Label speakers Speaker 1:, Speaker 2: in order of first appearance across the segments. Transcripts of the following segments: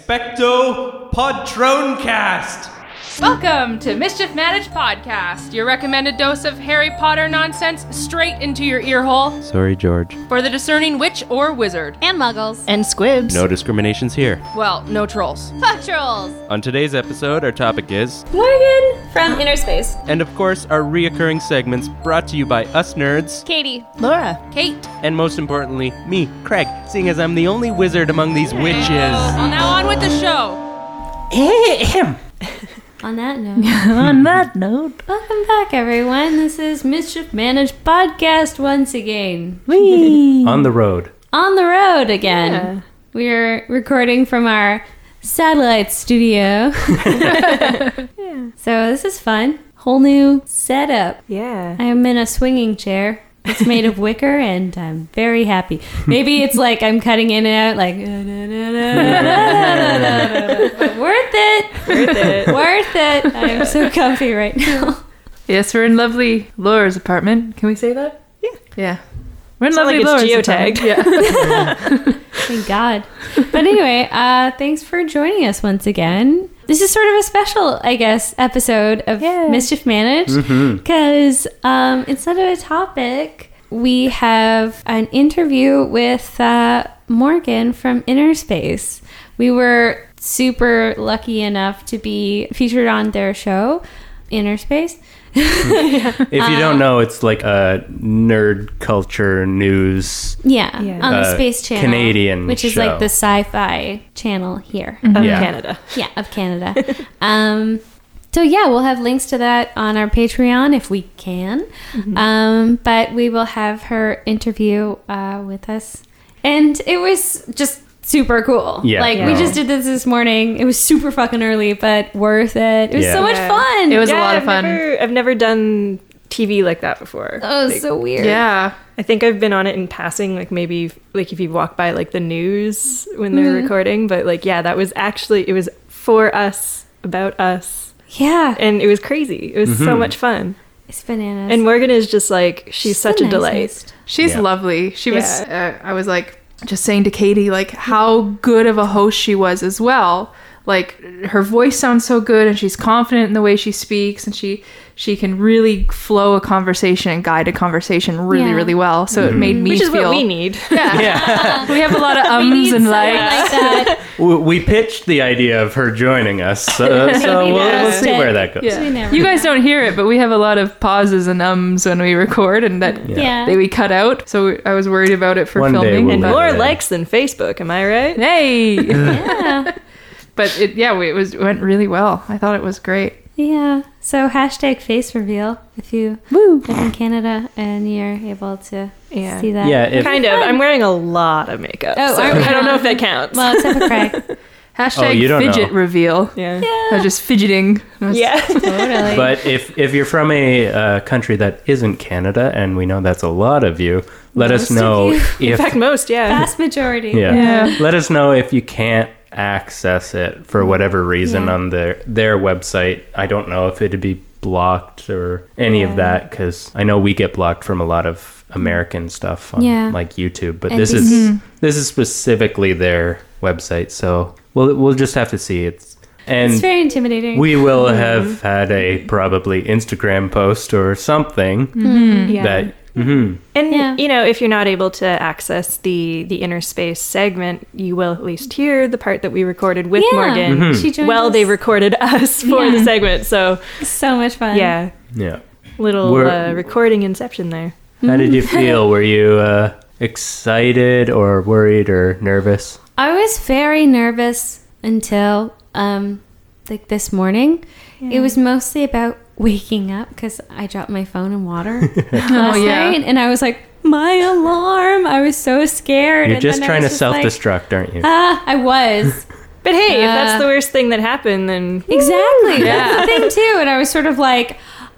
Speaker 1: Expecto Podroncast!
Speaker 2: Welcome to Mischief Managed Podcast, your recommended dose of Harry Potter nonsense straight into your earhole
Speaker 1: Sorry, George.
Speaker 2: for the discerning witch or wizard.
Speaker 3: and muggles
Speaker 4: and squibs.
Speaker 1: No discriminations here.
Speaker 2: Well, no trolls.
Speaker 3: patrols
Speaker 1: On today's episode, our topic is,
Speaker 3: morgan from inner space
Speaker 1: and of course, our reoccurring segments brought to you by us nerds,
Speaker 3: katie
Speaker 4: Laura,
Speaker 2: Kate.
Speaker 1: and most importantly, me, Craig, seeing as I'm the only wizard among these witches.
Speaker 2: Well, now on with the show.
Speaker 3: on that note on that note welcome back everyone this is mischief managed podcast once again
Speaker 1: On the road.
Speaker 3: on the road again we're recording from our satellite studio so this is fun whole new setup
Speaker 5: Yeah.
Speaker 3: I'm in a swinging chair. It's made of wicker, and I'm very happy. Maybe it's like I'm cutting in and out, like "Na, na, na, na, na, na, na, na, na," but worth it,
Speaker 5: Worth it.
Speaker 3: worth it. I'm so comfy right now.
Speaker 6: Yes, we're in lovely Laura's apartment. Can we say that?
Speaker 5: Yeah.
Speaker 6: Yeah. We're in
Speaker 5: It's not
Speaker 6: lovely
Speaker 5: like
Speaker 6: Laura's
Speaker 5: it's
Speaker 6: apartment. Yeah.
Speaker 3: Thank God. But anyway, uh, thanks for joining us once again. This is sort of a special, I guess, episode of
Speaker 5: Yeah.
Speaker 3: Mischief Managed
Speaker 7: Mm-hmm.
Speaker 3: because um, instead of a topic, we have an interview with uh, Morgan from Inner Space. We were super lucky enough to be featured on their show, Inner Space.
Speaker 7: If you don't know, it's like a nerd culture news.
Speaker 3: Yeah,
Speaker 5: Yeah.
Speaker 3: on the
Speaker 7: Uh,
Speaker 3: Space Channel.
Speaker 7: Canadian
Speaker 3: Which is
Speaker 7: show.
Speaker 3: like the sci fi channel here.
Speaker 5: Of
Speaker 7: Yeah.
Speaker 5: Canada.
Speaker 3: yeah of canada um so yeah we'll have links to that on our patreon if we can
Speaker 7: Mm-hmm.
Speaker 3: um but we will have her interview uh with us and it was just super cool
Speaker 7: Yeah.
Speaker 3: like we
Speaker 7: Yeah.
Speaker 3: just did this this morning it was super fucking early but worth it it was
Speaker 7: Yeah.
Speaker 3: so much
Speaker 5: Yeah.
Speaker 3: fun
Speaker 6: It was a lot of
Speaker 5: I've
Speaker 6: fun.
Speaker 5: Never, I've never done TV like that before.
Speaker 3: oh
Speaker 5: Like,
Speaker 3: so weird
Speaker 6: yeah.
Speaker 5: I think I've been on it in passing, like maybe like if you walk by like the news when
Speaker 3: Mm-hmm.
Speaker 5: they're recording, but like yeah, that was actually it was for us, about us,
Speaker 3: yeah
Speaker 5: and it was crazy. It was
Speaker 6: Mm-hmm.
Speaker 5: so much fun.
Speaker 3: it's bananas
Speaker 5: And Morgan is just like she's,
Speaker 3: She's
Speaker 5: such
Speaker 3: the
Speaker 5: a delight.
Speaker 3: nicest.
Speaker 6: She's
Speaker 7: Yeah.
Speaker 6: lovely. She was, uh, I was like, just saying to Katie, like, how good of a host she was as well. Like, her voice sounds so good and she's confident in the way she speaks and she, she can really flow a conversation and guide a conversation really,
Speaker 3: Yeah.
Speaker 6: really well. So
Speaker 7: Mm-hmm.
Speaker 6: it made me
Speaker 5: Which is
Speaker 6: feel.
Speaker 5: what we need.
Speaker 6: Yeah. we have a lot of ums and
Speaker 3: Someone
Speaker 6: likes.
Speaker 3: like that
Speaker 7: W- We pitched the idea of her joining us, so, so
Speaker 3: We
Speaker 7: we'll, we'll
Speaker 3: lost
Speaker 7: see
Speaker 3: it.
Speaker 7: where that goes.
Speaker 6: Yeah.
Speaker 3: We never
Speaker 6: You guys don't hear it, but we have a lot of pauses and ums when we record, and that
Speaker 3: Yeah.
Speaker 6: that we cut out. So I was worried about it for
Speaker 7: One day
Speaker 6: filming.
Speaker 7: we'll
Speaker 5: And
Speaker 7: Yeah.
Speaker 6: but,
Speaker 7: let
Speaker 5: more
Speaker 7: Yeah.
Speaker 5: likes than Facebook, am I right?
Speaker 6: hey,
Speaker 3: yeah
Speaker 6: but it, yeah, we- it was it went really well. I thought it was great.
Speaker 3: yeah so hashtag face reveal if you live in canada and you're able to
Speaker 5: Yeah.
Speaker 3: see that
Speaker 7: Yeah, if,
Speaker 5: Kind of. I'm wearing a lot of makeup.
Speaker 3: Oh,
Speaker 5: so
Speaker 3: are we?
Speaker 5: I don't know if that counts.
Speaker 3: Well, except for Craig.
Speaker 6: Hashtag
Speaker 7: Oh, you don't
Speaker 6: fidget
Speaker 7: know.
Speaker 6: reveal.
Speaker 5: yeah.
Speaker 6: I was just fidgeting. I was-
Speaker 5: Yeah.
Speaker 3: totally.
Speaker 7: but if if you're from a uh, country that isn't Canada, and we know that's a lot of you, let us know
Speaker 5: In
Speaker 7: if
Speaker 5: fact, most, yeah.
Speaker 3: Vast majority.
Speaker 7: yeah.
Speaker 6: Yeah.
Speaker 7: let us know if you can't access it for whatever reason
Speaker 3: Yeah.
Speaker 7: on their their website. I don't know if it'd be blocked or any of that because I know we get blocked from a lot of American stuff on
Speaker 3: Yeah.
Speaker 7: like YouTube, but
Speaker 3: And Mhm.
Speaker 7: this
Speaker 3: they-
Speaker 7: is this is specifically their website, so we'll we'll just have to see it's and.
Speaker 3: It's very intimidating.
Speaker 7: we will
Speaker 3: Mm-hmm.
Speaker 7: have had a probably Instagram post or something
Speaker 3: Mm-hmm.
Speaker 5: yeah.
Speaker 7: that
Speaker 5: And
Speaker 3: Yeah.
Speaker 5: you know, if you're not able to access the the inner space segment, you will at least hear the part that we recorded with
Speaker 3: Yeah.
Speaker 5: Morgan.
Speaker 3: She joined
Speaker 5: Well,
Speaker 3: us.
Speaker 5: they recorded us for the
Speaker 3: Yeah.
Speaker 5: segment, so
Speaker 3: so much fun.
Speaker 5: yeah,
Speaker 7: yeah.
Speaker 5: little
Speaker 7: We're-
Speaker 5: uh, recording inception there.
Speaker 7: How did you
Speaker 3: Mm-hmm.
Speaker 7: feel? Were you uh, excited or worried or nervous?
Speaker 3: I was very nervous until um, like this morning. It was mostly about waking up because I dropped my phone in water
Speaker 7: Oh,
Speaker 3: last
Speaker 6: yeah.
Speaker 3: night, and I was like, my alarm. I was so scared.
Speaker 7: You're
Speaker 3: and
Speaker 7: just
Speaker 3: then I
Speaker 7: trying to
Speaker 3: was
Speaker 7: self
Speaker 3: like,
Speaker 7: destruct, aren't you?
Speaker 3: Ah, I was
Speaker 5: But hey, if
Speaker 3: Yeah.
Speaker 5: that's the worst thing that happened, then
Speaker 3: exactly that's the thing too, and I was sort of like.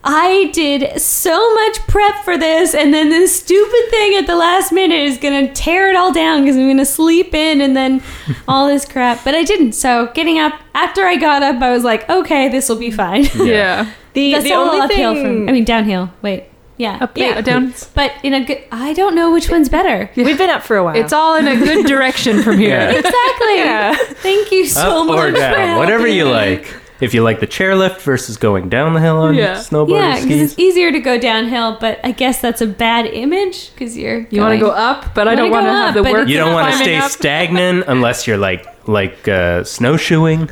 Speaker 3: I did so much prep for this, and then this stupid thing at the last minute is gonna tear it all down because I'm gonna sleep in and then all this crap. But I didn't. So getting up after I got up, I was like, okay, this will be fine.
Speaker 6: yeah.
Speaker 5: the
Speaker 3: That's
Speaker 5: the
Speaker 3: all
Speaker 5: only
Speaker 3: uphill
Speaker 5: thing
Speaker 3: from. I mean, downhill. Wait, Yeah.
Speaker 6: Up,
Speaker 3: yeah.
Speaker 6: yeah. down.
Speaker 3: But in a good, I don't know which one's better.
Speaker 5: We've been up for a while.
Speaker 6: It's all in a good direction from here.
Speaker 7: Yeah.
Speaker 3: Exactly. Thank you so
Speaker 7: Up
Speaker 3: much.
Speaker 7: or
Speaker 3: for
Speaker 7: down, whatever you
Speaker 3: helping me.
Speaker 7: like. If you like the chairlift versus going down the hill on
Speaker 6: Yeah.
Speaker 7: snowboard or
Speaker 3: Yeah, because
Speaker 7: skis,
Speaker 3: it's easier to go downhill, but I guess that's a bad image because you're.
Speaker 6: You want to
Speaker 3: going-
Speaker 6: go up, but I
Speaker 3: Wanna
Speaker 6: don't want
Speaker 3: go
Speaker 6: to
Speaker 3: up,
Speaker 6: have the
Speaker 3: but
Speaker 6: work.
Speaker 3: it's
Speaker 7: you don't want to
Speaker 6: climbing
Speaker 7: stay
Speaker 6: up.
Speaker 7: stagnant unless you're like like uh, snowshoeing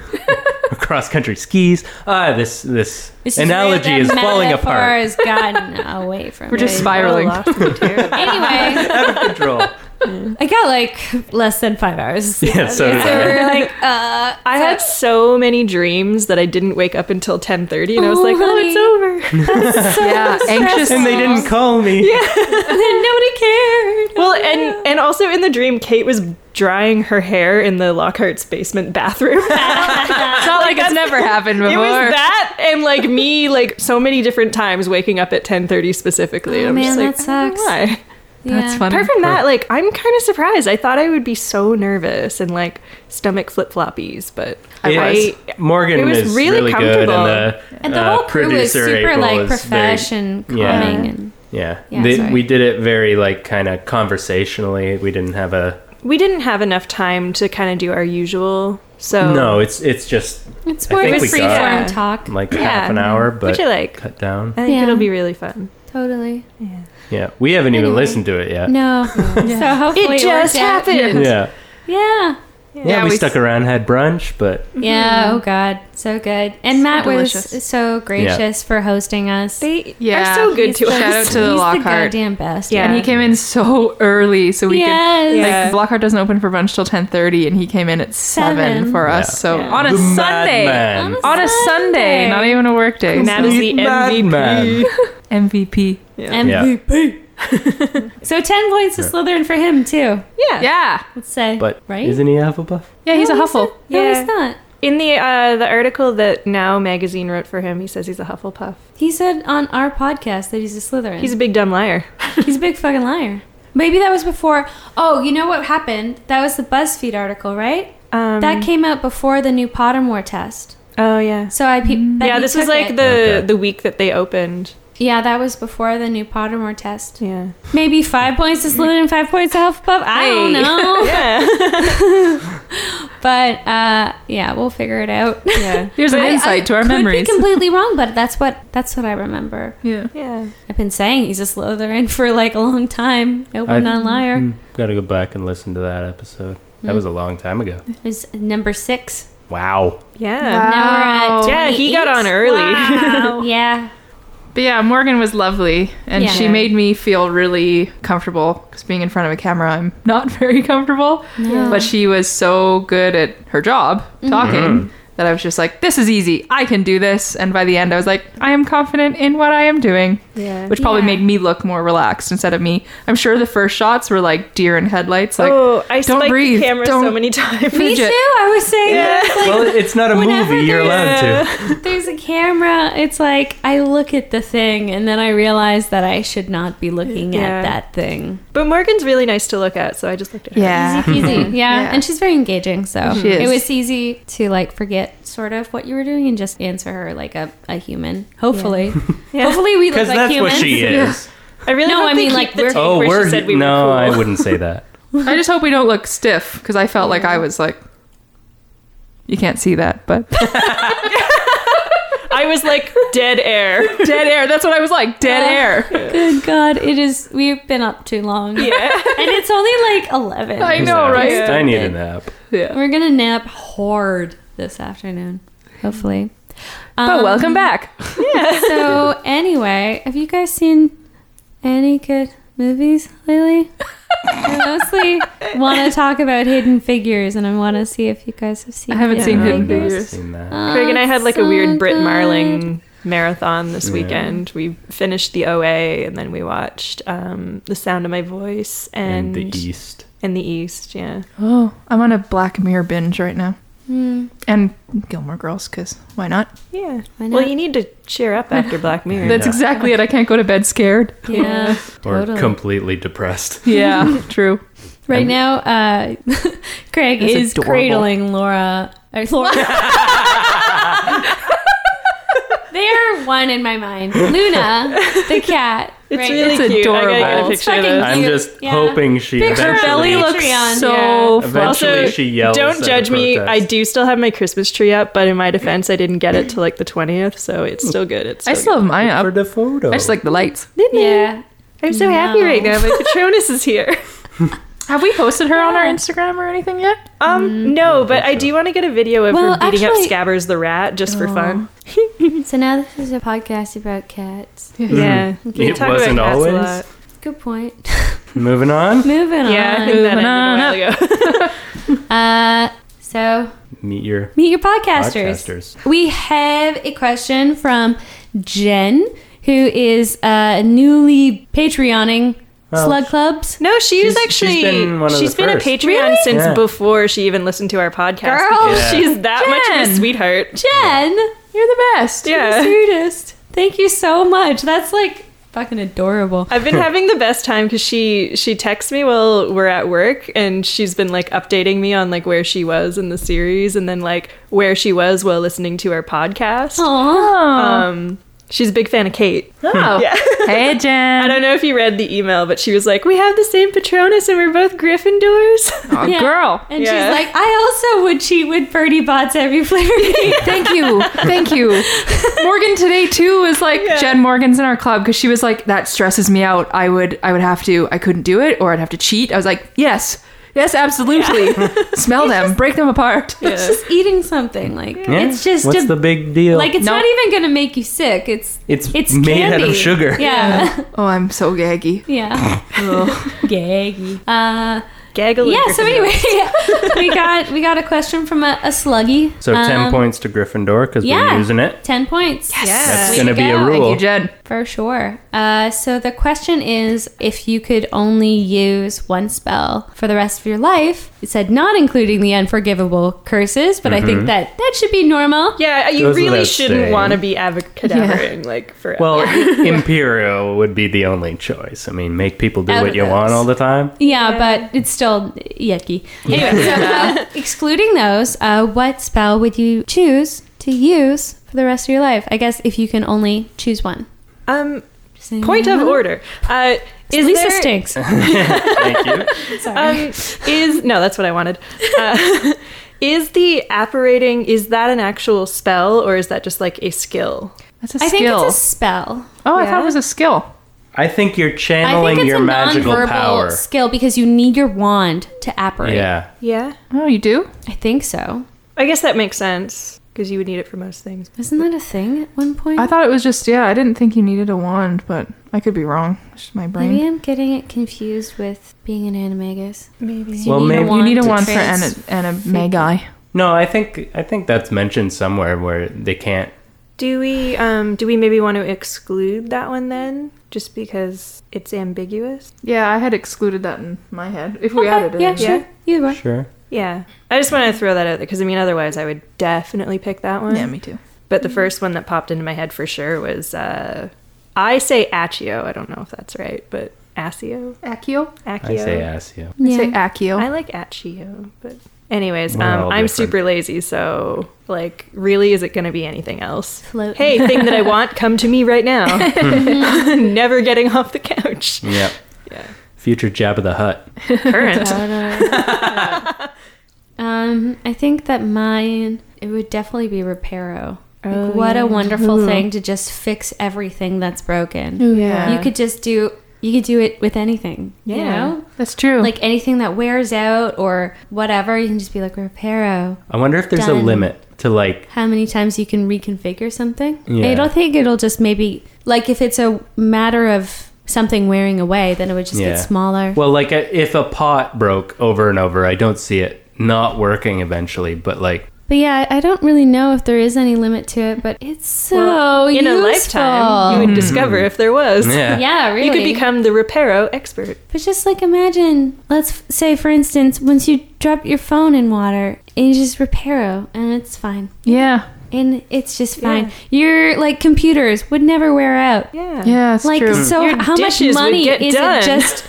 Speaker 7: or cross country skis. Ah, this this,
Speaker 3: This is where
Speaker 7: analogy
Speaker 3: that
Speaker 7: is falling
Speaker 3: metaphor
Speaker 7: apart.
Speaker 3: Has gotten away from.
Speaker 6: We're just
Speaker 3: me.
Speaker 6: spiraling.
Speaker 3: Anyway,
Speaker 7: Out of control.
Speaker 3: I got like less than five hours. of sleep
Speaker 7: Yeah,
Speaker 3: that
Speaker 7: so
Speaker 3: day,
Speaker 7: did
Speaker 3: so
Speaker 7: I.
Speaker 3: we're like, uh,
Speaker 5: I had so many dreams that I didn't wake up until 10:30 and I was like, "Oh, it's
Speaker 3: Ooh,
Speaker 5: over."
Speaker 6: yeah, anxious.
Speaker 7: And they didn't call me.
Speaker 3: nobody cared.
Speaker 5: Well, and and also in the dream Kate was drying her hair in the Lockhart's basement bathroom.
Speaker 6: It's not like it's never happened before.
Speaker 5: It was that and like me like so many different times waking up at 10:30 specifically.
Speaker 3: Oh,
Speaker 5: I'm just
Speaker 3: man,
Speaker 5: like,
Speaker 3: that
Speaker 5: "I don't know
Speaker 3: sucks."
Speaker 5: why."
Speaker 6: That's
Speaker 3: Yeah.
Speaker 6: funny.
Speaker 5: Apart from that, like I'm kind of surprised. I thought I would be so nervous and like stomach flip floppies, but
Speaker 7: It
Speaker 5: I,
Speaker 7: was- Morgan
Speaker 5: it was
Speaker 7: is
Speaker 5: really
Speaker 7: really, good,
Speaker 5: comfortable.
Speaker 7: and the,
Speaker 3: And the
Speaker 7: uh,
Speaker 3: whole crew was
Speaker 7: producer
Speaker 3: super
Speaker 7: April
Speaker 3: like
Speaker 7: is very-
Speaker 3: profession,
Speaker 7: yeah.
Speaker 3: calming, and
Speaker 7: Yeah,
Speaker 3: Yeah,
Speaker 7: They-
Speaker 3: sorry.
Speaker 7: we did it very like kind of conversationally. We didn't have a
Speaker 5: we didn't have enough time to kind of do our usual.
Speaker 3: Oh.
Speaker 5: So
Speaker 7: no. It's it's just
Speaker 3: it's
Speaker 7: I
Speaker 3: more
Speaker 7: think
Speaker 3: of a
Speaker 7: we
Speaker 3: free
Speaker 7: got-
Speaker 3: form talk.
Speaker 7: like
Speaker 5: Yeah.
Speaker 7: half an hour, but
Speaker 5: Which I like.
Speaker 7: cut down.
Speaker 5: I think
Speaker 3: Yeah.
Speaker 5: it'll be really fun.
Speaker 3: Totally.
Speaker 7: Yeah, we haven't even
Speaker 3: Anyway.
Speaker 7: listened to it yet.
Speaker 3: No. So hopefully worked out.
Speaker 7: Yeah.
Speaker 3: Yeah.
Speaker 7: yeah,
Speaker 6: Yeah,
Speaker 7: We,
Speaker 6: we
Speaker 7: stuck around, had brunch, but
Speaker 3: Yeah. Oh God, so good. And Matt was
Speaker 6: delicious.
Speaker 3: so gracious for hosting us.
Speaker 5: They
Speaker 6: Yeah.
Speaker 5: are so good
Speaker 3: He's
Speaker 5: to
Speaker 3: the-
Speaker 5: us.
Speaker 6: Shout out to the
Speaker 3: he's
Speaker 6: Lockhart.
Speaker 3: goddamn best.
Speaker 5: Yeah.
Speaker 6: And he came in so early, so we
Speaker 3: Yes.
Speaker 6: could.
Speaker 5: Yeah.
Speaker 6: Like, Lockhart doesn't open for brunch till ten thirty, and he came in at seven,
Speaker 3: Seven.
Speaker 6: for us.
Speaker 7: Yeah.
Speaker 6: So
Speaker 5: Yeah.
Speaker 6: on a
Speaker 7: The
Speaker 6: Sunday,
Speaker 7: madman.
Speaker 6: on a Sunday, not even a work day.
Speaker 5: Matt
Speaker 6: so-
Speaker 5: is the
Speaker 7: Sweet
Speaker 5: MVP.
Speaker 7: madman.
Speaker 6: MVP.
Speaker 3: MVP. so ten points to Slytherin for him too.
Speaker 5: Yeah.
Speaker 6: Yeah,
Speaker 3: Let's say.
Speaker 7: But
Speaker 3: right?
Speaker 7: isn't he a Hufflepuff?
Speaker 6: yeah, he's a
Speaker 3: No,
Speaker 6: Huffle.
Speaker 3: not. No,
Speaker 5: Yeah.
Speaker 3: he's not.
Speaker 5: In the uh, the article that Now magazine wrote for him, he says he's a Hufflepuff.
Speaker 3: He said on our podcast that he's a Slytherin.
Speaker 5: He's a big dumb liar.
Speaker 3: He's a big fucking liar. Maybe that was before. Oh, you know what happened? That was the BuzzFeed article, right?
Speaker 5: Um,
Speaker 6: Mm-hmm.
Speaker 3: that came out before the new Pottermore test.
Speaker 5: oh yeah.
Speaker 3: So I pe-
Speaker 6: Mm-hmm.
Speaker 3: bet
Speaker 5: yeah,
Speaker 3: he
Speaker 5: this was
Speaker 3: took
Speaker 5: like
Speaker 3: it.
Speaker 5: the
Speaker 7: Okay.
Speaker 5: the week that they opened.
Speaker 3: yeah, that was before the new Pottermore test.
Speaker 5: Yeah.
Speaker 3: Maybe five points to Slytherin, five points to Hufflepuff. I don't
Speaker 5: Hey.
Speaker 3: know,
Speaker 5: Yeah.
Speaker 3: but uh, yeah, we'll figure it out.
Speaker 5: yeah.
Speaker 6: Here's an
Speaker 3: I-
Speaker 6: insight
Speaker 3: I
Speaker 6: to our
Speaker 3: could Be
Speaker 6: memories.
Speaker 3: completely wrong, but that's what that's what I remember.
Speaker 6: yeah.
Speaker 5: Yeah.
Speaker 3: I've been saying he's a Slytherin for like a long time.
Speaker 7: I-
Speaker 3: Open non-liar
Speaker 7: Mm, Gotta go back and listen to that episode. That was a long time ago.
Speaker 3: is number six.
Speaker 7: Wow.
Speaker 5: Yeah.
Speaker 3: Now we're at
Speaker 5: Oh. Yeah, he got
Speaker 3: 28.
Speaker 5: on early.
Speaker 3: Yeah,
Speaker 6: But yeah, Morgan was lovely, and
Speaker 3: Yeah.
Speaker 6: she made me feel really comfortable because being in front of a camera, I'm not very comfortable. But she was so good at her job
Speaker 3: Mm-hmm.
Speaker 6: talking that I was just like, "This is easy. I can do this." And by the end, I was like, "I am confident in what I am doing,"
Speaker 5: Yeah.
Speaker 6: which probably
Speaker 3: Yeah.
Speaker 6: made me look more relaxed instead of me. I'm sure the first shots were like deer in headlights, like
Speaker 5: oh, I
Speaker 6: don't
Speaker 5: spiked
Speaker 6: breathe,
Speaker 5: the camera so
Speaker 6: don't-
Speaker 5: many times.
Speaker 3: me too.
Speaker 6: Fidget.
Speaker 3: I was saying that.
Speaker 7: Well, it's not a
Speaker 3: Whenever
Speaker 7: movie. You're allowed
Speaker 5: there's-
Speaker 7: to.
Speaker 3: There's a camera. It's like I look at the thing and then I realize that I should not be looking
Speaker 5: Yeah.
Speaker 3: at that thing.
Speaker 5: But Morgan's really nice to look at, so I just looked at her.
Speaker 6: yeah,
Speaker 3: Easy peasy. Yeah.
Speaker 6: Yeah.
Speaker 3: And she's very engaging. So
Speaker 6: She
Speaker 3: it
Speaker 6: is.
Speaker 3: was easy to like forget sort of what you were doing and just answer her like a, a human. Hopefully.
Speaker 5: Yeah.
Speaker 3: Hopefully we look
Speaker 7: Because
Speaker 3: like
Speaker 7: that's
Speaker 3: humans.
Speaker 7: what she is.
Speaker 5: I really
Speaker 3: No,
Speaker 5: hope
Speaker 3: I
Speaker 5: they
Speaker 3: mean,
Speaker 5: keep
Speaker 3: like,
Speaker 5: the
Speaker 3: we're-
Speaker 5: tape
Speaker 7: Oh,
Speaker 5: where she
Speaker 7: we're.
Speaker 5: said we were
Speaker 7: no,
Speaker 5: cool.
Speaker 7: I wouldn't say that.
Speaker 6: I just hope we don't look stiff because I felt like I was like, you can't see that, but
Speaker 5: I was like dead air.
Speaker 6: dead air. That's what I was like, dead air.
Speaker 3: Good God. It is. We've been up too long.
Speaker 5: Yeah.
Speaker 3: And it's only like 11.
Speaker 6: I
Speaker 7: Exactly.
Speaker 6: know, Oh, right?
Speaker 7: I need a nap.
Speaker 3: We're going to nap hard this afternoon. Hopefully.
Speaker 6: But
Speaker 3: Um,
Speaker 6: Oh, welcome back.
Speaker 3: So, anyway, have you guys seen any good movies lately? I mostly want to talk about Hidden Figures, and I want to see if you guys have seen. Oh,
Speaker 6: I haven't seen
Speaker 7: I've
Speaker 6: Hidden
Speaker 7: never
Speaker 6: Figures.
Speaker 7: seen that.
Speaker 5: Craig and I had like a weird Brit
Speaker 3: Brit
Speaker 5: Marling marathon this weekend. We finished the OA and then we watched um, The Sound of My Voice
Speaker 7: In
Speaker 5: and
Speaker 7: the E. East.
Speaker 5: and the East, yeah.
Speaker 6: Oh, I'm on a Black Mirror binge right now. And Gilmore Girls, because why not?
Speaker 5: Yeah.
Speaker 3: Why
Speaker 5: Well,
Speaker 3: not?
Speaker 5: you need to cheer up after Black Mirror.
Speaker 6: That's exactly it. I can't go to bed scared.
Speaker 3: Yeah,
Speaker 7: Or
Speaker 3: totally.
Speaker 7: completely depressed.
Speaker 6: Yeah, true.
Speaker 3: right now, uh, Craig
Speaker 6: That's
Speaker 3: is
Speaker 6: adorable.
Speaker 3: cradling Laura. Or Laura. they are one in my mind. Luna, the cat,
Speaker 5: It's
Speaker 2: Right.
Speaker 5: really
Speaker 6: It's
Speaker 5: cute. I gotta get
Speaker 6: adorable.
Speaker 5: a
Speaker 3: It's
Speaker 5: picture of
Speaker 3: fucking
Speaker 5: this.
Speaker 7: I'm
Speaker 3: cute.
Speaker 7: just
Speaker 3: Yeah.
Speaker 7: hoping she
Speaker 3: Picture
Speaker 7: eventually.
Speaker 3: belly looks
Speaker 5: Patreon,
Speaker 3: so
Speaker 5: yeah.
Speaker 3: fluffy.
Speaker 7: Eventually she yells at
Speaker 5: Don't
Speaker 7: the
Speaker 5: judge me.
Speaker 7: protest.
Speaker 5: I do still have my Christmas tree up, but in my defense, I didn't get it till like the twentieth, so it's still good. It's
Speaker 6: I
Speaker 5: still
Speaker 6: still have mine
Speaker 7: for
Speaker 6: up.
Speaker 7: the photo.
Speaker 6: I just like the lights.
Speaker 5: good.
Speaker 3: Yeah.
Speaker 5: I'm so happy
Speaker 3: No.
Speaker 5: right now. My Patronus is here.
Speaker 6: Have we posted her on our Instagram or anything yet?
Speaker 5: Um, no, but I do want to get a video of
Speaker 3: Mm. Well,
Speaker 5: her beating
Speaker 3: actually-
Speaker 5: up Scabbers the rat just for fun.
Speaker 3: So now this is a podcast about cats.
Speaker 5: Yeah,
Speaker 7: Mm. It wasn't always?
Speaker 3: Good point.
Speaker 7: Moving on.
Speaker 3: Moving
Speaker 5: Yeah, I
Speaker 3: on.
Speaker 5: think that ended
Speaker 6: on
Speaker 5: a while ago.
Speaker 3: Uh, so
Speaker 7: Meet your
Speaker 3: meet your podcasters.
Speaker 7: Podcasters.
Speaker 3: We have a question from Jen, who is uh, newly Patreoning
Speaker 7: Oh.
Speaker 3: Slug Clubs.
Speaker 5: no, she
Speaker 7: She's-
Speaker 5: was
Speaker 7: she's
Speaker 5: actually
Speaker 7: been one of
Speaker 5: she's
Speaker 7: the
Speaker 5: been a
Speaker 7: first.
Speaker 5: Patreon
Speaker 3: Really?
Speaker 5: since
Speaker 7: Yeah.
Speaker 5: before she even listened to our podcast.
Speaker 3: Girl,
Speaker 5: because
Speaker 7: Yeah.
Speaker 5: she's that much of a
Speaker 6: Jen.
Speaker 5: sweetheart.
Speaker 3: Jen,
Speaker 6: You're the best.
Speaker 3: the
Speaker 5: Yeah.
Speaker 3: sweetest. Thank you so much. That's like fucking adorable.
Speaker 5: I've been having the best time because she she texts me while we're at work, and she's been like updating me on like where she was in the series, and then like where she was while listening to our podcast.
Speaker 3: Aww.
Speaker 5: Um, she's a big fan of Kate.
Speaker 6: Oh. Hey,
Speaker 5: I
Speaker 6: Jen.
Speaker 5: don't know if you read the email, but she was like, "We have the same Patronus, and we're both Gryffindors."
Speaker 6: Oh,
Speaker 3: Yeah.
Speaker 6: Girl.
Speaker 3: And
Speaker 5: Yeah.
Speaker 3: she's like, I also would cheat with birdie bots every flavor.
Speaker 6: Thank you. Thank you. Morgan today too is like
Speaker 5: Yeah.
Speaker 6: Jen Morgan's in our club because she was like, that stresses me out. I would I would have to I couldn't do it or I'd have to cheat. I was like, yes. Yes, absolutely. Smell them, break them apart.
Speaker 3: It's just eating something. Like it's just
Speaker 7: what's
Speaker 3: a,
Speaker 7: the big deal?
Speaker 3: like it's
Speaker 6: No.
Speaker 3: not even gonna make you sick. It's
Speaker 7: it's
Speaker 3: it's
Speaker 7: made out
Speaker 3: candy.
Speaker 7: of sugar.
Speaker 3: Yeah.
Speaker 6: Oh, I'm so gaggy.
Speaker 3: yeah. Gaggy. Uh
Speaker 5: Gaggle.
Speaker 3: yeah, so anyway, we got we got a question from a, a sluggy.
Speaker 7: So ten
Speaker 3: Um,
Speaker 7: points to Gryffindor because
Speaker 3: yeah.
Speaker 7: we're using it.
Speaker 3: Ten points.
Speaker 5: Yes.
Speaker 7: That's
Speaker 3: Way
Speaker 7: gonna
Speaker 3: to
Speaker 7: be a
Speaker 3: go.
Speaker 7: rule.
Speaker 6: Thank you, Jen.
Speaker 3: For sure. Uh, so the question is if you could only use one spell for the rest of your life. It said not including the unforgivable curses, but I
Speaker 7: Mm-hmm.
Speaker 3: think that that should be normal.
Speaker 5: Yeah, you
Speaker 7: Goes
Speaker 5: really
Speaker 7: without
Speaker 5: shouldn't
Speaker 7: saying.
Speaker 5: want to be avocadavering like forever.
Speaker 7: Well, Imperial would be the only choice. I mean, make people do
Speaker 3: Out
Speaker 7: what
Speaker 3: of
Speaker 7: you
Speaker 3: those.
Speaker 7: want all the time.
Speaker 3: Yeah, but it's still yucky. Anyway, so, uh, excluding those, uh, what spell would you choose to use for the rest of your life? I guess if you can only choose one.
Speaker 5: um,
Speaker 3: Does anyone
Speaker 5: point of
Speaker 3: know?
Speaker 5: order. Uh, is
Speaker 3: Lisa
Speaker 5: there,
Speaker 3: stinks.
Speaker 7: Thank you.
Speaker 5: Um, is no, that's what I wanted. Uh, is the apparating is that an actual spell or is that just like a skill?
Speaker 6: That's a
Speaker 3: I think
Speaker 6: skill.
Speaker 3: it's a spell.
Speaker 6: oh, I
Speaker 5: Yeah.
Speaker 6: thought it was a skill.
Speaker 7: I think you're
Speaker 3: I think
Speaker 7: channeling
Speaker 3: it's
Speaker 7: your
Speaker 3: a
Speaker 7: magical
Speaker 3: nonverbal
Speaker 7: power.
Speaker 3: skill because you need your wand to apparate.
Speaker 7: Yeah.
Speaker 5: Yeah,
Speaker 6: Oh, you do?
Speaker 3: I think so.
Speaker 5: I guess that makes sense because you would need it for most things.
Speaker 3: Isn't that a thing at one point?
Speaker 6: I thought it was just yeah. I didn't think you needed a wand, but I could be wrong. It's just my brain.
Speaker 3: Maybe I'm getting it confused with being an animagus.
Speaker 5: Maybe.
Speaker 3: You
Speaker 7: Well,
Speaker 3: need a
Speaker 7: maybe-
Speaker 3: wand
Speaker 6: you need a
Speaker 3: to
Speaker 6: wand for
Speaker 3: trans-
Speaker 6: an and a magi.
Speaker 7: No, I think I think that's mentioned somewhere where they can't.
Speaker 5: Do we um do we maybe want to exclude that one then? Just because it's ambiguous?
Speaker 6: Yeah, I had excluded that in my head. If we
Speaker 3: Okay,
Speaker 6: added it,
Speaker 3: Oh, yeah,
Speaker 6: in.
Speaker 3: sure.
Speaker 5: Yeah.
Speaker 3: Either way.
Speaker 7: Sure.
Speaker 5: Yeah. I just want to throw that out there because I mean otherwise I would definitely pick that one.
Speaker 6: yeah, me too.
Speaker 5: But
Speaker 3: Mm-hmm.
Speaker 5: the first one that popped into my head for sure was uh I say Accio. I don't know if that's right, but Accio.
Speaker 6: Accio.
Speaker 5: Accio.
Speaker 7: I say Asio.
Speaker 6: I say
Speaker 3: Yeah.
Speaker 6: Accio.
Speaker 5: I like Accio, but anyways, um,
Speaker 7: We're all
Speaker 5: I'm
Speaker 7: different.
Speaker 5: super lazy, so like really is it gonna be anything else?
Speaker 3: Float.
Speaker 5: Hey, thing that I want, come to me right now. Never getting off the couch.
Speaker 7: Yep.
Speaker 5: Yeah.
Speaker 7: Future Jabba the Hutt.
Speaker 5: Current.
Speaker 3: um, I think that mine it would definitely be reparo. Like,
Speaker 5: Oh,
Speaker 3: what
Speaker 5: yeah.
Speaker 3: a wonderful thing to just fix everything that's broken.
Speaker 6: yeah.
Speaker 3: You could just do you could do it with anything. You
Speaker 5: Yeah.
Speaker 3: know?
Speaker 6: That's true.
Speaker 3: Like anything that wears out or whatever, you can just be like reparo.
Speaker 7: I wonder if there's a
Speaker 3: Done.
Speaker 7: limit to like.
Speaker 3: how many times you can reconfigure something.
Speaker 7: Yeah.
Speaker 3: I don't think it'll just maybe like if it's a matter of something wearing away, then it would just
Speaker 7: Yeah.
Speaker 3: get smaller.
Speaker 7: Well, like a, if a pot broke over and over, I don't see it not working eventually. But like,
Speaker 3: but yeah, I I don't really know if there is any limit to it, but it's so
Speaker 5: Well, in a
Speaker 3: Oh, useful.
Speaker 5: lifetime you would discover if there was
Speaker 7: yeah,
Speaker 3: yeah, really.
Speaker 5: you could become the reparo expert
Speaker 3: But just like imagine, let's f- say for instance, once you drop your phone in water, and you just reparo, and it's fine,
Speaker 6: yeah.
Speaker 3: and it's just fine. Your like computers would never wear out.
Speaker 5: yeah
Speaker 6: Yeah, it's
Speaker 3: Like
Speaker 6: true.
Speaker 3: so,
Speaker 5: Your
Speaker 3: how much
Speaker 5: dishes would
Speaker 3: money
Speaker 5: get
Speaker 3: is
Speaker 5: done.
Speaker 3: it just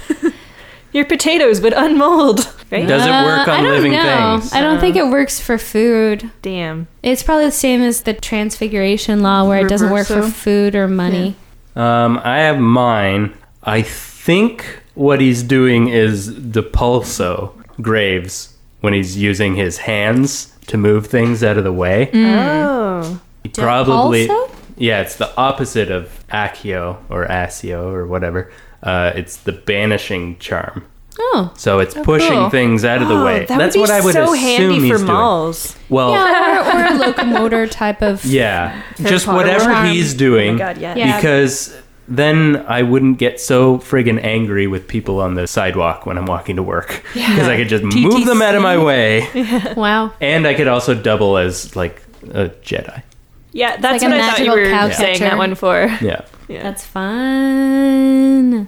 Speaker 5: your potatoes would unmold right
Speaker 7: does it work
Speaker 3: Uh, I
Speaker 7: on
Speaker 3: don't
Speaker 7: living
Speaker 3: know.
Speaker 7: things?
Speaker 3: I don't think
Speaker 5: Uh.
Speaker 3: it works for food.
Speaker 5: damn
Speaker 3: It's probably the same as the transfiguration law where it doesn't work for
Speaker 6: Reverso.
Speaker 3: food or money.
Speaker 7: Um, I have mine. I think what he's doing is the pulso Graves when he's using his hands to move things out of the way.
Speaker 3: Mm.
Speaker 5: Oh.
Speaker 7: He probably
Speaker 3: Pulso?
Speaker 7: yeah it's the opposite of accio or asio or whatever uh, it's the banishing charm
Speaker 3: Oh.
Speaker 7: so it's pushing
Speaker 6: cool.
Speaker 7: things out of the way
Speaker 5: Oh, that
Speaker 7: that's
Speaker 5: would
Speaker 7: what
Speaker 5: be
Speaker 7: i would
Speaker 5: so
Speaker 7: assume
Speaker 5: handy
Speaker 7: he's
Speaker 5: for
Speaker 7: doing
Speaker 5: malls.
Speaker 7: well
Speaker 3: Yeah, or, or a locomotor type of.
Speaker 7: yeah just
Speaker 6: Potter
Speaker 7: whatever
Speaker 3: charm.
Speaker 7: he's doing
Speaker 5: Oh God, yes.
Speaker 3: Yeah.
Speaker 7: because then I wouldn't get so friggin' angry with people on the sidewalk when I'm walking to work because I could just move them out of my way,
Speaker 3: Wow.
Speaker 7: and I could also double as like a Jedi.
Speaker 5: Yeah, that's
Speaker 3: like a
Speaker 5: what I thought you
Speaker 3: magical
Speaker 5: were
Speaker 3: cow
Speaker 5: saying
Speaker 3: catcher.
Speaker 5: that one for.
Speaker 7: Yeah,
Speaker 3: That's fun.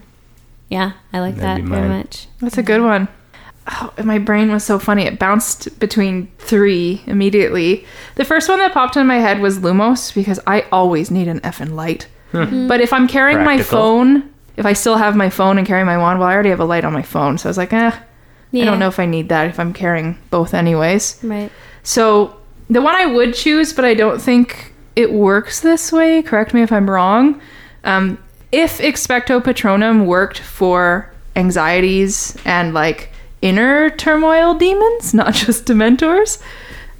Speaker 3: Yeah, I like
Speaker 7: That'd
Speaker 3: that
Speaker 7: be
Speaker 3: very
Speaker 7: mine.
Speaker 3: much.
Speaker 6: That's a good one. Oh, my brain was so funny. It bounced between three immediately. The first one that popped in my head was Lumos because I always need an effing light.
Speaker 3: Hmm.
Speaker 6: But if I'm carrying my
Speaker 7: Practical.
Speaker 6: phone, if I still have my phone and carry my wand, well, I already have a light on my phone. So I was like, eh, I
Speaker 3: Yeah.
Speaker 6: don't know if I need that if I'm carrying both, anyways.
Speaker 3: Right.
Speaker 6: So the one I would choose, but I don't think it works this way. Correct me if I'm wrong. Um, if Expecto Patronum worked for anxieties and like inner turmoil demons, not just Dementors,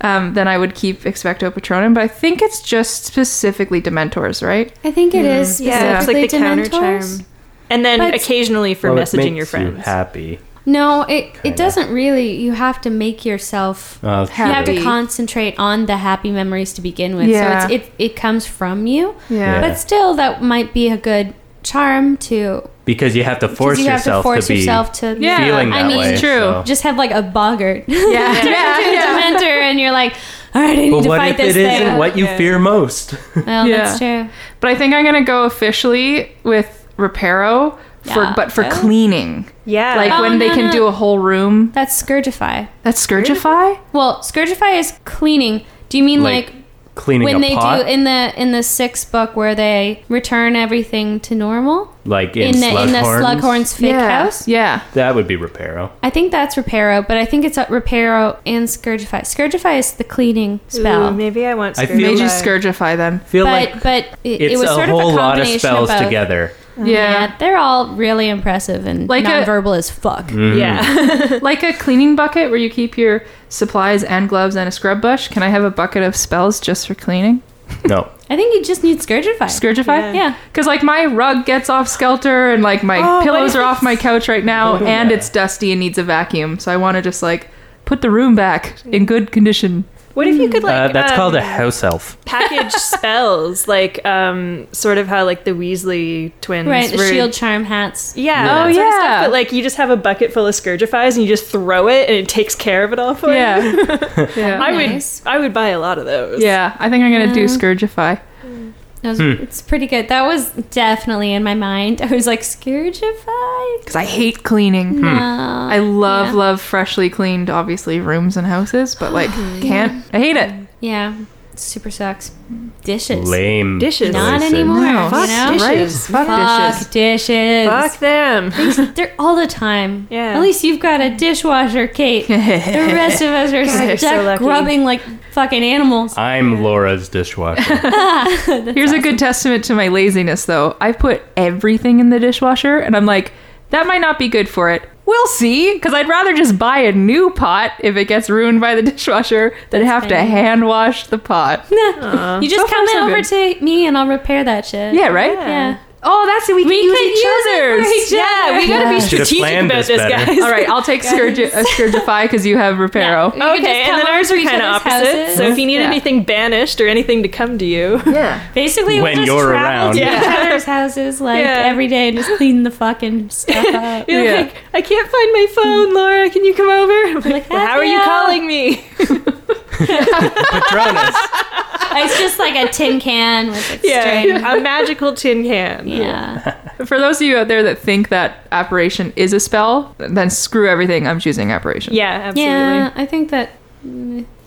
Speaker 6: um, then I would keep Expecto Patronum. But I think it's just specifically Dementors, right?
Speaker 3: I think it is
Speaker 5: Yeah, it's
Speaker 3: specifically
Speaker 5: like the counter
Speaker 3: Dementors.
Speaker 5: charm. And then
Speaker 3: But-
Speaker 5: occasionally for
Speaker 7: Well, it
Speaker 5: messaging
Speaker 7: makes
Speaker 5: your
Speaker 7: you
Speaker 5: friends.
Speaker 7: happy.
Speaker 3: No, it it
Speaker 7: Kinda.
Speaker 3: doesn't really. You have to make yourself.
Speaker 7: Uh,
Speaker 3: You have to
Speaker 6: Happy.
Speaker 3: concentrate on the happy memories to begin with.
Speaker 6: Yeah.
Speaker 3: So it's, it it comes from you.
Speaker 6: Yeah.
Speaker 3: But still, that might be a good charm to
Speaker 7: because you have to force
Speaker 3: because you have
Speaker 7: yourself
Speaker 3: to force
Speaker 7: be
Speaker 3: yourself to
Speaker 6: Yeah,
Speaker 7: feeling that
Speaker 3: I mean,
Speaker 7: way.
Speaker 6: it's true.
Speaker 7: so-
Speaker 3: just have like a boggart
Speaker 6: Yeah. yeah.
Speaker 3: dementor, and you're like, all right, I need
Speaker 7: But
Speaker 3: to
Speaker 7: what
Speaker 3: fight
Speaker 7: if
Speaker 3: this
Speaker 7: it
Speaker 3: thing.
Speaker 7: isn't what you fear most?
Speaker 3: Well,
Speaker 6: Yeah.
Speaker 3: that's true.
Speaker 6: But I think I'm gonna go officially with Reparo for,
Speaker 3: Yeah.
Speaker 6: but for
Speaker 3: Oh.
Speaker 6: cleaning.
Speaker 5: yeah.
Speaker 6: Like
Speaker 3: Oh,
Speaker 6: when they
Speaker 3: no,
Speaker 6: can
Speaker 3: no.
Speaker 6: do a whole room.
Speaker 3: That's scourgify.
Speaker 6: That's Scourgify?
Speaker 3: Well, scourgify is cleaning. Do you mean like,
Speaker 7: like cleaning
Speaker 3: when
Speaker 7: a
Speaker 3: they
Speaker 7: pot,
Speaker 3: do in the in the sixth book where they return everything to normal
Speaker 7: like in,
Speaker 3: the in the
Speaker 7: Slughorns?
Speaker 3: Slughorn's fake
Speaker 6: yeah.
Speaker 3: house?
Speaker 6: Yeah.
Speaker 7: That would be Reparo.
Speaker 3: I think that's Reparo, but I think it's uh, Reparo and Scourgify. Scourgify is the cleaning spell.
Speaker 5: Ooh, maybe I want
Speaker 7: I feel-
Speaker 5: Scourge.
Speaker 6: Maybe just Scourgify then.
Speaker 7: Feel
Speaker 3: but
Speaker 7: like
Speaker 3: but it,
Speaker 7: it's
Speaker 3: it was
Speaker 7: a
Speaker 3: sort
Speaker 7: whole
Speaker 3: of
Speaker 7: lot
Speaker 3: a
Speaker 7: of
Speaker 3: combination
Speaker 7: spells
Speaker 3: both.
Speaker 7: together.
Speaker 6: Yeah.
Speaker 3: Yeah, they're all really impressive and
Speaker 5: uh,
Speaker 6: Like a-
Speaker 3: nonverbal as fuck.
Speaker 5: Mm. Yeah.
Speaker 6: Like a cleaning bucket where you keep your supplies and gloves and a scrub brush. Can I have a bucket of spells just for cleaning?
Speaker 7: No,
Speaker 3: I think you just need Scourgify.
Speaker 6: Scourgify?
Speaker 3: Yeah.
Speaker 6: Because, like, my rug gets off skelter and, like, my
Speaker 5: Oh, what
Speaker 6: pillows
Speaker 5: if
Speaker 6: are off my
Speaker 5: it's-
Speaker 6: couch right now and it's dusty and needs a vacuum. So I want to just, like, put the room back in good condition.
Speaker 5: what if you could like
Speaker 7: uh, that's
Speaker 5: um,
Speaker 7: called a house elf.
Speaker 5: package spells, like um sort of how like the Weasley twins
Speaker 3: Right, the
Speaker 5: were-
Speaker 3: shield charm hats.
Speaker 5: Yeah.
Speaker 6: Oh,
Speaker 5: that sort of
Speaker 6: yeah.
Speaker 5: Stuff, but like you just have a bucket full of Scourgifies and you just throw it and it takes care of it all for you.
Speaker 6: Yeah. yeah.
Speaker 5: I would
Speaker 3: Nice.
Speaker 5: I would buy a lot of those.
Speaker 6: Yeah, I think I'm gonna do Scourgify.
Speaker 3: That was, It's pretty good. That was definitely in my mind. I was like, Scourgify?
Speaker 6: Because I hate cleaning.
Speaker 3: No.
Speaker 6: I love,
Speaker 3: Mm. Yeah.
Speaker 6: love freshly cleaned, obviously, rooms and houses, but like, can't. I hate it.
Speaker 3: Yeah. Super sucks. Dishes.
Speaker 7: Lame.
Speaker 5: Dishes.
Speaker 3: Not
Speaker 7: choices.
Speaker 3: anymore.
Speaker 6: No,
Speaker 3: you know?
Speaker 5: dishes.
Speaker 6: right? Fuck dishes.
Speaker 3: Fuck dishes.
Speaker 5: Fuck them.
Speaker 3: They're all the time.
Speaker 5: Yeah.
Speaker 3: At least you've got a dishwasher, Kate. the rest of us are
Speaker 5: you're so
Speaker 3: stuck
Speaker 5: lucky.
Speaker 3: grubbing like fucking animals.
Speaker 7: I'm Laura's dishwasher.
Speaker 6: Here's a good testament to my laziness, though. I put everything in the dishwasher, and I'm like, that might not be good for it. We'll see, because I'd rather just buy a new pot if it gets ruined by the dishwasher than have to hand wash the pot.
Speaker 3: you just
Speaker 6: So far,
Speaker 3: come
Speaker 6: so
Speaker 3: over
Speaker 6: good.
Speaker 3: to me and I'll repair that shit.
Speaker 6: Yeah, right?
Speaker 3: Yeah.
Speaker 6: Oh, that's it. We can
Speaker 3: We
Speaker 6: use
Speaker 3: could
Speaker 6: each
Speaker 3: use it for
Speaker 6: other's.
Speaker 3: each
Speaker 5: Yeah,
Speaker 3: other.
Speaker 5: we gotta be
Speaker 7: Should've
Speaker 5: strategic
Speaker 7: planned
Speaker 5: about
Speaker 7: this
Speaker 5: this,
Speaker 7: better.
Speaker 5: guys.
Speaker 6: All right, I'll take Scourgi- uh, Scourgify because you have Reparo.
Speaker 3: You could
Speaker 5: okay,
Speaker 3: just
Speaker 5: and
Speaker 3: come
Speaker 5: then
Speaker 3: over
Speaker 5: ours
Speaker 3: to
Speaker 5: are
Speaker 3: each
Speaker 5: kind of
Speaker 3: other's
Speaker 5: opposite.
Speaker 3: houses.
Speaker 5: So if you need
Speaker 6: Yeah.
Speaker 5: anything banished or anything to come to you,
Speaker 6: Yeah.
Speaker 3: Basically,
Speaker 7: When
Speaker 3: we'll just
Speaker 7: you're
Speaker 3: travel
Speaker 7: around.
Speaker 3: to
Speaker 5: Yeah.
Speaker 3: each other's houses like
Speaker 5: Yeah.
Speaker 3: every day and just clean the fucking stuff up.
Speaker 5: you're
Speaker 6: Yeah.
Speaker 5: like, I can't find my phone, Laura. Can you come over? I'm like,
Speaker 3: like,
Speaker 5: "Well, how are you
Speaker 3: "Hello."
Speaker 5: calling me?
Speaker 7: Patronus.
Speaker 3: it's just like a tin can with its
Speaker 5: Yeah,
Speaker 3: string.
Speaker 5: a magical tin can.
Speaker 3: Yeah.
Speaker 6: Uh, For those of you out there that think that apparition is a spell, then screw everything. I'm choosing apparition.
Speaker 5: Yeah, absolutely.
Speaker 3: Yeah, I think that.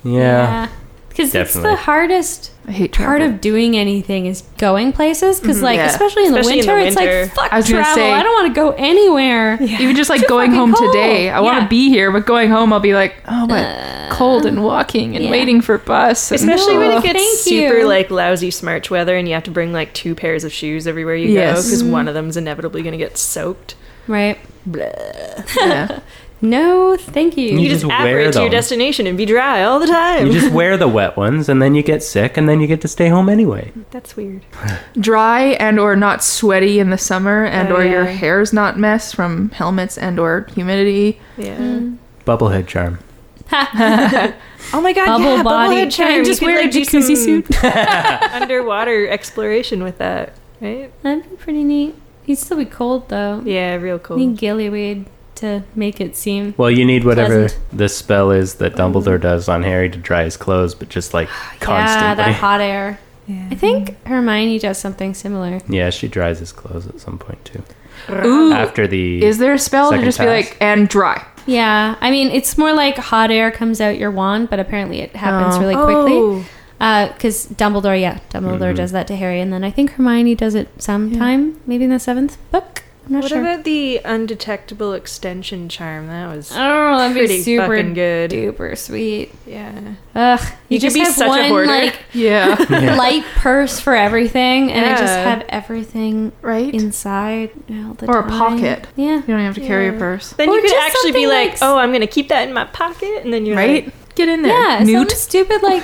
Speaker 7: Yeah.
Speaker 3: because it's
Speaker 7: Definitely.
Speaker 3: the hardest
Speaker 6: I hate
Speaker 3: part
Speaker 6: travel. Mm-hmm.
Speaker 3: of doing anything is going places because like
Speaker 6: Yeah.
Speaker 3: especially in the
Speaker 5: Especially in the
Speaker 3: winter
Speaker 5: winter.
Speaker 3: it's like
Speaker 6: I
Speaker 3: fuck
Speaker 6: was gonna
Speaker 3: travel
Speaker 6: say-
Speaker 3: i don't want to go anywhere
Speaker 6: Even just like
Speaker 3: Too
Speaker 6: going
Speaker 3: fucking
Speaker 6: home
Speaker 3: cold.
Speaker 6: today, I want
Speaker 3: Yeah. Uh,
Speaker 6: to be here, but going home, I'll be like, oh, but cold and walking and
Speaker 3: yeah.
Speaker 6: waiting for bus. and-
Speaker 5: Especially when
Speaker 3: No,
Speaker 5: it gets
Speaker 3: thank
Speaker 5: super
Speaker 3: you.
Speaker 5: like lousy smirch weather and you have to bring like two pairs of shoes everywhere you go
Speaker 6: Yes.
Speaker 5: because one of them's inevitably going to get soaked.
Speaker 3: right
Speaker 6: Yeah.
Speaker 3: no thank you,
Speaker 5: You,
Speaker 7: You
Speaker 5: just
Speaker 7: just wear
Speaker 5: evaporate to your
Speaker 7: them.
Speaker 5: destination and be dry all the time.
Speaker 7: You just wear the wet ones and then you get sick and then you get to stay home anyway.
Speaker 5: That's weird.
Speaker 6: dry and or not sweaty in the summer, and
Speaker 5: Oh,
Speaker 6: or your
Speaker 5: yeah.
Speaker 6: hair's not messed from helmets and or humidity.
Speaker 5: Yeah.
Speaker 3: Mm.
Speaker 7: Bubblehead charm.
Speaker 5: Oh my god,
Speaker 3: Bubble
Speaker 5: yeah,
Speaker 3: body.
Speaker 5: bubblehead
Speaker 3: Can I
Speaker 5: charm. You
Speaker 3: just
Speaker 5: could,
Speaker 3: wear a
Speaker 5: like, do
Speaker 3: jacuzzi
Speaker 5: some
Speaker 3: suit?
Speaker 5: underwater exploration with that, right?
Speaker 3: that'd be pretty neat he'd still be cold though
Speaker 5: Yeah, real
Speaker 3: need
Speaker 5: cool.
Speaker 3: gillyweed to make it seem
Speaker 7: Well, you need whatever
Speaker 3: Pleasant.
Speaker 7: this spell is that Dumbledore does on Harry to dry his clothes, but just like
Speaker 3: yeah
Speaker 7: constantly.
Speaker 3: that
Speaker 7: Yeah,
Speaker 3: hot air i think hermione does something similar
Speaker 7: she dries his clothes at some point too.
Speaker 6: Ooh,
Speaker 7: After the
Speaker 6: is there a spell to
Speaker 7: second
Speaker 6: just be
Speaker 7: pass?
Speaker 6: like and dry?
Speaker 3: yeah i mean it's more like hot air comes out your wand but apparently it happens
Speaker 6: Oh.
Speaker 3: really quickly because Dumbledore, yeah, Dumbledore does that to Harry, and then I think Hermione does it sometime, maybe in the seventh book. I'm not
Speaker 5: What
Speaker 3: sure.
Speaker 5: about the undetectable extension charm? That was
Speaker 3: oh, that'd
Speaker 5: pretty fucking good.
Speaker 3: duper sweet.
Speaker 5: Yeah.
Speaker 3: Ugh, you,
Speaker 5: You could
Speaker 3: just
Speaker 5: be
Speaker 3: have
Speaker 5: such a
Speaker 3: one
Speaker 5: hoarder.
Speaker 3: like
Speaker 6: Yeah,
Speaker 3: light purse for everything, and I just
Speaker 5: Yeah.
Speaker 3: have everything
Speaker 6: right.
Speaker 3: inside all the
Speaker 6: Or a
Speaker 3: time.
Speaker 6: pocket.
Speaker 3: Yeah,
Speaker 6: you don't have to carry
Speaker 5: Yeah.
Speaker 6: a purse,
Speaker 5: Then
Speaker 3: Or
Speaker 5: you could
Speaker 3: just
Speaker 5: actually be
Speaker 3: something
Speaker 5: like,
Speaker 3: like-
Speaker 5: oh, I'm going to keep that in my pocket. And then you're
Speaker 6: right?
Speaker 5: like,
Speaker 6: Get in there,
Speaker 3: yeah,
Speaker 6: Newt.
Speaker 3: something stupid like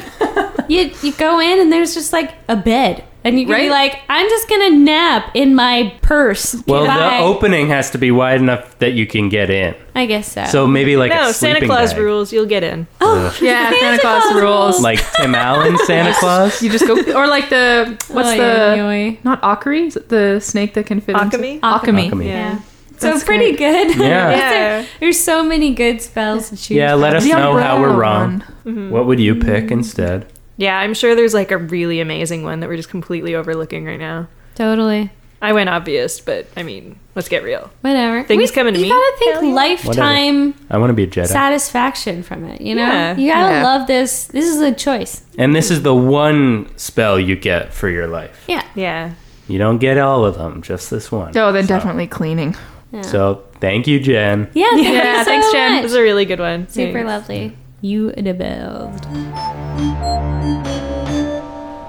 Speaker 3: you you go in and there's just like a bed. And you can be
Speaker 6: Right?
Speaker 3: like, I'm just gonna nap in my purse.
Speaker 7: well,
Speaker 3: Goodbye."
Speaker 7: the opening has to be wide enough that you can get in.
Speaker 3: I guess so.
Speaker 7: So maybe like
Speaker 5: no,
Speaker 7: a
Speaker 5: Santa
Speaker 7: sleeping
Speaker 5: Claus
Speaker 7: bag.
Speaker 5: rules, you'll get in.
Speaker 6: Yeah, Santa Claus rules.
Speaker 7: like Tim Allen Santa Claus.
Speaker 6: You just go, or like the what's
Speaker 3: Oh,
Speaker 6: the
Speaker 3: yeah, anyway.
Speaker 6: not Ockery? Is it the snake that can fit
Speaker 5: Occamy?
Speaker 6: into Occamy?
Speaker 7: Alchemy.
Speaker 5: Yeah.
Speaker 3: Yeah. So
Speaker 6: That's
Speaker 3: pretty good.
Speaker 7: Yeah.
Speaker 3: There's
Speaker 5: Yeah.
Speaker 3: so- There's so many good spells to choose.
Speaker 7: Yeah, let us
Speaker 6: The
Speaker 7: know how we're
Speaker 6: umbrella
Speaker 7: wrong. What would you pick instead?
Speaker 5: Yeah, I'm sure there's like a really amazing one that we're just completely overlooking right now.
Speaker 3: totally.
Speaker 5: I went obvious, but I mean, let's get real.
Speaker 3: Whatever.
Speaker 5: Things
Speaker 3: We-
Speaker 5: coming to
Speaker 3: you
Speaker 5: me.
Speaker 3: gotta think
Speaker 5: Hell yeah.
Speaker 3: lifetime
Speaker 7: I want to be a Jedi.
Speaker 3: satisfaction from it. You know,
Speaker 5: Yeah.
Speaker 3: you gotta
Speaker 6: Yeah.
Speaker 3: love this. This is a choice.
Speaker 7: and this is the one spell you get for your life.
Speaker 3: Yeah.
Speaker 5: Yeah.
Speaker 7: You don't get all of them, just this one.
Speaker 6: Oh, then
Speaker 7: So-
Speaker 6: definitely cleaning.
Speaker 7: So thank you, Jen.
Speaker 3: Yeah. Thank you so
Speaker 5: thanks, Jen. This
Speaker 3: much.
Speaker 5: is a really good one.
Speaker 3: Super
Speaker 5: Thanks.
Speaker 3: lovely. You the best.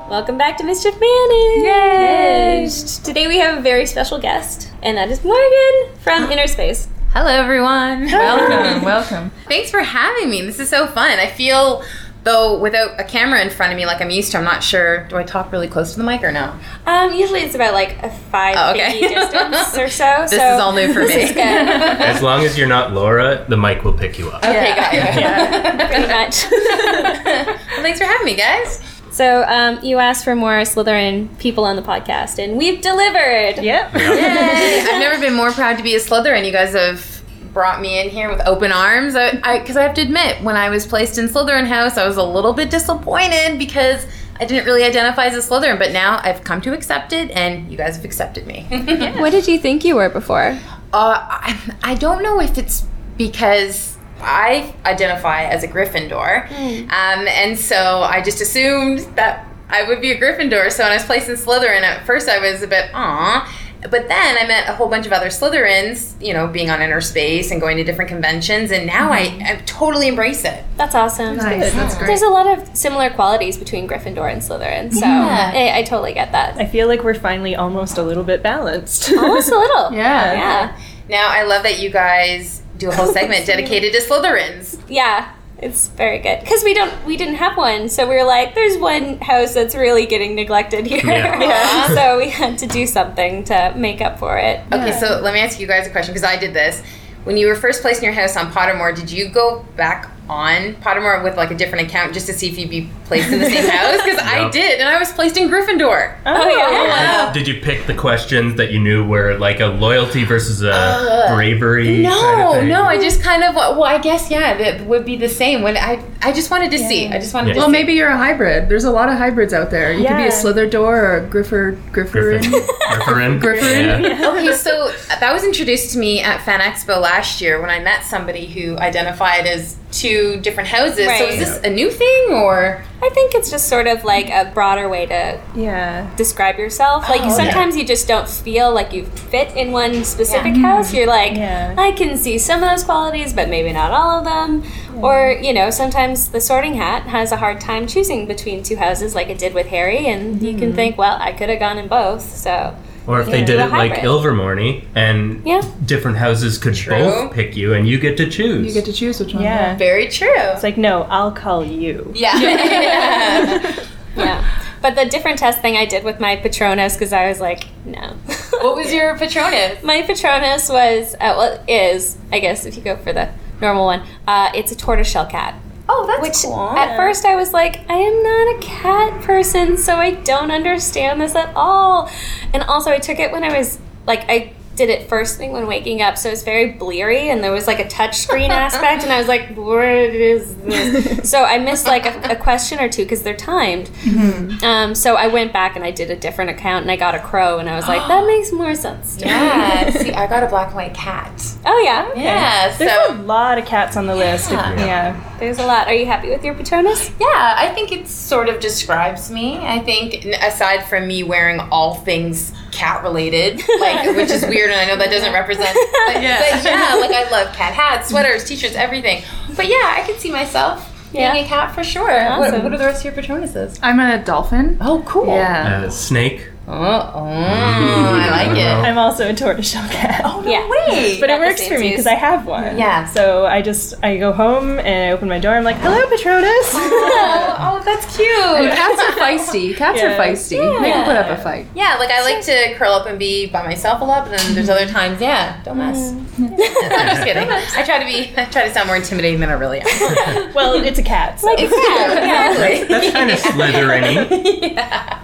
Speaker 3: Welcome back to Mischief Manage. Today we have a very special guest, and that is Morgan from Inner Space.
Speaker 4: Hello, everyone.
Speaker 6: Welcome, welcome.
Speaker 4: Thanks for having me. This is so fun. I feel, though, without a camera in front of me like I'm used to, I'm not sure. Do I talk really close to the mic or no?
Speaker 3: Um, usually it's about like a five
Speaker 4: Oh, okay.
Speaker 3: feet distance or so.
Speaker 4: This is all new for me.
Speaker 7: As long as you're not Laura, the mic will pick you up.
Speaker 4: Okay, got it.
Speaker 3: pretty much.
Speaker 4: Well, thanks for having me, guys.
Speaker 3: so um, you asked for more Slytherin people on the podcast, and we've delivered.
Speaker 5: Yep.
Speaker 4: Yay. I've never been more proud to be a Slytherin. You guys have brought me in here with open arms. I because I, have to admit, when I was placed in Slytherin House, I was a little bit disappointed because I didn't really identify as a Slytherin. But now I've come to accept it, and you guys have accepted me.
Speaker 3: What did you think you were before?
Speaker 4: Uh, I, I don't know if it's because I identify as a Gryffindor, um, and so I just assumed that I would be a Gryffindor. So when I was placed in Slytherin, at first I was a bit aw. But then I met a whole bunch of other Slytherins, you know, being on inner space and going to different conventions, and now I, I totally embrace it.
Speaker 8: That's awesome.
Speaker 6: Nice. That's great.
Speaker 8: There's a lot of similar qualities between Gryffindor and Slytherin, so I, I totally get that.
Speaker 5: I feel like we're finally almost a little bit balanced.
Speaker 8: Almost a little.
Speaker 6: Yeah.
Speaker 8: Yeah.
Speaker 4: Now I love that you guys do a whole segment dedicated to Slytherins.
Speaker 8: Yeah. It's very good because we don't we didn't have one, so we were like, there's one house that's really getting neglected here.
Speaker 7: Yeah.
Speaker 8: so we had to do something to make up for it.
Speaker 4: Okay, so let me ask you guys a question because I did this. When you were first placed in your house on Pottermore, did you go back on Pottermore with like a different account just to see if you'd be placed in the same house? Because I
Speaker 7: No.
Speaker 4: did, and I was placed in Gryffindor.
Speaker 8: Oh, yeah.
Speaker 7: Did you pick the questions that you knew were like a loyalty versus a bravery?
Speaker 4: No, Oh, no, I just kind of well, I guess yeah, that would be the same. When I, I just wanted to see, I just wanted to.
Speaker 7: Yeah.
Speaker 6: Well,
Speaker 4: see.
Speaker 6: maybe you're a hybrid. There's a lot of hybrids out there. You could be
Speaker 5: Yeah.
Speaker 6: a Slither door or a Griffer Grifferin.
Speaker 7: Griffin.
Speaker 4: Griffin? okay, so that was introduced to me at Fan Expo last year when I met somebody who identified as two different houses. So
Speaker 3: Right.
Speaker 4: is this a new thing or?
Speaker 3: I think it's just sort of like a broader way to
Speaker 5: Yeah.
Speaker 3: describe yourself. Like sometimes you just don't feel like you fit in one specific house. You're like,
Speaker 5: Yeah.
Speaker 3: I can see some of those qualities, but maybe not all of them. Or you know, sometimes the Sorting Hat has a hard time choosing between two houses, like it did with Harry, and you can think, well, I could have gone in both. So
Speaker 7: Or if they
Speaker 3: Yeah.
Speaker 7: did
Speaker 3: Do a
Speaker 7: it like
Speaker 3: hybrid.
Speaker 7: Ilvermorny and
Speaker 3: Yeah.
Speaker 7: different houses could both pick you and you get to choose.
Speaker 6: You get to choose which one.
Speaker 5: Yeah.
Speaker 4: Very true.
Speaker 5: It's like, no, I'll call you.
Speaker 4: Yeah.
Speaker 3: yeah. But the different test thing I did with my Patronus because I was like, no.
Speaker 4: what was your Patronus?
Speaker 3: My Patronus was, uh, well, is, I guess, if you go for the normal one, uh, it's a tortoiseshell cat.
Speaker 4: Oh, that's
Speaker 3: Which at first I was like, I am not a cat person, so I don't understand this at all. And also, I took it when I was like, I did it first thing when waking up, so it was very bleary, and there was like a touch screen aspect, and I was like, what is this? so I missed like a, a question or two because they're timed.
Speaker 4: Mm-hmm.
Speaker 3: Um, so I went back and I did a different account, and I got a crow, and I was like, that makes more sense. to me."
Speaker 4: yeah. See, I got a black and white cat.
Speaker 3: Oh yeah,
Speaker 4: Yeah.
Speaker 5: There's
Speaker 4: So
Speaker 5: a lot of cats on the list.
Speaker 4: Yeah.
Speaker 5: yeah.
Speaker 3: there's a lot. Are you happy with your Patronus?
Speaker 4: yeah, I think it sort of describes me. I think n- aside from me wearing all things cat related, like which is weird, and I know that doesn't represent. But yeah, but yeah like I love cat hats, sweaters, t-shirts, everything. But yeah, I could see myself.
Speaker 3: Yeah.
Speaker 4: Being a cat for sure. What, what are the rest of your Patronuses?
Speaker 6: I'm a dolphin.
Speaker 4: Oh, cool.
Speaker 6: Yeah.
Speaker 7: Uh, snake.
Speaker 4: Oh, oh, I like it.
Speaker 5: I'm also a tortoiseshell cat.
Speaker 4: Oh,
Speaker 3: yeah.
Speaker 4: Wait.
Speaker 5: But it
Speaker 3: Got the
Speaker 5: works for me
Speaker 3: fancies.
Speaker 5: because I have one.
Speaker 4: Yeah.
Speaker 5: So I just I go home and I open my door. I'm like, hello, Patronus.
Speaker 4: Oh, that's cute.
Speaker 6: Cats are feisty. Cats
Speaker 5: Yeah.
Speaker 6: are feisty. They can put up a fight.
Speaker 4: Yeah, like I like to curl up and be by myself a lot, but then there's other times, yeah, don't mess. I'm just kidding. I try to be, I try to sound more intimidating than I really am.
Speaker 5: well, it's a cat. So.
Speaker 4: exactly.
Speaker 7: That's kind of Slytherin-y.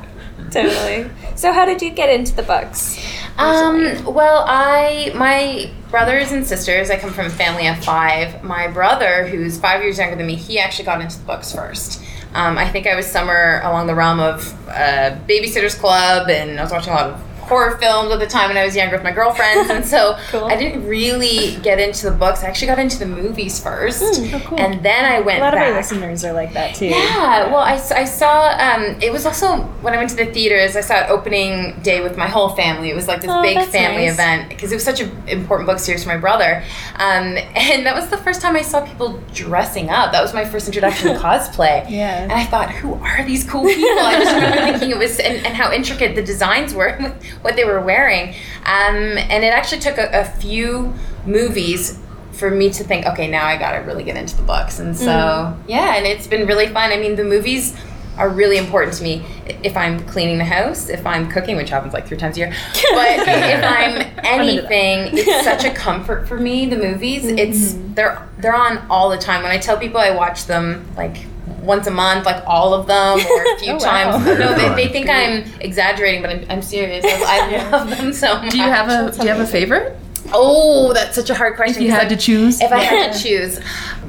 Speaker 3: Totally. So, how did you get into the books?
Speaker 4: Um, well, I my brothers and sisters. I come from a family of five. My brother, who's five years younger than me, he actually got into the books first. Um, I think I was somewhere along the realm of uh, Babysitters Club, and I was watching a lot of horror films at the time when I was younger with my girlfriends, and so I didn't really get into the books. I actually got into the movies first, and then I went
Speaker 5: Hmm, oh, A lot of
Speaker 4: back.
Speaker 5: our listeners are like that too.
Speaker 4: Yeah, well, I, s- I saw, um, it was also when I went to the theaters, I saw it opening day with my whole family. It was like this
Speaker 3: Oh,
Speaker 4: big
Speaker 3: that's
Speaker 4: family
Speaker 3: nice.
Speaker 4: event because it was such an important book series for my brother. Um, and that was the first time I saw people dressing up. That was my first introduction to cosplay.
Speaker 5: Yeah.
Speaker 4: And I thought, who are these cool people? I just remember thinking it was, and, and how intricate the designs were with what they were wearing. Um, and it actually took a, a few movies for me to think, okay, now I gotta really get into the books. And so,
Speaker 6: Mm.
Speaker 4: yeah, and it's been really fun. I mean, the movies are really important to me if I'm cleaning the house, if I'm cooking, which happens like three times a year, but if I'm anything, it's such a comfort for me. The movies,
Speaker 6: Mm-hmm.
Speaker 4: it's they're they're on all the time. When I tell people I watch them like once a month, like all of them or a
Speaker 6: Oh,
Speaker 4: few times. No, they, they think I'm exaggerating, but I'm, I'm serious. I love them so much.
Speaker 6: Do you have a Do you have a favorite?
Speaker 4: Oh, that's such a hard question.
Speaker 6: If you
Speaker 4: 'cause
Speaker 6: had
Speaker 4: I-
Speaker 6: to choose,
Speaker 4: if I had to choose,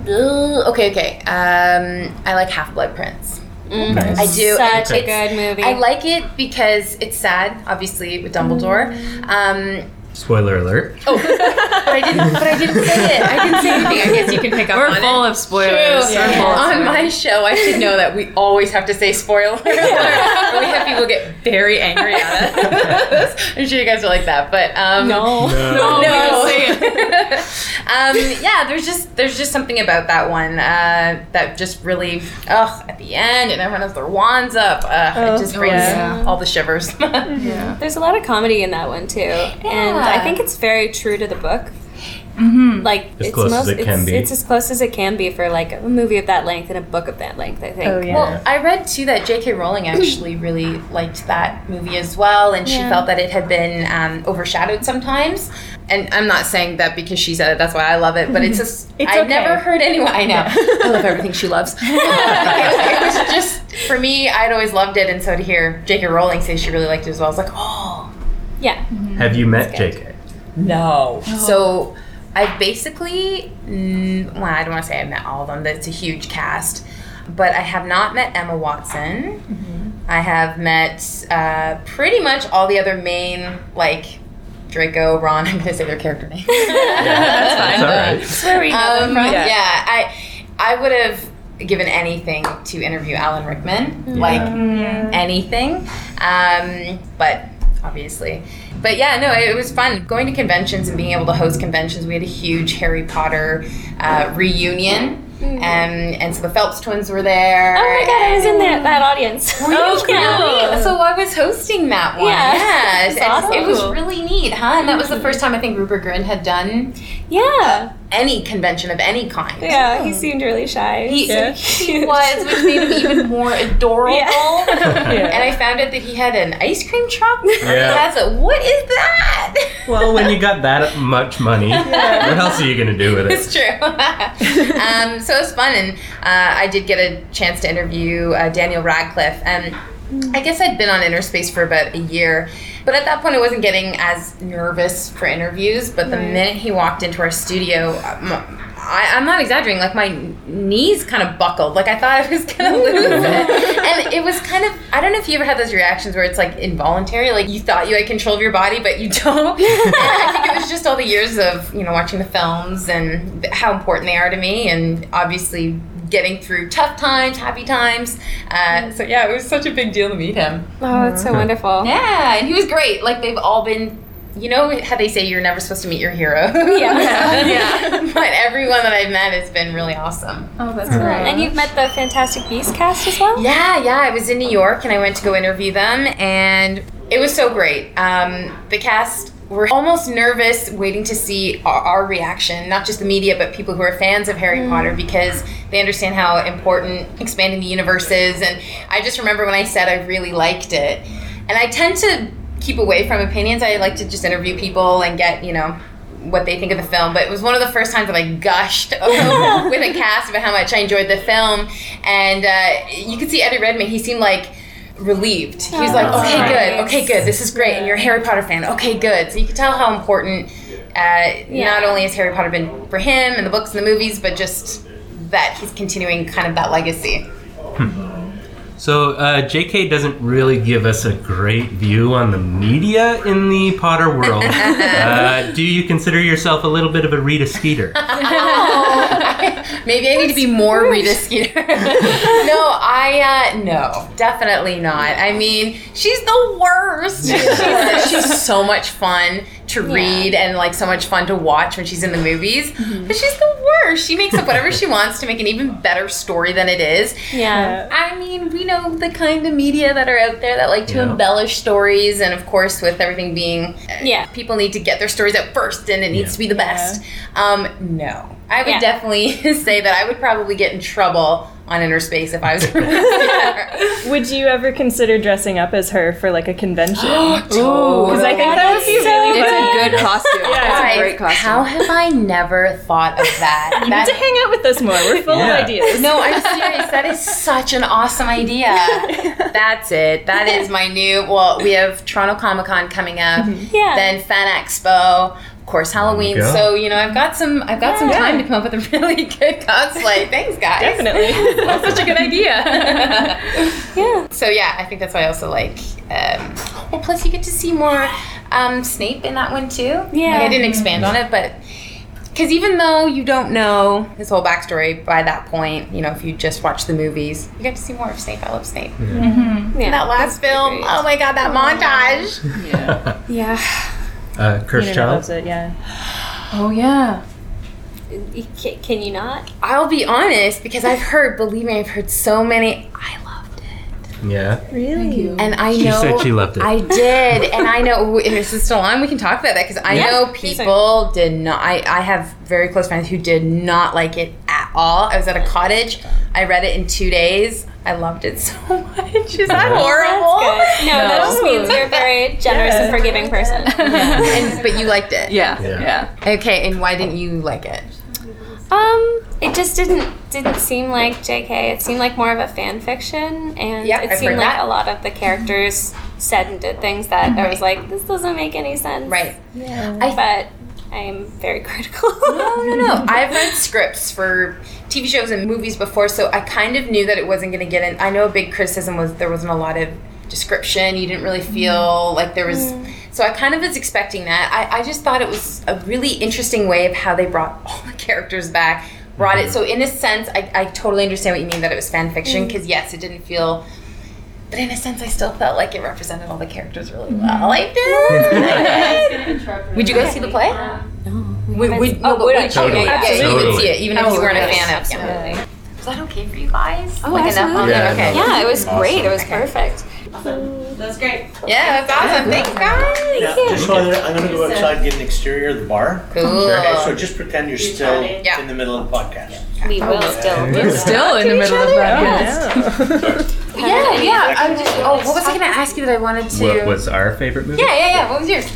Speaker 4: Ugh, okay, okay. Um, I like Half Blood Prince. I do.
Speaker 3: Such a
Speaker 4: It's-
Speaker 3: good movie.
Speaker 4: I like it because it's sad, obviously, with Dumbledore. Um,
Speaker 7: Spoiler alert.
Speaker 4: but I didn't. But I didn't say it. I didn't say anything. I guess you can pick up on
Speaker 6: We're
Speaker 4: it.
Speaker 6: full of spoilers.
Speaker 4: True.
Speaker 6: We're full of
Speaker 4: On my show, I should know that we always have to say spoiler alert. or we have people get very angry at us. I'm sure you guys are like that, but um,
Speaker 7: Oh. No.
Speaker 4: no. um, yeah, there's just there's just something about that one uh, that just really ugh at the end and everyone has their wands up. Ugh, it just brings
Speaker 6: yeah.
Speaker 4: all the shivers.
Speaker 6: Yeah.
Speaker 3: There's a lot of comedy in that one too, and I think it's very true to the book. Mm-hmm. Like
Speaker 7: As
Speaker 3: it's
Speaker 7: close as
Speaker 3: most,
Speaker 7: it can
Speaker 3: it's,
Speaker 7: be.
Speaker 3: it's as close as it can be for like a movie of that length and a book of that length. I think.
Speaker 5: Oh yeah.
Speaker 4: Well, I read too that J.K. Rowling actually really liked that movie as well, and she felt that it had been um, overshadowed sometimes. And I'm not saying that because she said it. That's why I love it. But it's just
Speaker 5: It's
Speaker 4: I've
Speaker 5: okay.
Speaker 4: never heard anyone. I know I love everything she loves. it was just for me. I'd always loved it, and so to hear J.K. Rowling say she really liked it as well, I was like, oh
Speaker 3: Yeah.
Speaker 7: Have you met JK?
Speaker 4: no. So I basically, mm, well, I don't want to say I met all of them. That's a huge cast, but I have not met Emma Watson. I have met uh, pretty much all the other main, like Draco, Ron. I'm gonna say their character names.
Speaker 7: It's all right.
Speaker 8: Where we know them
Speaker 4: Um,
Speaker 8: from.
Speaker 4: yeah. I I would have given anything to interview Alan Rickman, like
Speaker 8: Mm.
Speaker 4: anything. Um, but obviously, but yeah, no, it was fun going to conventions and being able to host conventions. We had a huge Harry Potter uh, reunion. Um, and so the Phelps twins were there.
Speaker 8: Mm. Oh my god, I was in that, that audience.
Speaker 4: Oh,
Speaker 8: Yeah.
Speaker 4: really? So I was hosting that one.
Speaker 8: Yeah.
Speaker 4: Yeah,
Speaker 8: It's
Speaker 4: and
Speaker 8: awesome.
Speaker 4: it was really neat, huh? And that was the first time I think Rupert Grin had done
Speaker 8: Yeah.
Speaker 4: any convention of any kind.
Speaker 8: Yeah, he seemed really shy.
Speaker 4: He,
Speaker 5: Yeah.
Speaker 4: he was, which made him even more adorable. And I found out that he had an ice cream truck.
Speaker 7: Yeah.
Speaker 4: That's a, what is that?
Speaker 7: Well, when you got that much money, what else are you gonna do with it?
Speaker 4: It's true. um, so it was fun, and uh, I did get a chance to interview uh, Daniel Radcliffe. And I guess I'd been on Interspace for about a year, but at that point I wasn't getting as nervous for interviews. But the minute he walked into our studio, uh, m- I, am not exaggerating. Like my knees kind of buckled. Like I thought I was gonna lose it, and it was kind of. I don't know if you ever had those reactions where it's like involuntary. Like you thought you had control of your body, but you don't. And I think it was just all the years of you know watching the films and how important they are to me, and obviously getting through tough times, happy times. Uh, so yeah, it was such a big deal to meet him.
Speaker 8: Oh, it's so wonderful.
Speaker 4: Yeah, and he was great. Like they've all been, you know how they say you're never supposed to meet your hero.
Speaker 8: Yeah.
Speaker 4: yeah. But everyone that I've met has been really awesome.
Speaker 8: And you've met the Fantastic Beast cast as well?
Speaker 4: Yeah, yeah. I was in New York and I went to go interview them, and it was so great. Um, the cast were almost nervous, waiting to see our, our reaction, not just the media, but people who are fans of Harry Potter, because they understand how important expanding the universe is. And I just remember when I said I really liked it, and I tend to keep away from opinions. I like to just interview people and get, you know, what they think of the film, but it was one of the first times that I gushed with a cast about how much I enjoyed the film. And uh, you could see Eddie Redmayne; he seemed like relieved. He was like, "Okay, good. Okay, good. This is great." And you're a Harry Potter fan. Okay, good. So you could tell how important uh, not only has Harry Potter been for him and the books and the movies, but just that he's continuing kind of that legacy.
Speaker 7: So uh, J.K. doesn't really give us a great view on the media in the Potter world. uh, do you consider yourself a little bit of a Rita Skeeter?
Speaker 4: Maybe I need to be more Rita Skeeter. no, I uh, no, definitely not. I mean, she's the worst. She's, she's so much fun to read and like so much fun to watch when she's in the movies, but she's the worst. She makes up whatever she wants to make an even better story than it is.
Speaker 8: Yeah.
Speaker 4: I mean, we know the kind of media that are out there that like to
Speaker 7: Yeah.
Speaker 4: embellish stories, and of course, with everything being, uh,
Speaker 8: Yeah.
Speaker 4: people need to get their stories out first, and it needs
Speaker 7: Yeah.
Speaker 4: to be the best. Um, no, I would
Speaker 8: Yeah.
Speaker 4: definitely say that I would probably get in trouble on Interspace if I was. totally.
Speaker 5: Would you ever consider dressing up as her for like a convention? Because I think that would be really
Speaker 6: It's
Speaker 5: fun.
Speaker 6: a good costume. It's a great
Speaker 4: Guys,
Speaker 6: costume.
Speaker 4: How have I never thought of that?
Speaker 5: You need to
Speaker 4: That-
Speaker 5: hang out with us more. We're full
Speaker 7: Yeah.
Speaker 5: of ideas.
Speaker 4: no, I'm serious. That is such an awesome idea. That's it. That is my new. Well, we have Toronto Comic Con coming up.
Speaker 3: Mm-hmm.
Speaker 8: Yeah.
Speaker 4: then Fan Expo, of course Halloween.
Speaker 7: There you go.
Speaker 4: so you know, I've got some I've got some time to come up with a really good cosplay. Thanks, guys.
Speaker 5: Definitely.
Speaker 4: That's such a good idea.
Speaker 8: yeah.
Speaker 4: so yeah, I think that's why I also like. Um, well, plus you get to see more um, Snape in that one too.
Speaker 8: Yeah.
Speaker 4: Like, I didn't expand on it, but because even though you don't know his whole backstory by that point, you know, if you just watch the movies, you get to see more of Snape. I love Snape.
Speaker 8: Mm-hmm. Yeah.
Speaker 4: That last film, oh my god, that montage.
Speaker 8: yeah.
Speaker 7: Uh, Cursed Child?
Speaker 5: it, yeah.
Speaker 6: oh yeah.
Speaker 8: You ca- Can you not?
Speaker 4: I'll be honest because I've heard, believe me, I've heard so many. I loved it,
Speaker 7: Yeah.
Speaker 5: Really?
Speaker 4: and I
Speaker 7: She
Speaker 4: know
Speaker 7: said she loved it.
Speaker 4: I did, and I know. And this is still on. We can talk about that because I
Speaker 7: Yeah.
Speaker 4: know people did not. I I have very close friends who did not like it at all. I was at a cottage. I read it in two days. I loved it so much. Is that
Speaker 8: Uh-huh.
Speaker 7: Wow.
Speaker 4: horrible?
Speaker 8: That's good. No, that just means you're a very generous and forgiving person.
Speaker 4: And- but you liked it.
Speaker 6: Yeah.
Speaker 7: Yeah.
Speaker 6: Yeah.
Speaker 4: Okay, and why didn't you like it?
Speaker 8: Um, it just didn't didn't seem like JK. It seemed like more of a fan fiction, and
Speaker 4: Yep, I've
Speaker 8: it
Speaker 4: heard
Speaker 8: seemed like
Speaker 4: that.
Speaker 8: a lot of the characters said and did things that I was like, this doesn't make any sense.
Speaker 4: Right.
Speaker 8: But I am very critical.
Speaker 4: No, no, no. I've read scripts for TV shows and movies before, so I kind of knew that it wasn't going to get in. I know a big criticism was there wasn't a lot of description. You didn't really feel like there was. So I kind of was expecting that. I, I just thought it was a really interesting way of how they brought all the characters back. Brought it. So in a sense, I, I totally understand what you mean that it was fan fiction because yes, it didn't feel. But in a sense, I still felt like it represented all the characters really
Speaker 7: Mm-hmm.
Speaker 4: well. I did. Would you guys see the play?
Speaker 7: Um,
Speaker 4: We, we, no, but we, oh,
Speaker 7: Totally. Oh,
Speaker 4: yeah, yeah, you
Speaker 7: Absolutely.
Speaker 4: would see it, even if you weren't a fan of something. Is that okay for you guys? Oh, like enough on
Speaker 7: Yeah,
Speaker 4: it? Okay.
Speaker 8: yeah, it was great. It was perfect.
Speaker 4: Yeah, that's awesome. Thanks, guys.
Speaker 9: Yeah, just so I'm going to go outside and get an exterior of the bar. Okay, so
Speaker 4: Cool.
Speaker 9: just pretend you're still
Speaker 4: Yeah.
Speaker 9: in the middle of the podcast.
Speaker 8: We will still.
Speaker 6: Still in the middle of that.
Speaker 4: Yeah, yeah. I was just, oh, what was I going to ask you that I wanted to?
Speaker 7: What was our favorite movie?
Speaker 4: yeah, yeah, yeah. What was yours?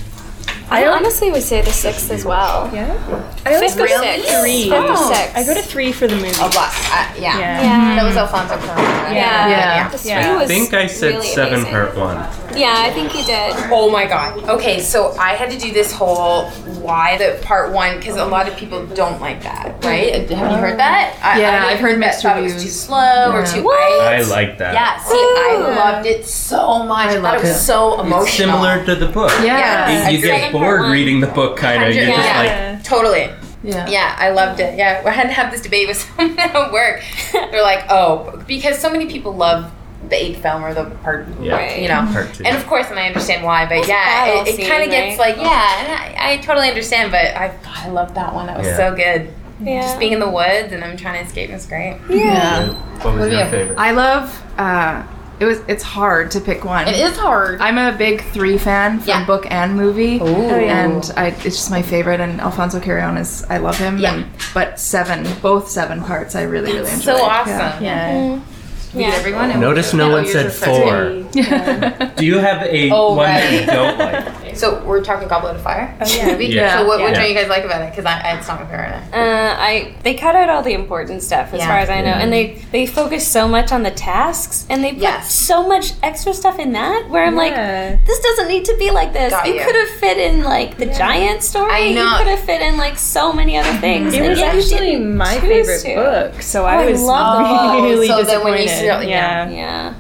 Speaker 8: I honestly would say the sixth as well. Yeah. Fifth or sixth. Fifth or
Speaker 4: Oh.
Speaker 8: sixth.
Speaker 5: I go to three for the movie.
Speaker 4: A lot. Uh, yeah.
Speaker 8: Yeah.
Speaker 4: That was Alfonso Cuarón. right?
Speaker 8: Yeah.
Speaker 6: Yeah.
Speaker 8: The three
Speaker 7: I
Speaker 8: was
Speaker 7: think I said
Speaker 8: really
Speaker 7: Seven
Speaker 8: amazing.
Speaker 7: Part One.
Speaker 8: Yeah, I think you did.
Speaker 4: Oh my god. Okay, so I had to do this whole why the part one because a lot of people don't like that, right? Have you heard that? I,
Speaker 6: Yeah,
Speaker 4: know
Speaker 6: I've heard
Speaker 4: people
Speaker 6: mixed
Speaker 4: thought It was
Speaker 6: reviews.
Speaker 4: too slow or too.
Speaker 7: I like that.
Speaker 4: Yeah, see, I loved it so much. I, thought it was so emotional.
Speaker 7: It's similar to the book.
Speaker 6: Yeah.
Speaker 4: Yeah.
Speaker 7: You, you
Speaker 4: Second
Speaker 7: get
Speaker 4: part
Speaker 7: bored
Speaker 8: one.
Speaker 7: reading the book, kind of. You're
Speaker 4: Hundred-
Speaker 7: just
Speaker 4: yeah.
Speaker 7: like,
Speaker 4: Totally.
Speaker 6: Yeah.
Speaker 4: Yeah, I loved it. Yeah, we had to have this debate with someone at work. They're like, oh, because so many people love the eighth film or the part,
Speaker 7: Yeah.
Speaker 8: Right.
Speaker 4: you know.
Speaker 7: Part two.
Speaker 4: And of course, and I understand why, but yeah,
Speaker 8: battle
Speaker 4: it, it
Speaker 8: scene,
Speaker 4: kind of gets like, yeah, and I, I totally understand, but I, God, I love that one. That was
Speaker 7: Yeah.
Speaker 4: so good.
Speaker 8: Yeah.
Speaker 4: Just being in the woods and I'm trying to escape is great.
Speaker 6: Yeah.
Speaker 7: what was your
Speaker 4: yeah.
Speaker 7: favorite?
Speaker 6: I love. Uh, it was. It's hard to pick one.
Speaker 4: It is hard.
Speaker 6: I'm a big three fan from
Speaker 4: Yeah.
Speaker 6: book and movie,
Speaker 4: yeah.
Speaker 6: and I, it's just my favorite. And Alfonso Cuarón is I love him.
Speaker 4: Yeah.
Speaker 6: And, but seven, both seven parts, I really really enjoyed.
Speaker 4: so awesome.
Speaker 6: Yeah.
Speaker 8: Yeah.
Speaker 4: Everyone, and-
Speaker 7: Notice no one said four. Do you have a
Speaker 4: Oh,
Speaker 7: one that you don't like?
Speaker 4: So we're talking Goblet of Fire. Oh yeah.
Speaker 7: Yeah.
Speaker 4: So what, which
Speaker 7: Yeah.
Speaker 4: one you guys like about it? Because I, it's not my favorite.
Speaker 8: Uh, I they cut out all the important stuff as
Speaker 4: Yeah.
Speaker 8: far as I know, and they
Speaker 5: Mm-hmm.
Speaker 8: they focus so much on the tasks, and they put
Speaker 4: Yes.
Speaker 8: so much extra stuff in that where I'm
Speaker 5: Yeah.
Speaker 8: like, this doesn't need to be like this.
Speaker 4: Got
Speaker 8: it
Speaker 4: you.
Speaker 8: could have fit in like the giant story.
Speaker 4: I know.
Speaker 8: You could have fit in like so many other things.
Speaker 5: It
Speaker 8: and
Speaker 5: was
Speaker 8: yet you
Speaker 5: actually
Speaker 8: didn't
Speaker 5: my
Speaker 8: choose
Speaker 5: favorite
Speaker 8: to. Oh,
Speaker 5: book, so
Speaker 8: I
Speaker 5: I was
Speaker 8: love the book.
Speaker 5: really
Speaker 4: So then
Speaker 5: disappointed.
Speaker 4: when you still-
Speaker 5: yeah.
Speaker 8: Yeah.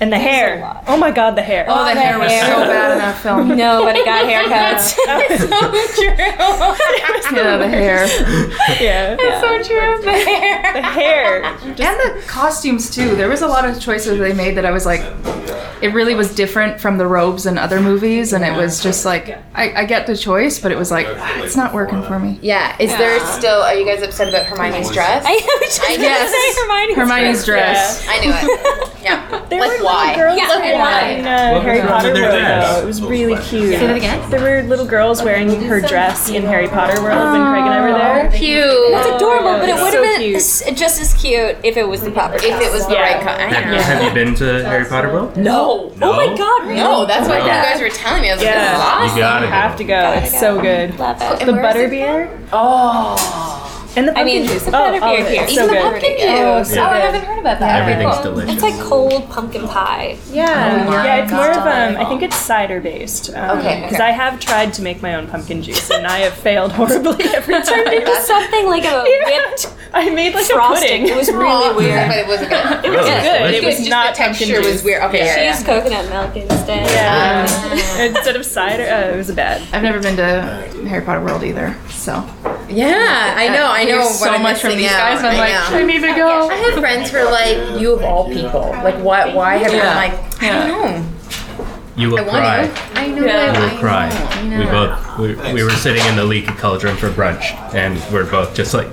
Speaker 5: and the
Speaker 8: a
Speaker 5: hair.
Speaker 8: lot.
Speaker 5: Oh my god, the hair.
Speaker 6: Oh, the hair was so bad in that film.
Speaker 8: Nobody got haircuts.
Speaker 6: Yeah, the hair
Speaker 5: yeah.
Speaker 4: So true.
Speaker 5: The hair.
Speaker 6: and the costumes too. There was a lot of choices they made that I was like, it really was different from the robes in other movies, and it was just like I, I get the choice, but it was like it's not working for me.
Speaker 4: Yeah. Is there still? Are you guys upset about Hermione's dress?
Speaker 8: I was just gonna
Speaker 4: Yes.
Speaker 8: say Hermione's
Speaker 6: Hermione's dress.
Speaker 4: I knew it. Yeah.
Speaker 5: There
Speaker 4: Like,
Speaker 5: were
Speaker 4: why?
Speaker 5: little girls
Speaker 8: Yeah.
Speaker 5: wearing
Speaker 4: Why?
Speaker 5: in, uh, Harry
Speaker 7: was
Speaker 5: Potter
Speaker 7: under
Speaker 5: world.
Speaker 7: their dress?
Speaker 5: Though. It was really cute.
Speaker 4: Say that again.
Speaker 5: There were little
Speaker 8: Oh,
Speaker 5: girls wearing her dress in Harry Potter world when Craig and I were there.
Speaker 8: It's
Speaker 4: Cute.
Speaker 8: Oh. adorable, but it
Speaker 5: yeah.
Speaker 8: would have
Speaker 5: So
Speaker 8: been
Speaker 5: cute.
Speaker 8: s- just as cute if it was the proper.
Speaker 4: If it was the
Speaker 5: Yeah.
Speaker 4: right color. I
Speaker 7: Have
Speaker 4: know.
Speaker 7: you- Have you been to Harry Potter World?
Speaker 4: No.
Speaker 7: No.
Speaker 8: Oh my god, really?
Speaker 4: No, that's what you
Speaker 7: Yeah.
Speaker 4: guys were telling me. I was like,
Speaker 5: Yeah.
Speaker 4: this is
Speaker 7: You
Speaker 4: awesome.
Speaker 7: gotta
Speaker 5: I have
Speaker 7: go.
Speaker 5: to go. It's so good.
Speaker 8: Love it.
Speaker 5: The
Speaker 4: And where is it
Speaker 5: butterbeer and the pumpkin
Speaker 8: I mean,
Speaker 5: juice.
Speaker 8: the
Speaker 5: Oh, all of
Speaker 8: butterbeer
Speaker 5: it.
Speaker 8: here.
Speaker 5: So
Speaker 4: Even the
Speaker 5: good.
Speaker 4: pumpkin juice.
Speaker 5: Oh, so
Speaker 4: oh, I
Speaker 5: good.
Speaker 4: haven't heard about that.
Speaker 7: Everything's
Speaker 4: Cool.
Speaker 7: delicious.
Speaker 8: It's like cold pumpkin pie.
Speaker 4: Oh,
Speaker 5: Yeah,
Speaker 4: my
Speaker 5: yeah. It's
Speaker 4: God.
Speaker 5: more of um. I think it's cider based. Um,
Speaker 4: Okay,
Speaker 5: Because
Speaker 4: okay.
Speaker 5: I have tried to make my own pumpkin juice and I have failed horribly every
Speaker 8: It
Speaker 5: time.
Speaker 8: was something like a whipped
Speaker 5: I made like
Speaker 8: frosting. It
Speaker 5: a pudding.
Speaker 8: was
Speaker 4: Aw,
Speaker 8: really weird.
Speaker 4: But it wasn't good.
Speaker 5: It was
Speaker 7: Yeah. It
Speaker 5: good.
Speaker 7: was
Speaker 5: It was
Speaker 4: Just
Speaker 5: not
Speaker 4: the
Speaker 5: pumpkin
Speaker 4: texture
Speaker 5: juice.
Speaker 4: was weird. Okay,
Speaker 8: She
Speaker 4: yeah,
Speaker 8: used coconut milk instead.
Speaker 5: Yeah. Um, Instead of cider, uh, it was bad.
Speaker 6: I've never been to Harry Potter World either, so
Speaker 4: yeah. yeah, I know, I know.
Speaker 6: so
Speaker 4: Oh, what I'm
Speaker 6: much from
Speaker 4: missing
Speaker 6: these
Speaker 4: out.
Speaker 6: guys. I'm
Speaker 4: I
Speaker 6: like,
Speaker 4: know.
Speaker 6: I need to go.
Speaker 4: I have friends who are like, you of all people, like, why, why have you? I'm like, I don't know.
Speaker 7: You will
Speaker 4: I want
Speaker 7: cry.
Speaker 4: to. I know.
Speaker 7: We
Speaker 4: I
Speaker 7: will cry. We both we, we were sitting in the leaky cauldron for brunch, and we're both just like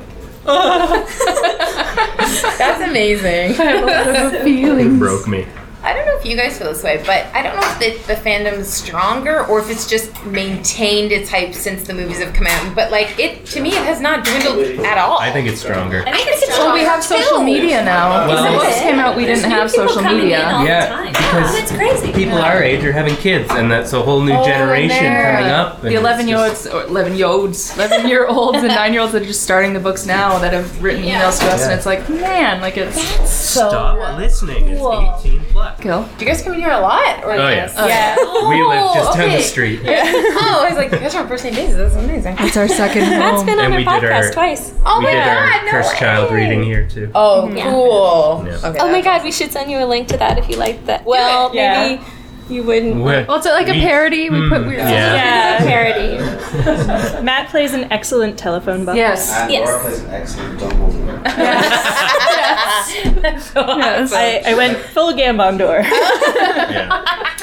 Speaker 4: That's amazing.
Speaker 7: it broke me.
Speaker 4: I don't know if you guys feel this way, but I don't know if the, the fandom is stronger or if it's just maintained its hype since the movies have come out. But like it, to me, it has not dwindled at all.
Speaker 7: I think it's stronger.
Speaker 4: I think it's
Speaker 6: Well, we have social media now.
Speaker 7: Well-
Speaker 6: when the books came out, we didn't have social media.
Speaker 7: Yeah, because
Speaker 8: it's crazy.
Speaker 7: People our age are having kids, and that's a whole new
Speaker 6: and
Speaker 7: generation
Speaker 6: they're-
Speaker 7: coming up. and
Speaker 6: The
Speaker 7: it's
Speaker 6: 11 year
Speaker 7: just-
Speaker 6: olds, or 11 year olds, 11 year olds, and 9 year olds that are just starting the books now that have written emails to us, and it's like, man, like it's.
Speaker 7: Stop listening. It's 18 plus.
Speaker 2: luck.
Speaker 6: Kill.
Speaker 4: Do you guys come in here a lot? Or
Speaker 7: Oh, yeah.
Speaker 4: Oh, yeah.
Speaker 7: We live just down
Speaker 4: okay.
Speaker 7: the street.
Speaker 4: oh, I was like, you guys are on first name basis. That's amazing.
Speaker 6: It's our second
Speaker 8: Matt's
Speaker 6: home.
Speaker 8: been on
Speaker 7: And
Speaker 8: our
Speaker 7: we did our-
Speaker 8: podcast twice.
Speaker 4: Oh
Speaker 7: we
Speaker 4: my
Speaker 7: did our
Speaker 4: god, no
Speaker 7: cursed
Speaker 4: way.
Speaker 7: child reading here too.
Speaker 4: Oh, cool.
Speaker 7: Yeah.
Speaker 4: Okay,
Speaker 8: Oh my
Speaker 4: that's-
Speaker 8: god, we should send you a link to that if you like that. Well,
Speaker 2: it, yeah.
Speaker 8: maybe you wouldn't.
Speaker 7: Well,
Speaker 6: Well, it's like a parody. We put weird.
Speaker 7: Hmm. Yeah.
Speaker 8: Yeah, parody.
Speaker 5: Matt plays an excellent telephone button.
Speaker 6: Yes.
Speaker 9: And
Speaker 8: Yes.
Speaker 9: Laura plays an excellent Dumbledore.
Speaker 4: That's so awesome.
Speaker 5: I, I went full Gambondor.
Speaker 7: Yeah.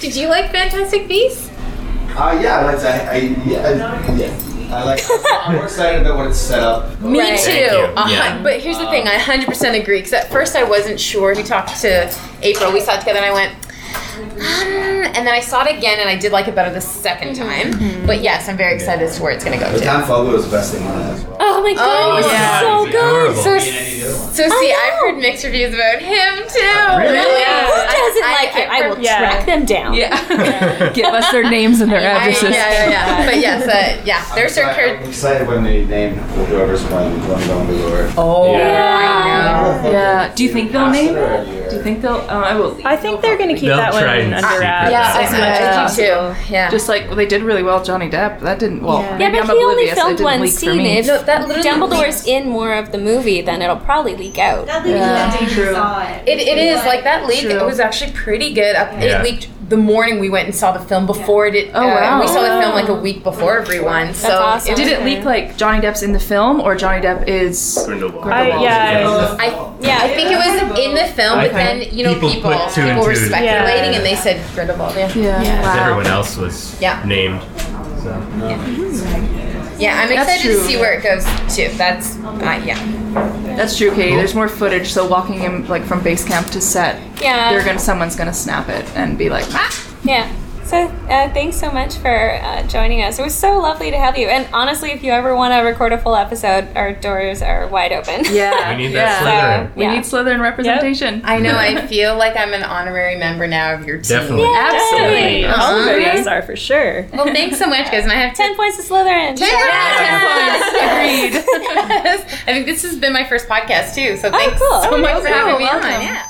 Speaker 4: Did you like Fantastic Beasts?
Speaker 9: Uh, yeah, I like that. I, yeah, I, yeah. I like I'm more excited about what it's set up.
Speaker 4: Me
Speaker 8: Right.
Speaker 4: too.
Speaker 7: Thank you.
Speaker 4: Uh-huh.
Speaker 7: Yeah.
Speaker 4: But here's the thing, I 100% agree. Because at first I wasn't sure. We talked to April. We saw it together, and I went. Um, and then I saw it again, and I did like it better the 2nd
Speaker 8: Mm-hmm.
Speaker 4: time. But yes, I'm very excited as to where it's going to go
Speaker 9: But
Speaker 4: to.
Speaker 9: Tom Fogler was the best thing on it as well.
Speaker 8: Oh my god,
Speaker 4: Oh,
Speaker 8: he's
Speaker 4: yeah.
Speaker 8: so
Speaker 7: He's
Speaker 8: good.
Speaker 7: adorable.
Speaker 4: So,
Speaker 9: Me and any other one.
Speaker 4: so see, I've heard mixed reviews about him too. Uh, Really?
Speaker 8: Who doesn't like him? I, will
Speaker 5: yeah.
Speaker 8: track them down.
Speaker 4: Yeah.
Speaker 6: Give us their names and their addresses.
Speaker 4: yeah, yeah, yeah. But yes, uh, yeah. There's certain
Speaker 9: I'm
Speaker 4: characters.
Speaker 9: excited when they name whoever's playing Glenn Dumbledore.
Speaker 4: Oh,
Speaker 8: Yeah.
Speaker 4: I know.
Speaker 6: Yeah. Do you think they'll name it?
Speaker 9: it?
Speaker 6: Do you think they'll? Uh, I will.
Speaker 5: I think they're going to keep
Speaker 7: They'll
Speaker 5: that one
Speaker 7: try
Speaker 5: under
Speaker 7: and secret
Speaker 5: wraps.
Speaker 4: Yeah,
Speaker 7: that.
Speaker 4: I, I, I
Speaker 6: Yeah.
Speaker 4: do too. Yeah.
Speaker 6: Just like well, they did really well, Johnny Depp. That didn't well.
Speaker 5: Yeah.
Speaker 8: Yeah,
Speaker 6: maybe
Speaker 8: but
Speaker 6: I'm
Speaker 8: he only
Speaker 6: oblivious, that
Speaker 8: filmed
Speaker 6: didn't
Speaker 8: one
Speaker 6: leak for
Speaker 8: scene.
Speaker 6: me.
Speaker 8: If
Speaker 4: No, that literally
Speaker 8: Dumbledore's in more of the movie, then it'll probably leak out.
Speaker 10: That leaked
Speaker 6: Yeah.
Speaker 10: the day we saw it.
Speaker 4: It, it is like that leak. It
Speaker 6: True.
Speaker 4: was actually pretty good. Uh,
Speaker 7: Yeah.
Speaker 4: It leaked the morning we went and saw the film before it. did-
Speaker 6: Oh,
Speaker 4: uh,
Speaker 6: wow.
Speaker 4: We saw the film like a week before everyone. So
Speaker 8: awesome.
Speaker 4: it
Speaker 6: Did it
Speaker 8: Okay.
Speaker 6: leak like Johnny Depp's in the film or Johnny Depp is?
Speaker 7: Grindelwald.
Speaker 5: I, yeah.
Speaker 4: I yeah, I think it was in the film,
Speaker 7: I
Speaker 4: but then
Speaker 7: think
Speaker 4: you know
Speaker 7: people
Speaker 4: people
Speaker 7: put
Speaker 4: people,
Speaker 7: two and
Speaker 4: were
Speaker 7: two together.
Speaker 4: speculating and they said Grindelwald. Yeah,
Speaker 6: Yeah.
Speaker 7: Because
Speaker 6: Wow.
Speaker 7: everyone else was
Speaker 4: Yeah.
Speaker 7: named. So.
Speaker 4: yeah. I'm
Speaker 6: That's
Speaker 4: excited to
Speaker 6: true.
Speaker 4: see where it goes too. That's uh, yeah.
Speaker 6: That's true, Katie. There's more footage. So walking him like from base camp to set,
Speaker 8: Yeah.
Speaker 6: they're gonna someone's gonna snap it and be like, ah!
Speaker 8: Yeah. So uh, thanks so much for uh, joining us. It was so lovely to have you. And honestly, if you ever want to record a full episode, our doors are wide open.
Speaker 6: yeah.
Speaker 7: We need
Speaker 6: yeah.
Speaker 7: that
Speaker 6: We
Speaker 8: Yeah.
Speaker 6: need Slytherin representation.
Speaker 4: I know. I feel like I'm an honorary member now of your team.
Speaker 7: Slytherin. Definitely.
Speaker 5: Absolutely.
Speaker 8: Yay.
Speaker 5: All of our guests Oh, are for sure.
Speaker 4: Well, thanks so much, guys, and I have to.
Speaker 8: Ten points to Slytherin.
Speaker 4: Ten
Speaker 8: Yeah.
Speaker 4: points. Agreed. yes. I think this has been my first podcast too, so thanks
Speaker 8: cool.
Speaker 4: so
Speaker 8: Oh,
Speaker 4: much for
Speaker 8: cool.
Speaker 4: having me on.
Speaker 8: Welcome.
Speaker 4: Yeah.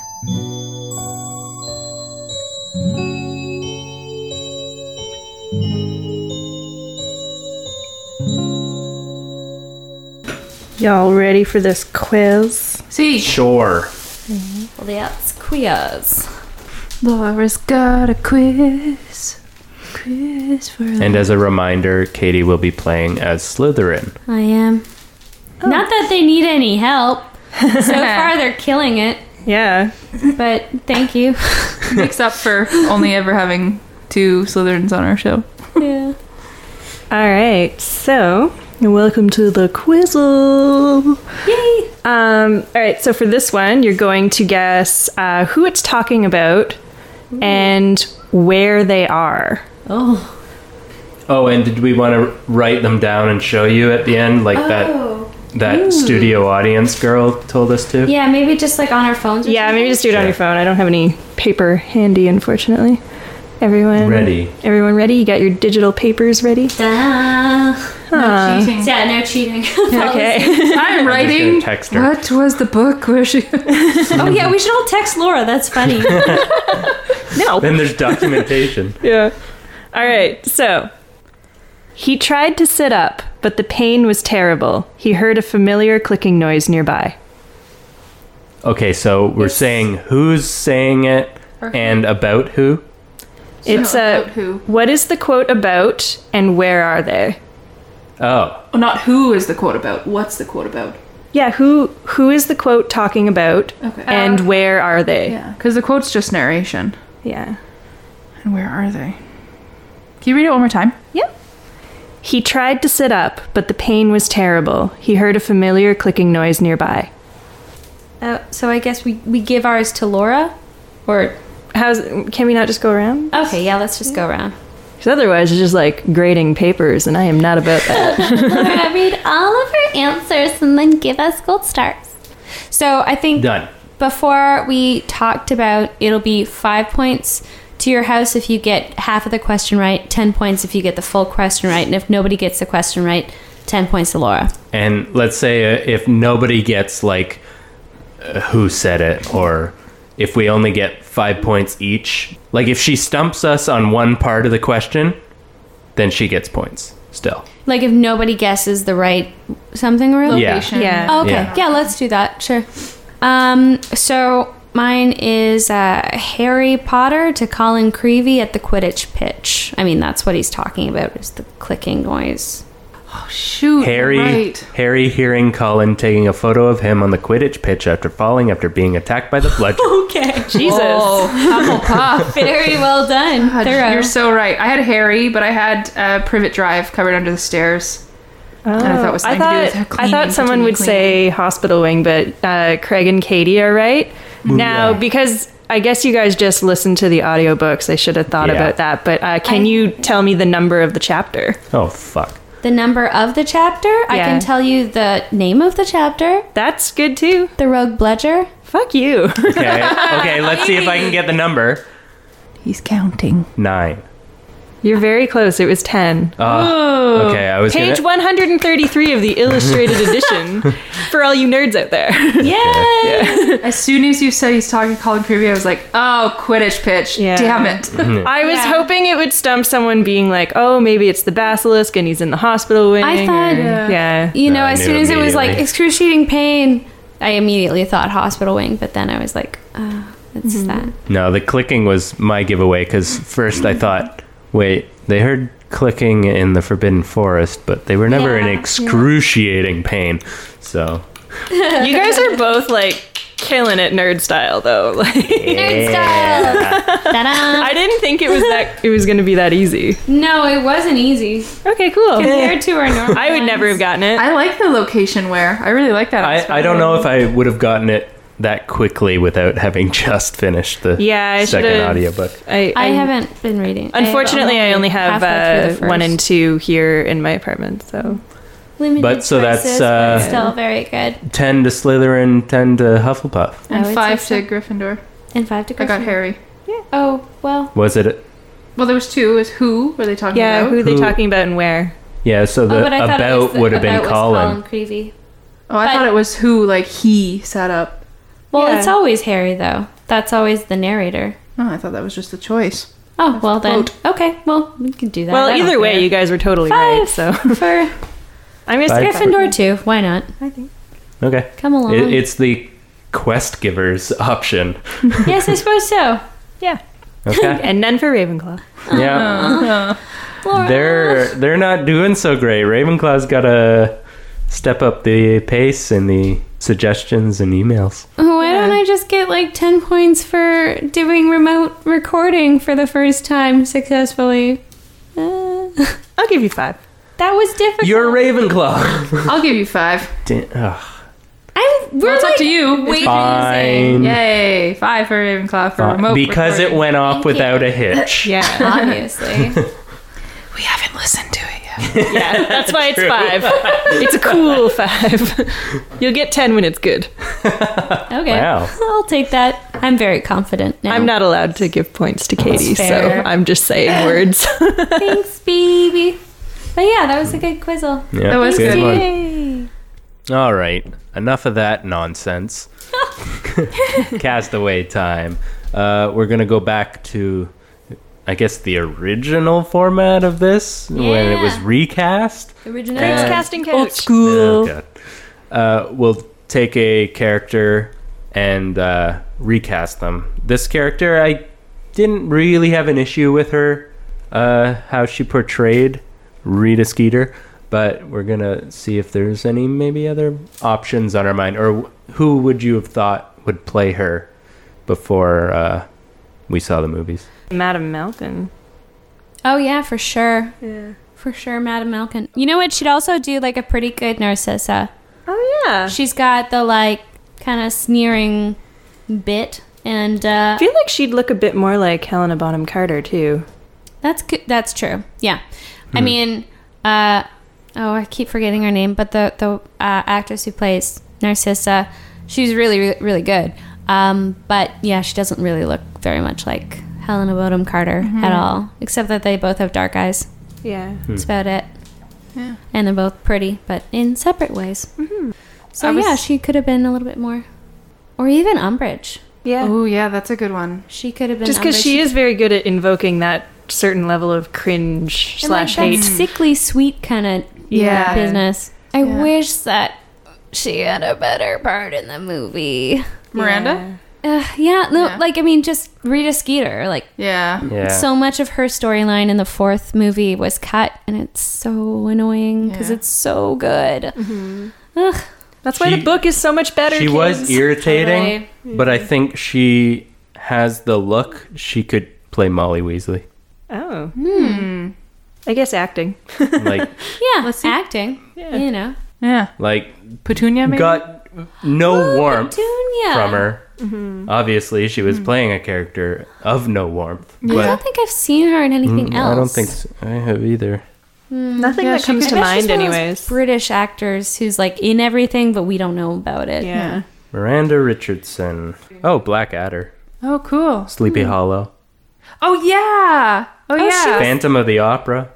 Speaker 5: Y'all ready for this quiz?
Speaker 6: See,
Speaker 7: Sure.
Speaker 3: That's queers.
Speaker 6: Laura's got a quiz. Quiz for
Speaker 7: And as a reminder, Katie will be playing as Slytherin.
Speaker 3: I am. Not that they need any help. So far, they're killing it.
Speaker 5: Yeah.
Speaker 3: But thank you.
Speaker 6: makes up for only ever having two Slytherins on our show.
Speaker 3: yeah.
Speaker 5: All right. So, welcome to the quizzle.
Speaker 3: Yay.
Speaker 5: Um, all right. So, for this one, you're going to guess uh, who it's talking about and where they are.
Speaker 3: Oh.
Speaker 7: Oh, and did we want to write them down and show you at the end, like
Speaker 6: Oh,
Speaker 7: that that studio audience girl told us to?
Speaker 3: Yeah, maybe just like on our phones. Or
Speaker 5: Yeah,
Speaker 3: something.
Speaker 5: maybe just do it on
Speaker 7: Sure.
Speaker 5: your phone. I don't have any paper handy, unfortunately. Everyone
Speaker 7: Ready.
Speaker 5: Everyone ready? You got your digital papers ready?
Speaker 3: Ah.
Speaker 5: Huh.
Speaker 3: Yeah, no cheating.
Speaker 5: Okay.
Speaker 6: I'm writing.
Speaker 7: gonna text her.
Speaker 6: What was the book where she?
Speaker 3: oh yeah, we should all text Laura. That's funny.
Speaker 5: no.
Speaker 7: Then there's documentation.
Speaker 5: Yeah. All right. So, he tried to sit up, but the pain was terrible. He heard a familiar clicking noise nearby.
Speaker 7: okay, so we're saying who's saying it and about who.
Speaker 5: It's
Speaker 6: No,
Speaker 5: a
Speaker 6: about who?
Speaker 5: What is the quote about and where are they?
Speaker 7: Oh,
Speaker 6: Oh, Not who is the quote about. What's the quote about?
Speaker 5: Yeah, who who is the quote talking about
Speaker 6: Okay. Um,
Speaker 5: and where are they?
Speaker 6: Yeah, because the quote's just narration.
Speaker 5: yeah.
Speaker 6: And where are they? Can you read it one more time?
Speaker 5: He tried to sit up, but the pain was terrible. He heard a familiar clicking noise nearby.
Speaker 3: Uh, so I guess we, we give ours to Laura, or
Speaker 5: How's can we not just go around?
Speaker 3: okay, yeah, let's just go around.
Speaker 5: Because otherwise, it's just like grading papers, and I am not about that.
Speaker 3: Laura, read all of her answers and then give us gold stars. So I think
Speaker 7: done.
Speaker 3: before we talked about it'll be five points to your house if you get half of the question right, ten points if you get the full question right, and if nobody gets the question right, ten points to Laura.
Speaker 7: And let's say uh, if nobody gets like uh, who said it, or if we only get five points each. Like if she stumps us on one part of the question, then she gets points still.
Speaker 3: Like if nobody guesses the right something or other?
Speaker 7: Yeah.
Speaker 5: Yeah.
Speaker 3: Oh, okay.
Speaker 7: Yeah.
Speaker 3: Yeah. let's do that. Sure. Um, so mine is uh, Harry Potter to Colin Creevy at the Quidditch pitch. I mean, that's what he's talking about is the clicking noise.
Speaker 6: Shoot.
Speaker 7: Harry
Speaker 6: Right.
Speaker 7: Harry hearing Colin taking a photo of him on the Quidditch pitch after falling after being attacked by the bludgeon.
Speaker 3: Okay.
Speaker 5: Jesus.
Speaker 3: Very well done.
Speaker 6: God,
Speaker 3: Thorough.
Speaker 6: Uh, You're so right. I had Harry, but I had uh, Privet Drive covered under the stairs. And I thought it was
Speaker 5: Oh, I
Speaker 6: something to do
Speaker 5: thought,
Speaker 6: with her
Speaker 5: I
Speaker 6: cleaning,
Speaker 5: thought someone
Speaker 6: continuing
Speaker 5: would say hospital wing, but uh, Craig and Katie are right. Now, because I guess you guys just listened to the audiobooks, I should have thought
Speaker 7: Yeah.
Speaker 5: about that. But uh, can you tell me the number of the chapter?
Speaker 7: oh fuck.
Speaker 3: the number of the chapter. I
Speaker 5: Yeah.
Speaker 3: can tell you the name of the chapter.
Speaker 5: That's good too.
Speaker 3: The Rogue Bledger.
Speaker 5: Fuck you.
Speaker 7: Okay. Okay, let's see if I can get the number.
Speaker 6: He's counting.
Speaker 7: 9.
Speaker 5: You're very close. It was 10.
Speaker 7: Uh, okay, I was
Speaker 5: Page
Speaker 7: gonna-
Speaker 5: 133 of the illustrated edition for all you nerds out there.
Speaker 6: As soon as you said he's talking to Colin Creevy, I was like, oh, Quidditch pitch.
Speaker 5: Yeah.
Speaker 6: Damn it.
Speaker 7: Mhm.
Speaker 5: I was hoping it would stump someone being like, oh, maybe it's the basilisk and he's in the hospital wing.
Speaker 3: I thought-
Speaker 5: or-
Speaker 3: Yeah.
Speaker 5: yeah.
Speaker 3: You know,
Speaker 7: I
Speaker 3: as
Speaker 7: knew
Speaker 3: soon as it was like
Speaker 7: immediately.
Speaker 3: excruciating pain, I immediately thought hospital wing, but then I was like, oh, it's
Speaker 5: Mm-hmm.
Speaker 3: that.
Speaker 7: No, the clicking was my giveaway because first I thought, wait, they heard clicking in the Forbidden Forest, but they were never in excruciating pain. So,
Speaker 5: You guys are both like killing it nerd style though. Like
Speaker 3: Ta-da!
Speaker 5: I didn't think it was that it was going to be that easy.
Speaker 3: No, it wasn't easy
Speaker 5: Okay, cool.
Speaker 3: compared to our normal.
Speaker 5: I would never have gotten it.
Speaker 6: I like the location where. I really like that. aspect.
Speaker 7: I, I don't know if I would have gotten it that quickly without having just finished the
Speaker 5: Yeah, I
Speaker 7: second
Speaker 5: should've-
Speaker 7: audiobook.
Speaker 5: I,
Speaker 3: I
Speaker 5: I-
Speaker 3: haven't been reading.
Speaker 5: Unfortunately, I only have
Speaker 3: halfway
Speaker 5: uh,
Speaker 3: through the
Speaker 5: one
Speaker 3: first.
Speaker 5: and two here in my apartment. So
Speaker 3: Limited
Speaker 7: But so that's,
Speaker 3: choices, but
Speaker 7: uh,
Speaker 3: still very good.
Speaker 7: 10 to Slytherin, 10 to Hufflepuff.
Speaker 3: I
Speaker 6: And
Speaker 5: Oh,
Speaker 3: would
Speaker 6: five
Speaker 3: say
Speaker 6: to Gryffindor.
Speaker 3: And five to
Speaker 6: I got
Speaker 3: Gryffindor.
Speaker 6: Harry.
Speaker 3: Oh well,
Speaker 7: Was it?
Speaker 6: Well, there was two. It was who were they talking
Speaker 5: yeah,
Speaker 6: about?
Speaker 5: who are they
Speaker 7: Who-
Speaker 5: talking about and where?
Speaker 7: Yeah, so the
Speaker 3: oh, but I thought it was
Speaker 7: about
Speaker 3: the-
Speaker 7: would have been
Speaker 3: about was
Speaker 7: Colin.
Speaker 3: Creevy.
Speaker 6: Oh, I
Speaker 3: But-
Speaker 6: thought it was who, like he sat up.
Speaker 3: Well,
Speaker 5: Yeah.
Speaker 3: it's always Harry though. That's always the narrator.
Speaker 6: Oh, I thought that was just the choice.
Speaker 3: Oh well then.
Speaker 6: quote.
Speaker 3: Okay, well we can do that.
Speaker 5: Well,
Speaker 3: I don't
Speaker 5: either way,
Speaker 3: care.
Speaker 5: you guys were totally right.
Speaker 3: five
Speaker 5: So
Speaker 3: for
Speaker 5: I'm gonna say
Speaker 7: Five.
Speaker 3: Gryffindor too. Why not?
Speaker 7: Okay.
Speaker 3: Come along.
Speaker 7: It, it's the quest giver's option.
Speaker 3: yes, I suppose so.
Speaker 5: yeah,
Speaker 7: Okay.
Speaker 5: and none for Ravenclaw.
Speaker 7: Yeah. They're they're not doing so great. Ravenclaw's got to step up the pace in the suggestions and emails.
Speaker 3: Why don't I just get like ten points for doing remote recording for the first time successfully? Uh,
Speaker 5: I'll give you five.
Speaker 3: that was difficult.
Speaker 7: You're Ravenclaw.
Speaker 6: I'll give you five.
Speaker 7: Damn, ugh.
Speaker 3: I'm, we're
Speaker 6: Well, it's
Speaker 3: like,
Speaker 6: up to you. It's
Speaker 7: Fine.
Speaker 6: Yay! Five for Ravenclaw for
Speaker 7: Uh,
Speaker 6: remote.
Speaker 7: Mm. because
Speaker 6: recording.
Speaker 7: it went off without a hitch.
Speaker 5: Yeah,
Speaker 3: Obviously,
Speaker 6: we haven't listened to it yet.
Speaker 5: yeah. That's why it's five. It's a cool five. You'll get ten when it's good.
Speaker 3: okay.
Speaker 7: Wow.
Speaker 3: I'll take that. I'm very confident now.
Speaker 5: I'm not allowed to give points to Katie, so
Speaker 3: fair.
Speaker 5: I'm just saying words.
Speaker 3: Thanks, baby. But yeah, that was a good quizzle.
Speaker 7: Yeah,
Speaker 6: That was good.
Speaker 7: one.
Speaker 3: Yay.
Speaker 7: All right. Enough of that nonsense. Castaway time. Uh, we're going to go back to, I guess, the original format of this when it was
Speaker 3: Yeah.
Speaker 7: recast.
Speaker 3: Original.
Speaker 5: casting couch.
Speaker 7: Oh, God. Uh, we'll take a character and uh, recast them. This character, I didn't really have an issue with her, uh, how she portrayed Rita Skeeter, but we're going to see if there's any maybe other options on our mind. Or wh- who would you have thought would play her before uh, we saw the movies?
Speaker 5: Madam Malkin.
Speaker 3: Oh yeah, for sure. For sure, Madam Malkin. You know what? She'd also do like a pretty good Narcissa.
Speaker 5: Oh yeah.
Speaker 3: She's got the like kind of sneering bit, and uh,
Speaker 5: I feel like she'd look a bit more like Helena Bonham Carter too.
Speaker 3: that's good. That's true. Yeah, I mean, uh, oh, I keep forgetting her name, but the the uh, actress who plays Narcissa, she's really really, really good. Um, but yeah, she doesn't really look very much like Helena Bonham Carter at all, except that they both have dark eyes.
Speaker 5: Yeah.
Speaker 3: That's about it. And they're both pretty, but in
Speaker 5: Mm-hmm.
Speaker 3: separate ways. So yeah, she could have been a little bit more, or even Umbridge.
Speaker 8: Yeah.
Speaker 6: Oh yeah, that's a good one.
Speaker 3: She could have been
Speaker 5: Just because
Speaker 3: Umbridge.
Speaker 5: she is very good at invoking that certain level of cringe
Speaker 3: And, like,
Speaker 5: slash
Speaker 3: that
Speaker 5: hate.
Speaker 3: sickly sweet kind of
Speaker 6: Yeah.
Speaker 3: business. I wish that she had a better part in the movie.
Speaker 6: Miranda.
Speaker 3: Uh, yeah, no,
Speaker 6: Yeah.
Speaker 3: like I mean, just Rita Skeeter. Like
Speaker 6: Yeah.
Speaker 7: Yeah.
Speaker 3: so much of her storyline in the fourth movie was cut, and it's so annoying because
Speaker 6: Yeah.
Speaker 3: it's so good.
Speaker 5: Mm-hmm.
Speaker 3: Ugh.
Speaker 5: That's why
Speaker 7: She-
Speaker 5: the book is so much better.
Speaker 7: she was
Speaker 5: kids.
Speaker 7: irritating, but I think she has the look. She could play Molly Weasley.
Speaker 5: Oh. Hmm. I guess acting.
Speaker 7: Like,
Speaker 3: Yeah, acting. You know,
Speaker 6: Yeah.
Speaker 7: like
Speaker 6: Petunia. Maybe?
Speaker 7: got no
Speaker 3: Ooh,
Speaker 7: warmth
Speaker 3: Petunia.
Speaker 7: from her. Obviously, she was playing a character of no warmth.
Speaker 3: I don't think I've seen her in anything else.
Speaker 7: Mm, I don't think so. I have either.
Speaker 5: Nothing
Speaker 6: Yeah,
Speaker 5: that
Speaker 6: she
Speaker 5: comes
Speaker 6: could-
Speaker 3: I
Speaker 5: to
Speaker 3: bet she's
Speaker 5: mind,
Speaker 3: one of those
Speaker 5: anyways.
Speaker 3: British actors who's like in everything, but we don't know about it.
Speaker 5: Yeah.
Speaker 7: Miranda Richardson. Oh, Black Adder.
Speaker 6: Oh cool.
Speaker 7: Sleepy Hollow.
Speaker 6: Oh yeah. Oh, yeah.
Speaker 7: Phantom of the Opera.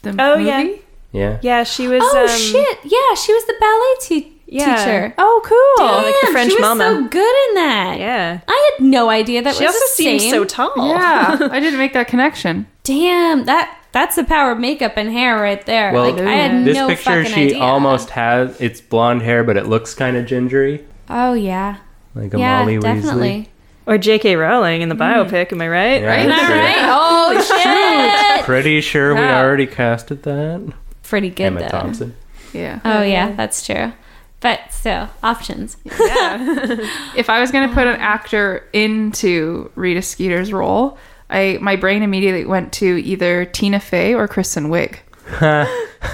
Speaker 6: The
Speaker 5: Oh
Speaker 6: movie?
Speaker 5: yeah.
Speaker 7: Yeah.
Speaker 5: Yeah, she was.
Speaker 3: Oh
Speaker 5: um,
Speaker 3: shit! Yeah, she was the ballet te-
Speaker 5: Yeah.
Speaker 3: teacher.
Speaker 6: Oh cool.
Speaker 5: Oh, like the
Speaker 3: Damn,
Speaker 5: French
Speaker 3: she was
Speaker 5: mama.
Speaker 3: so good in that.
Speaker 5: Yeah.
Speaker 3: I had no idea that
Speaker 5: She
Speaker 3: was
Speaker 5: also
Speaker 3: the same.
Speaker 5: seems so tall.
Speaker 6: Yeah. I didn't make that connection.
Speaker 3: Damn, that that's the power of makeup and hair right there.
Speaker 7: Well,
Speaker 3: like I had
Speaker 7: This
Speaker 3: no
Speaker 7: picture,
Speaker 3: fucking
Speaker 7: she
Speaker 3: idea.
Speaker 7: almost has. It's blonde hair, but it looks kind of gingery,
Speaker 3: Oh yeah.
Speaker 7: like a
Speaker 3: yeah,
Speaker 7: Molly Weasley.
Speaker 3: definitely.
Speaker 5: Or J.K. Rowling in the biopic. Am I right?
Speaker 7: Yeah, I'm
Speaker 3: All
Speaker 7: sure-
Speaker 3: right. Holy shit.
Speaker 7: Pretty sure we
Speaker 6: Wow.
Speaker 7: already casted that.
Speaker 3: Pretty good
Speaker 7: Emma
Speaker 3: though.
Speaker 7: Thompson.
Speaker 6: Yeah.
Speaker 3: Oh yeah,
Speaker 6: Mm-hmm.
Speaker 3: that's true. But still, options.
Speaker 6: if I was going to put an actor into Rita Skeeter's role, I my brain immediately went to either Tina Fey or Kristen Wiig.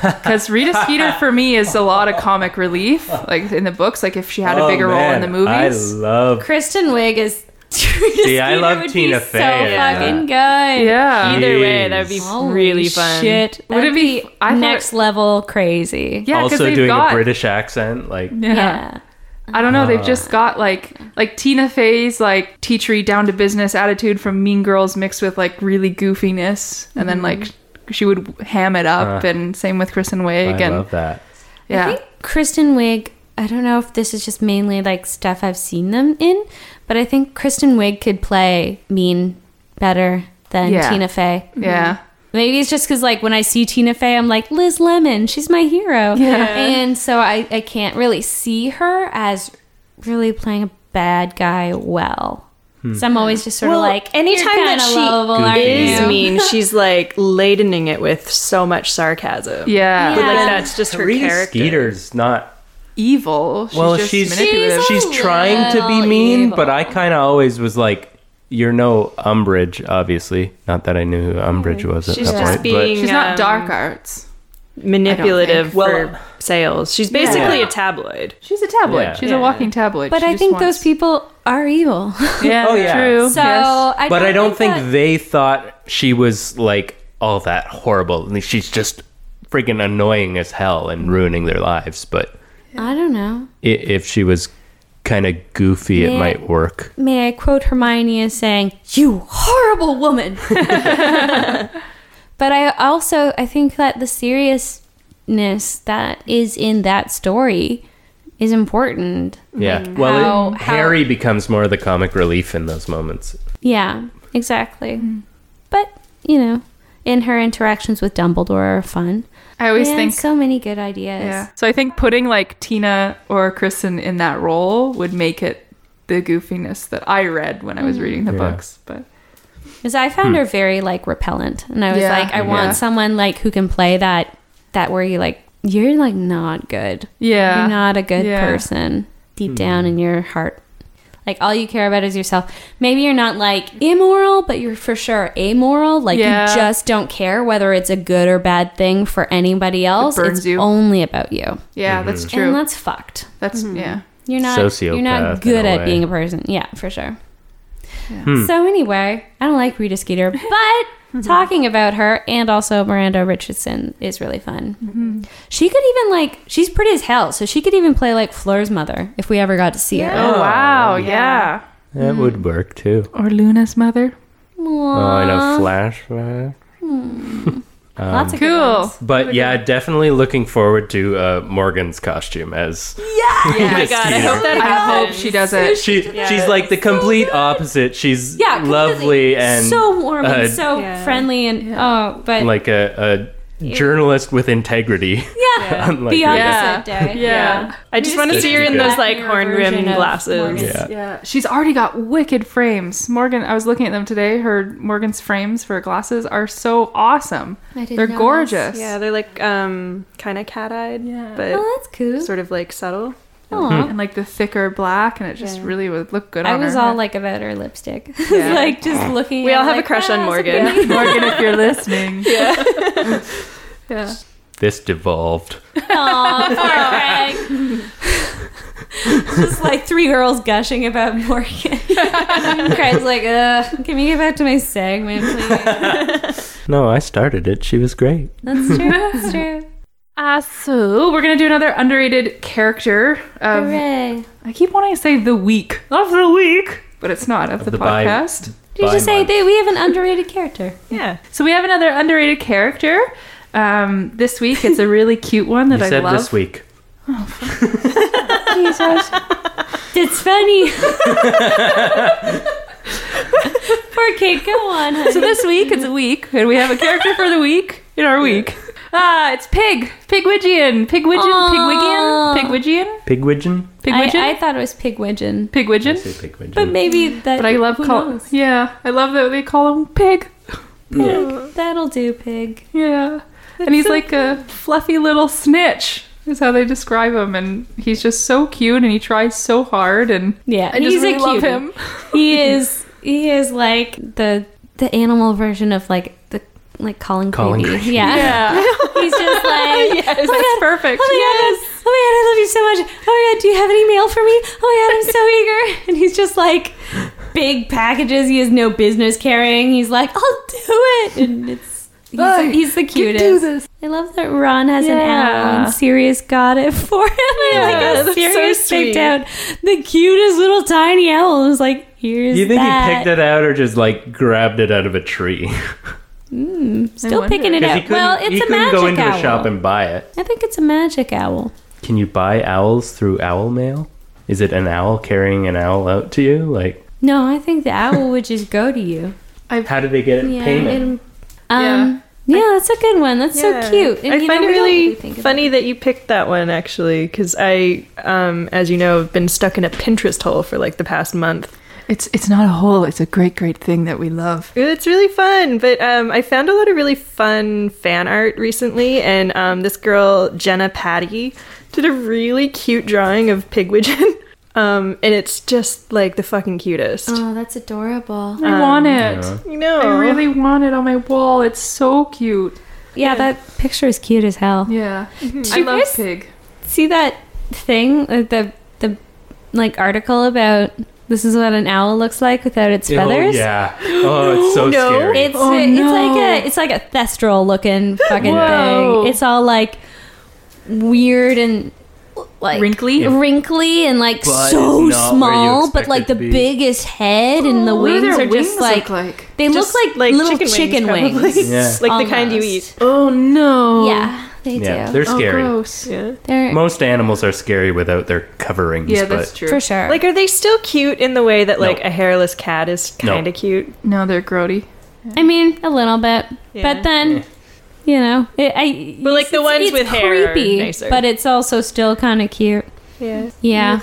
Speaker 6: Because Rita Skeeter for me is a lot of comic relief, like in the books. Like if she had a bigger role in the movies,
Speaker 7: Oh, I love.
Speaker 3: Kristen Wiig is. See,
Speaker 7: I love Tina Fey
Speaker 3: So
Speaker 7: in that.
Speaker 3: fucking good.
Speaker 6: Oh, yeah,
Speaker 5: Either way, that would be
Speaker 3: Holy
Speaker 5: really fun.
Speaker 3: Shit,
Speaker 6: Would it
Speaker 3: that'd
Speaker 6: be-
Speaker 3: be,
Speaker 6: I thought-
Speaker 3: next level crazy?
Speaker 6: yeah, because
Speaker 7: also
Speaker 6: they've
Speaker 7: doing
Speaker 6: got
Speaker 7: a British accent, like
Speaker 6: yeah.
Speaker 3: Yeah.
Speaker 6: I don't know. They've
Speaker 7: Uh.
Speaker 6: just got like like Tina Fey's like teachery, down to business attitude from Mean Girls mixed with like really goofiness, and then
Speaker 3: Mm-hmm.
Speaker 6: like she would ham it up, and same with Kristen Wiig,
Speaker 7: Uh. I
Speaker 6: and
Speaker 7: love that.
Speaker 6: yeah,
Speaker 3: I think Kristen Wiig. I don't know if this is just mainly like stuff I've seen them in, but I think Kristen Wiig could play mean better than
Speaker 6: Yeah.
Speaker 3: Tina Fey.
Speaker 6: yeah.
Speaker 3: Maybe it's just because like when I see Tina Fey, I'm like Liz Lemon. She's my hero,
Speaker 6: Yeah.
Speaker 3: and so I I can't really see her as really playing a bad guy well. So I'm always just sort
Speaker 5: Well,
Speaker 3: of like
Speaker 5: anytime
Speaker 3: "You're kinda
Speaker 5: that she
Speaker 3: lovable, aren't
Speaker 5: Is
Speaker 3: you?"
Speaker 5: mean. She's like ladening it with so much sarcasm.
Speaker 6: Yeah.
Speaker 5: But, like
Speaker 3: Yeah.
Speaker 5: that's just her
Speaker 7: Rita
Speaker 5: character.
Speaker 7: Skeeter's not.
Speaker 6: evil. She's
Speaker 7: well,
Speaker 6: just
Speaker 7: she's
Speaker 6: manipulative.
Speaker 7: she's trying to be
Speaker 3: little
Speaker 7: mean,
Speaker 3: evil.
Speaker 7: but I kind of always was like, "You're no Umbridge, obviously." Not that I knew who Umbridge was at
Speaker 5: She's
Speaker 7: that
Speaker 5: just
Speaker 7: point,
Speaker 5: being
Speaker 6: she's
Speaker 5: um,
Speaker 6: not dark arts.
Speaker 5: manipulative for
Speaker 7: I don't think.
Speaker 5: sales. She's basically a tabloid.
Speaker 6: She's a tabloid.
Speaker 7: yeah.
Speaker 6: She's
Speaker 5: Yeah.
Speaker 6: a walking tabloid.
Speaker 3: But
Speaker 6: She
Speaker 3: I
Speaker 6: just
Speaker 3: think
Speaker 6: wants-
Speaker 3: those people are evil.
Speaker 6: Yeah,
Speaker 7: Oh, yeah.
Speaker 6: true.
Speaker 3: So
Speaker 6: yes.
Speaker 3: I
Speaker 7: but I don't think
Speaker 3: that-
Speaker 7: they thought she was like all that horrible. and She's just freaking annoying as hell and ruining their lives. But
Speaker 3: I don't know.
Speaker 7: i- if she was kind of goofy, it
Speaker 3: Yeah.
Speaker 7: might work.
Speaker 3: May I quote Hermione as saying, "You horrible woman." but I also I think that the seriousness that is in that story is important.
Speaker 7: Yeah. well, it-
Speaker 3: Mm-hmm. how- how-
Speaker 7: Harry becomes more the comic relief in those moments.
Speaker 3: Yeah, exactly.
Speaker 6: Mm-hmm.
Speaker 3: But you know, in her interactions with Dumbledore are fun.
Speaker 6: I always
Speaker 3: and
Speaker 6: think.
Speaker 3: so many good ideas.
Speaker 6: yeah. So I think putting like Tina or Kristen in that role would make it the goofiness that I read when I
Speaker 3: Mm.
Speaker 6: was reading the books. But
Speaker 3: Because I found her very like repellent, and I was
Speaker 6: Yeah.
Speaker 3: like, I want
Speaker 6: Yeah.
Speaker 3: someone like who can play that that where you like you're like not good.
Speaker 6: yeah,
Speaker 3: You're not a good
Speaker 6: Yeah.
Speaker 3: person deep down in your heart. Like all you care about is yourself. Maybe you're not like immoral, but you're for sure amoral. Like
Speaker 6: Yeah.
Speaker 3: you just don't care whether it's a good or bad thing for anybody else.
Speaker 6: burns
Speaker 3: it's
Speaker 6: you.
Speaker 3: only about you,
Speaker 6: yeah, that's true.
Speaker 3: and
Speaker 6: That's,
Speaker 3: that's fucked.
Speaker 6: yeah.
Speaker 3: You're not You're
Speaker 7: Sociopath in
Speaker 3: not good
Speaker 7: a
Speaker 3: at
Speaker 7: way. Hmm.
Speaker 3: being a person. Yeah, for sure. So anyway, I don't like Rita Skeeter,
Speaker 5: Mm-hmm.
Speaker 3: but talking about her and also Miranda Richardson is really fun.
Speaker 5: Mm-hmm.
Speaker 3: She could even like she's pretty as hell, so she could even play like Fleur's mother if we ever got to see her.
Speaker 6: Oh wow, yeah.
Speaker 7: That
Speaker 3: Mm.
Speaker 7: would work too.
Speaker 6: Or Luna's mother.
Speaker 7: Oh, in a flashback.
Speaker 3: Lots of
Speaker 6: Cool.
Speaker 3: good ones.
Speaker 7: But yeah, definitely looking forward to uh, Morgan's costume as
Speaker 5: Oh my
Speaker 7: Yes,
Speaker 5: god, I
Speaker 7: Peter.
Speaker 5: hope that
Speaker 6: I
Speaker 5: happens.
Speaker 6: hope she does it.
Speaker 7: she she's like the complete opposite. She's
Speaker 3: Yeah, completely.
Speaker 7: lovely and
Speaker 3: so warm
Speaker 7: uh,
Speaker 3: and so
Speaker 5: Yeah.
Speaker 3: friendly and oh, but
Speaker 7: like a, a journalist with integrity.
Speaker 3: yeah,
Speaker 7: Unlike
Speaker 3: beyond
Speaker 7: her.
Speaker 3: yeah. day.
Speaker 5: Yeah. I just want to
Speaker 7: just
Speaker 5: see
Speaker 7: keep
Speaker 5: her in
Speaker 7: doing
Speaker 5: those
Speaker 7: that
Speaker 5: like horn rimmed
Speaker 3: version of
Speaker 5: glasses.
Speaker 3: Morgan.
Speaker 7: yeah.
Speaker 6: Yeah, she's already got wicked frames. Morgan, I was looking at them today. Her Morgan's frames for her glasses are so awesome.
Speaker 3: I didn't
Speaker 6: They're
Speaker 3: notice.
Speaker 6: gorgeous.
Speaker 5: Yeah, they're like um kind of cat eyed, yeah.
Speaker 3: Oh,
Speaker 5: but
Speaker 3: that's cool.
Speaker 5: sort of like subtle.
Speaker 7: Hmm.
Speaker 3: Aw.
Speaker 6: and like the thicker black, and it just really would look good.
Speaker 3: I
Speaker 6: on
Speaker 3: was
Speaker 6: her.
Speaker 3: all like about her lipstick, It's
Speaker 6: Yeah.
Speaker 3: like just looking.
Speaker 5: We
Speaker 3: at
Speaker 5: all
Speaker 3: it
Speaker 5: have a
Speaker 3: like,
Speaker 5: crush on
Speaker 3: "Ah, it's a
Speaker 5: Morgan."
Speaker 3: pretty
Speaker 6: Morgan, if you're listening,
Speaker 7: This devolved.
Speaker 3: Aw, poor Greg. Just like three girls gushing about Morgan. Craig's like, ugh, can we get back to my segment, please?
Speaker 7: No, I started it. She was great.
Speaker 3: That's true. That's true.
Speaker 6: Uh, so we're gonna do another underrated character of.
Speaker 3: Hooray.
Speaker 6: I keep wanting to say the week of the week, but it's not of, the,
Speaker 7: bi-
Speaker 6: podcast.
Speaker 3: Did you just say
Speaker 7: bi-month.
Speaker 3: that we have an underrated character?
Speaker 5: Yeah.
Speaker 6: So we have another underrated character. Um, this week it's a really cute one that
Speaker 7: You
Speaker 6: I
Speaker 7: said
Speaker 6: love.
Speaker 7: this week.
Speaker 3: Jesus. It's funny. Poor Kate, go on, honey.
Speaker 6: So this week it's a week, and we have a character for the week in our week. Ah, it's Pig, Pigwidgeon, Pigwidgeon,
Speaker 3: Aw.
Speaker 6: Pigwidgeon, Pigwidgeon,
Speaker 7: Pigwidgeon?
Speaker 6: Pigwidgeon,
Speaker 3: I, I thought it was Pigwidgeon.
Speaker 7: I
Speaker 6: Pigwidgeon.
Speaker 7: say pigwidgeon.
Speaker 3: But maybe that.
Speaker 6: But I love
Speaker 3: who
Speaker 6: call.
Speaker 3: knows?
Speaker 6: Yeah, I love that they call him Pig.
Speaker 3: Pig. That'll do, Pig.
Speaker 6: Yeah, and he's
Speaker 3: so
Speaker 6: like a fluffy little snitch. Is how they describe him, and he's just so cute, and he tries so hard, and
Speaker 3: Yeah,
Speaker 6: I just
Speaker 3: he's
Speaker 6: really
Speaker 3: a
Speaker 6: love
Speaker 3: cutie.
Speaker 6: him.
Speaker 3: he is he is like the the animal version of like the like Colin,
Speaker 7: Colin
Speaker 3: Creevy.
Speaker 7: Creevy.
Speaker 3: Yeah.
Speaker 6: Yeah,
Speaker 3: He's just like
Speaker 6: that's perfect.
Speaker 3: Oh my god, oh my god, I love you so much. Oh my god, do you have any mail for me? Oh my god, I'm so eager. And he's just like big packages he has no business carrying. He's like, I'll do it. And it's he's,
Speaker 6: Hey,
Speaker 3: he's the
Speaker 6: You
Speaker 3: cutest.
Speaker 6: do this.
Speaker 3: I love that Ron has an
Speaker 6: Yeah.
Speaker 3: owl and Sirius got it for him.
Speaker 5: Yeah,
Speaker 3: Yeah, like,
Speaker 5: that's so
Speaker 3: oh, Sirius
Speaker 5: sweet.
Speaker 3: picked out the cutest little tiny owl. and was like, here's
Speaker 7: you think
Speaker 3: that.
Speaker 7: he picked it out or just like grabbed it out of a tree?
Speaker 3: Still picking it
Speaker 7: Because he
Speaker 3: out.
Speaker 7: couldn't,
Speaker 3: Well, it's
Speaker 7: he
Speaker 3: a
Speaker 7: couldn't
Speaker 3: magic
Speaker 7: go into
Speaker 3: owl.
Speaker 7: a shop and buy it.
Speaker 3: I think it's a magic owl.
Speaker 7: Can you buy owls through owl mail? Is it an owl carrying an owl out to you? Like,
Speaker 3: No, I think the owl would just go to you.
Speaker 7: how do they get it
Speaker 3: Yeah.
Speaker 7: payment?
Speaker 3: and- um, yeah. that's a good one. That's so cute. And,
Speaker 5: I
Speaker 3: you
Speaker 5: find
Speaker 3: know,
Speaker 5: it
Speaker 3: we don't
Speaker 5: really
Speaker 3: think about
Speaker 5: funny that you picked that one actually, because I, um, as you know, have been stuck in a Pinterest hole for like the past month.
Speaker 6: It's it's not a hole. It's a great great thing that we love.
Speaker 5: It's really fun, but um, I found a lot of really fun fan art recently, and um, this girl Jenna Patty did a really cute drawing of Pigwidgeon, um, and it's just like the fucking cutest.
Speaker 3: Oh, that's adorable.
Speaker 6: I want
Speaker 7: Um,
Speaker 6: it.
Speaker 5: you know,
Speaker 6: I really want it on my wall. It's so cute.
Speaker 3: Yeah, that picture is cute as hell.
Speaker 6: Yeah, Mm-hmm. I
Speaker 3: you
Speaker 6: love
Speaker 3: guys-
Speaker 6: pig.
Speaker 3: see that thing like the the like article about this is what an owl looks like without its feathers
Speaker 7: Oh, yeah. Oh, it's so scary.
Speaker 3: it's
Speaker 6: Oh,
Speaker 3: it's
Speaker 6: no.
Speaker 3: like a it's like a thestral looking fucking
Speaker 6: Whoa.
Speaker 3: thing it's all like weird and like
Speaker 6: Wrinkly?
Speaker 3: wrinkly and like
Speaker 7: But it's not where
Speaker 3: so
Speaker 7: you
Speaker 3: small
Speaker 7: expect
Speaker 3: but
Speaker 7: it
Speaker 3: like
Speaker 7: to
Speaker 3: the
Speaker 7: be.
Speaker 3: biggest head and the
Speaker 6: What do
Speaker 3: wings
Speaker 6: their
Speaker 3: are just
Speaker 6: wings
Speaker 3: like,
Speaker 6: look like?
Speaker 3: they
Speaker 5: Just
Speaker 3: look like, little chicken wings,
Speaker 5: probably.
Speaker 7: Yeah.
Speaker 5: like the kind you eat.
Speaker 3: Almost.
Speaker 6: Oh no!
Speaker 3: yeah they
Speaker 7: yeah,
Speaker 3: do
Speaker 7: they're
Speaker 6: Oh,
Speaker 7: scary.
Speaker 6: gross.
Speaker 5: Yeah.
Speaker 3: they're
Speaker 7: Most animals are scary without their coverings.
Speaker 6: Yeah,
Speaker 7: but
Speaker 6: that's true.
Speaker 3: for sure
Speaker 5: Like, are they still cute in the way that like
Speaker 7: No.
Speaker 5: a hairless cat is
Speaker 7: No.
Speaker 5: kind of cute?
Speaker 6: No, they're grody.
Speaker 3: I mean, a little bit,
Speaker 5: Yeah.
Speaker 3: but then you know, it, I.
Speaker 5: But, like, the
Speaker 3: it's-
Speaker 5: ones
Speaker 3: it's
Speaker 5: with hair are
Speaker 3: creepy,
Speaker 5: nicer.
Speaker 3: but it's also still kind of cute.
Speaker 5: Yeah.
Speaker 3: Yeah.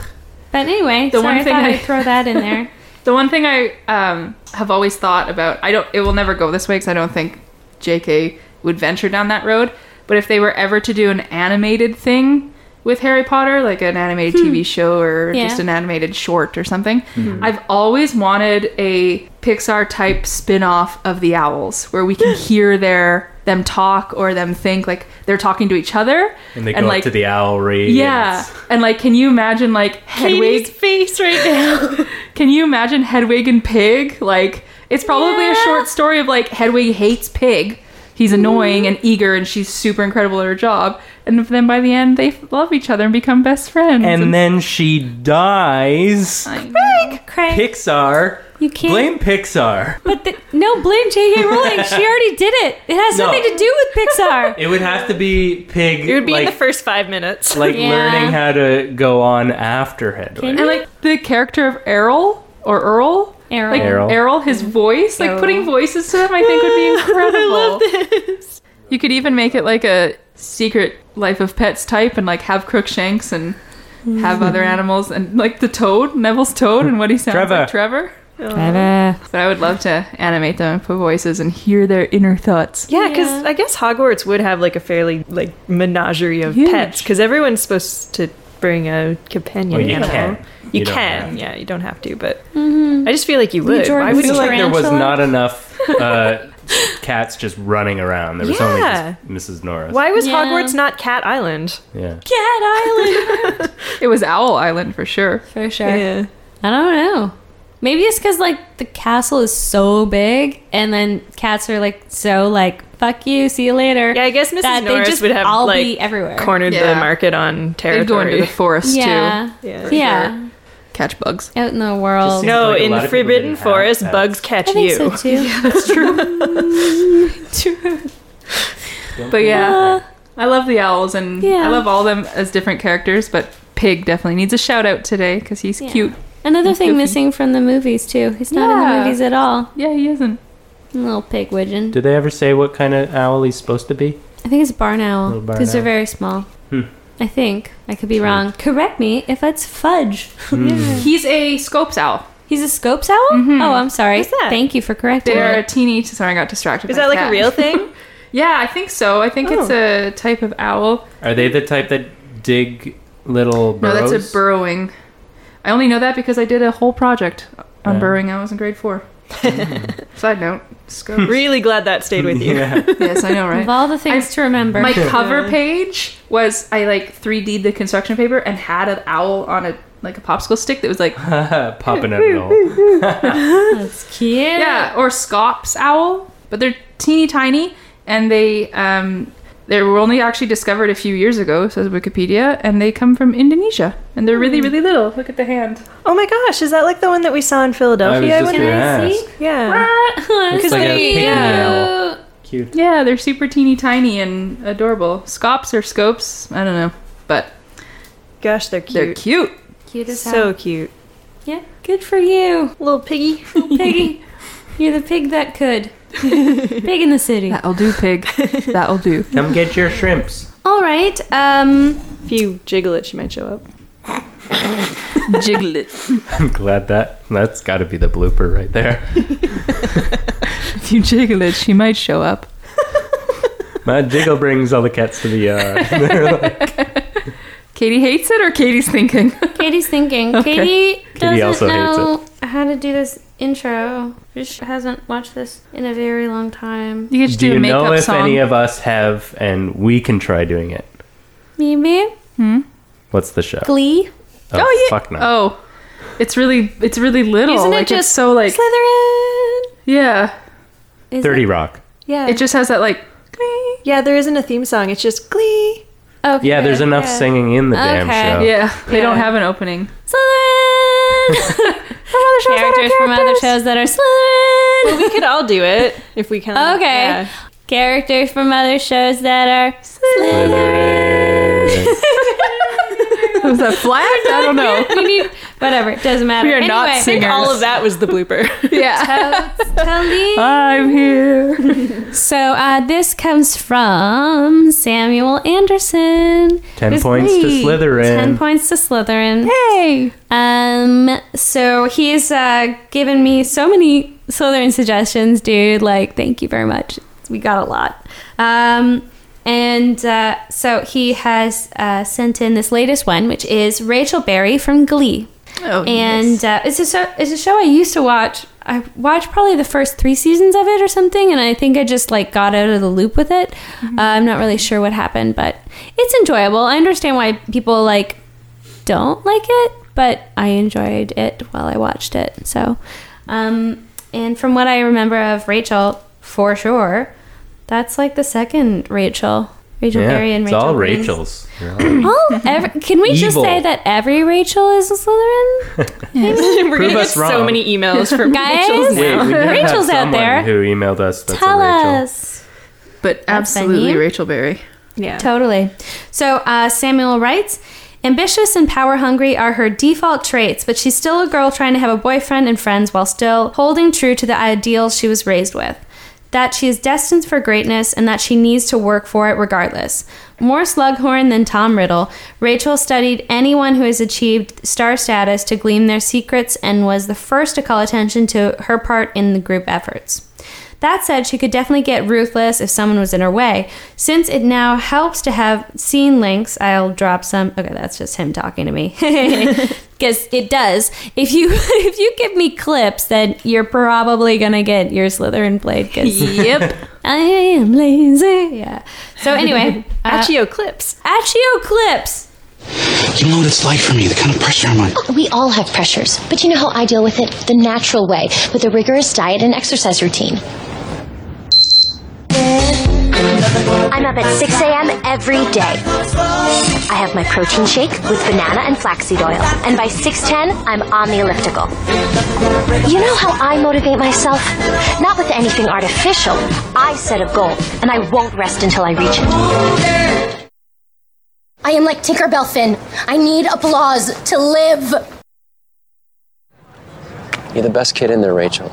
Speaker 3: But anyway,
Speaker 6: The
Speaker 3: sorry,
Speaker 6: one thing
Speaker 3: I thought
Speaker 6: I-
Speaker 3: I'd throw that in there.
Speaker 6: The one thing I um, have always thought about, I don't. It will never go this way because I don't think J.K. would venture down that road. But if they were ever to do an animated thing with Harry Potter, like an animated TV show or
Speaker 3: Yeah.
Speaker 6: just an animated short or something,
Speaker 7: Mm-hmm.
Speaker 6: I've always wanted a Pixar type spin-off of the owls where we can hear their them talk or them think like they're talking to each other
Speaker 7: And they go up to the owlry.
Speaker 6: yeah, and like, can you imagine like Hedwig?
Speaker 5: face right now.
Speaker 6: Can you imagine Hedwig and Pig? Like, it's probably a short story of like Hedwig hates Pig. He's
Speaker 5: Mm-hmm.
Speaker 6: annoying and eager, and she's super incredible at her job. And then by the end, they love each other and become best friends.
Speaker 7: And then she dies.
Speaker 6: I know.
Speaker 3: Craig,
Speaker 7: Pixar
Speaker 3: You can't.
Speaker 7: Blame Pixar.
Speaker 3: But the, no, blame J.K. Rowling. she already did it. It has
Speaker 7: No.
Speaker 3: nothing to do with Pixar.
Speaker 7: It would have to be Pig.
Speaker 5: It would be
Speaker 7: like,
Speaker 5: in the first five minutes.
Speaker 7: like
Speaker 3: Yeah.
Speaker 7: learning how to go on after Hedwig.
Speaker 3: Can
Speaker 6: And
Speaker 3: you?
Speaker 6: like the character of Errol or Earl,
Speaker 3: Errol.
Speaker 6: like
Speaker 7: Errol.
Speaker 6: Errol, his voice, like
Speaker 3: Errol.
Speaker 6: putting voices to them, I think would be incredible.
Speaker 5: this.
Speaker 6: You could even make it like a secret life of pets type and like have Crookshanks and have other animals and like the toad, Neville's toad, and what he sounds
Speaker 7: Trevor.
Speaker 6: like, Trevor.
Speaker 3: Trevor.
Speaker 6: But I would love to animate them and put voices and hear their inner thoughts.
Speaker 5: Yeah, because
Speaker 3: Yeah.
Speaker 5: I guess Hogwarts would have like a fairly like menagerie of
Speaker 6: Huge.
Speaker 5: pets because everyone's supposed to bring a companion
Speaker 7: Well, you
Speaker 5: animal.
Speaker 7: can.
Speaker 5: You,
Speaker 7: You don't have Mm-hmm.
Speaker 5: can, yeah. You don't have to, but I just feel like you would.
Speaker 3: Jordan
Speaker 5: Why
Speaker 7: I
Speaker 5: would
Speaker 7: feel
Speaker 5: you?
Speaker 7: like there was
Speaker 3: Tarantula?
Speaker 7: not enough uh, cats just running around. There was
Speaker 5: Yeah.
Speaker 7: only just Mrs. Norris.
Speaker 5: Why was
Speaker 3: Yeah.
Speaker 5: Hogwarts not Cat Island?
Speaker 7: Yeah.
Speaker 3: Cat Island.
Speaker 6: It was Owl Island for sure.
Speaker 3: For sure. I don't know. Maybe it's because like the castle is so big, and then cats are like so like fuck you, see you later.
Speaker 5: Yeah, I guess Mrs.
Speaker 3: That they
Speaker 5: Norris
Speaker 3: just
Speaker 5: would have
Speaker 3: all
Speaker 5: like
Speaker 3: be everywhere.
Speaker 5: cornered
Speaker 6: Yeah.
Speaker 5: the market on territory.
Speaker 6: They'd go into the forest
Speaker 3: yeah,
Speaker 5: too. Yeah.
Speaker 3: yeah,
Speaker 5: For
Speaker 6: too, catch bugs.
Speaker 3: out in the world.
Speaker 7: Seems
Speaker 5: No,
Speaker 7: like a
Speaker 5: in
Speaker 7: lot
Speaker 5: the
Speaker 7: of people
Speaker 5: Forbidden
Speaker 7: didn't have
Speaker 5: Forest,
Speaker 7: pets.
Speaker 5: bugs catch
Speaker 3: I think
Speaker 5: you.
Speaker 3: so too.
Speaker 6: But yeah, I love the owls and
Speaker 3: Yeah.
Speaker 6: I love all them as different characters. But Pig definitely needs a shout out today because he's
Speaker 3: Yeah.
Speaker 6: cute.
Speaker 3: Another thing
Speaker 6: Goofy.
Speaker 3: missing from the movies too. He's not in
Speaker 6: Yeah.
Speaker 3: the movies at all.
Speaker 6: Yeah, he isn't.
Speaker 3: Little pig widgeon.
Speaker 7: Did they ever say what kind of owl he's supposed to be?
Speaker 3: I think it's barn owl
Speaker 7: Little barn
Speaker 3: because they're
Speaker 7: owl.
Speaker 3: very small.
Speaker 7: Hmm.
Speaker 3: I think I could be wrong. Correct me if that's fudge.
Speaker 7: Hmm.
Speaker 6: He's a Scopes owl.
Speaker 3: He's a scopes owl. Oh, I'm sorry.
Speaker 5: Mm-hmm. What's that?
Speaker 3: Thank you for correcting.
Speaker 6: They're a
Speaker 3: me.
Speaker 6: teeny. Sorry, I got distracted.
Speaker 5: Is
Speaker 6: by
Speaker 5: that like
Speaker 6: cat.
Speaker 5: a real thing?
Speaker 6: Yeah, I think so. I think it's
Speaker 5: Oh.
Speaker 6: a type of owl.
Speaker 7: Are they the type that dig little burrows?
Speaker 6: No, that's a burrowing. I only know that because I did a whole project on
Speaker 7: Yeah. Mm.
Speaker 6: burrowing. I was in grade four. Side note. Scopes.
Speaker 5: really glad that stayed with you.
Speaker 7: Yeah.
Speaker 6: yes, I know, right?
Speaker 3: Of all the things to remember,
Speaker 6: My cover page was I like 3D the construction paper and had an owl on a like a popsicle stick that was like
Speaker 7: Uh, Popping out of the hole.
Speaker 3: that's cute.
Speaker 6: yeah or Scops owl, but they're teeny tiny and they um they were only actually discovered a few years ago, says Wikipedia, and they come from Indonesia and they're really really little. Look at the hand.
Speaker 5: Oh my gosh, is that like the one that we saw in
Speaker 7: I was
Speaker 5: Philadelphia?
Speaker 7: just
Speaker 5: when-
Speaker 7: gonna
Speaker 3: I see?
Speaker 7: ask.
Speaker 5: yeah.
Speaker 7: Looks like a pygmy owl. Cute.
Speaker 6: Yeah, they're super teeny tiny and adorable. Scops or scopes, I don't know, but
Speaker 5: Gosh, they're
Speaker 6: they're
Speaker 5: cute.
Speaker 6: cute.
Speaker 3: Cute as hell.
Speaker 5: So cute.
Speaker 3: Yeah, good for you,
Speaker 5: Little piggy.
Speaker 3: piggy. You're the pig that could. pig in the city.
Speaker 6: That'll do, pig. That'll do.
Speaker 7: Come get your shrimps.
Speaker 3: All right. Um,
Speaker 5: If you jiggle it, she might show up.
Speaker 6: Jiggle it.
Speaker 7: I'm glad that that's got to be the blooper right there.
Speaker 6: If you jiggle it, she might show up.
Speaker 7: My jiggle brings all the cats to the yard.
Speaker 6: Katie hates it or Katie's thinking?
Speaker 3: Katie's thinking.
Speaker 6: Okay.
Speaker 3: Katie doesn't
Speaker 7: also hates
Speaker 3: know how to do this intro. She hasn't watched this in a very long time.
Speaker 6: You could just
Speaker 7: Do
Speaker 6: do,
Speaker 7: you
Speaker 6: a makeup
Speaker 7: know if
Speaker 6: song.
Speaker 7: any of us have, and we can try doing it?
Speaker 3: Maybe
Speaker 7: What's the show?
Speaker 3: Glee.
Speaker 7: Oh, Fuck no.
Speaker 6: Oh, it's really it's really little.
Speaker 3: Isn't it
Speaker 6: like, it's
Speaker 3: just
Speaker 6: so like
Speaker 5: Slytherin!
Speaker 6: yeah?
Speaker 3: Is
Speaker 7: Thirty
Speaker 3: it-
Speaker 7: Rock.
Speaker 5: Yeah.
Speaker 6: It just has that like
Speaker 5: yeah, there isn't a theme song. It's just glee.
Speaker 3: Okay.
Speaker 7: Yeah, there's enough singing in the
Speaker 3: Okay.
Speaker 7: damn show.
Speaker 6: yeah. They don't have an opening.
Speaker 3: Slytherin. characters from other shows that are Slytherin.
Speaker 5: We could all do it if we can.
Speaker 3: Okay.
Speaker 5: Yeah.
Speaker 3: Characters from other shows that are
Speaker 7: Slytherin.
Speaker 6: Was that flat? I don't know.
Speaker 3: we need whatever. It doesn't matter.
Speaker 6: We are not
Speaker 3: Anyway,
Speaker 6: singers.
Speaker 5: All of that was the blooper.
Speaker 6: yeah.
Speaker 3: totally.
Speaker 6: I'm here.
Speaker 3: So uh, this comes from Samuel Anderson.
Speaker 7: Ten points to
Speaker 6: Glee.
Speaker 7: Slytherin.
Speaker 3: Ten points to Slytherin.
Speaker 6: Hey.
Speaker 3: Um, so he's uh, given me so many Slytherin suggestions, dude. Like, thank you very much. We got a lot. Um, and uh, so he has uh, sent in this latest one, which is Rachel Berry from Glee.
Speaker 6: Oh,
Speaker 3: and uh, it's a so, it's a show I used to watch. I watched probably the first three seasons of it or something, and I think I just like got out of the loop with it.
Speaker 7: Mm-hmm.
Speaker 3: Uh, I'm not really sure what happened, but it's enjoyable. I understand why people like don't like it, but I enjoyed it while I watched it. So, um, and from what I remember of Rachel, for sure, that's like the second Rachel Rachel
Speaker 7: Yeah,
Speaker 3: Berry and
Speaker 7: it's
Speaker 3: Rachel.
Speaker 7: all
Speaker 3: Green.
Speaker 7: Rachels.
Speaker 3: All ev- can we just
Speaker 7: Evil.
Speaker 3: say that every Rachel is a Slytherin?
Speaker 5: We're
Speaker 7: Prove
Speaker 5: gonna get
Speaker 7: us
Speaker 5: so
Speaker 7: wrong.
Speaker 5: many emails from
Speaker 3: Guys?
Speaker 5: Rachel's
Speaker 7: Wait,
Speaker 5: now.
Speaker 7: we did have
Speaker 3: Rachel's
Speaker 7: someone
Speaker 3: out there.
Speaker 7: Who emailed us? That's
Speaker 3: Tell
Speaker 7: a Rachel.
Speaker 3: us.
Speaker 6: But
Speaker 3: That's
Speaker 6: absolutely
Speaker 3: funny.
Speaker 6: Rachel Berry.
Speaker 5: Yeah.
Speaker 3: Totally. So uh, Samuel writes Ambitious and power hungry are her default traits, but she's still a girl trying to have a boyfriend and friends while still holding true to the ideals she was raised with. That she is destined for greatness and that she needs to work for it regardless. More slughorn than Tom Riddle, Rachel studied anyone who has achieved star status to glean their secrets and was the first to call attention to her part in the group efforts. That said, she could definitely get ruthless if someone was in her way. Since it now helps to have seen links, I'll drop some. Okay, that's just him talking to me. Because it does. If you if you give me clips, then you're probably gonna get your Slytherin blade. Because
Speaker 5: Yep.
Speaker 3: I am lazy. Yeah. So anyway, uh,
Speaker 5: Achio clips.
Speaker 3: Accio clips.
Speaker 10: You know what it's like for me, the kind of pressure I'm under.
Speaker 11: Oh, We all have pressures, but you know how I deal with it? The natural way, with a rigorous diet and exercise routine. I'm up at 6 a.m. every day. I have my protein shake with banana and flaxseed oil, and by 6:10, I'm on the elliptical. You know how I motivate myself? Not with anything artificial. I set a goal, and I won't rest until I reach it. I am like Tinkerbell Finn. I need applause to live.
Speaker 12: You're the best kid in there, Rachel.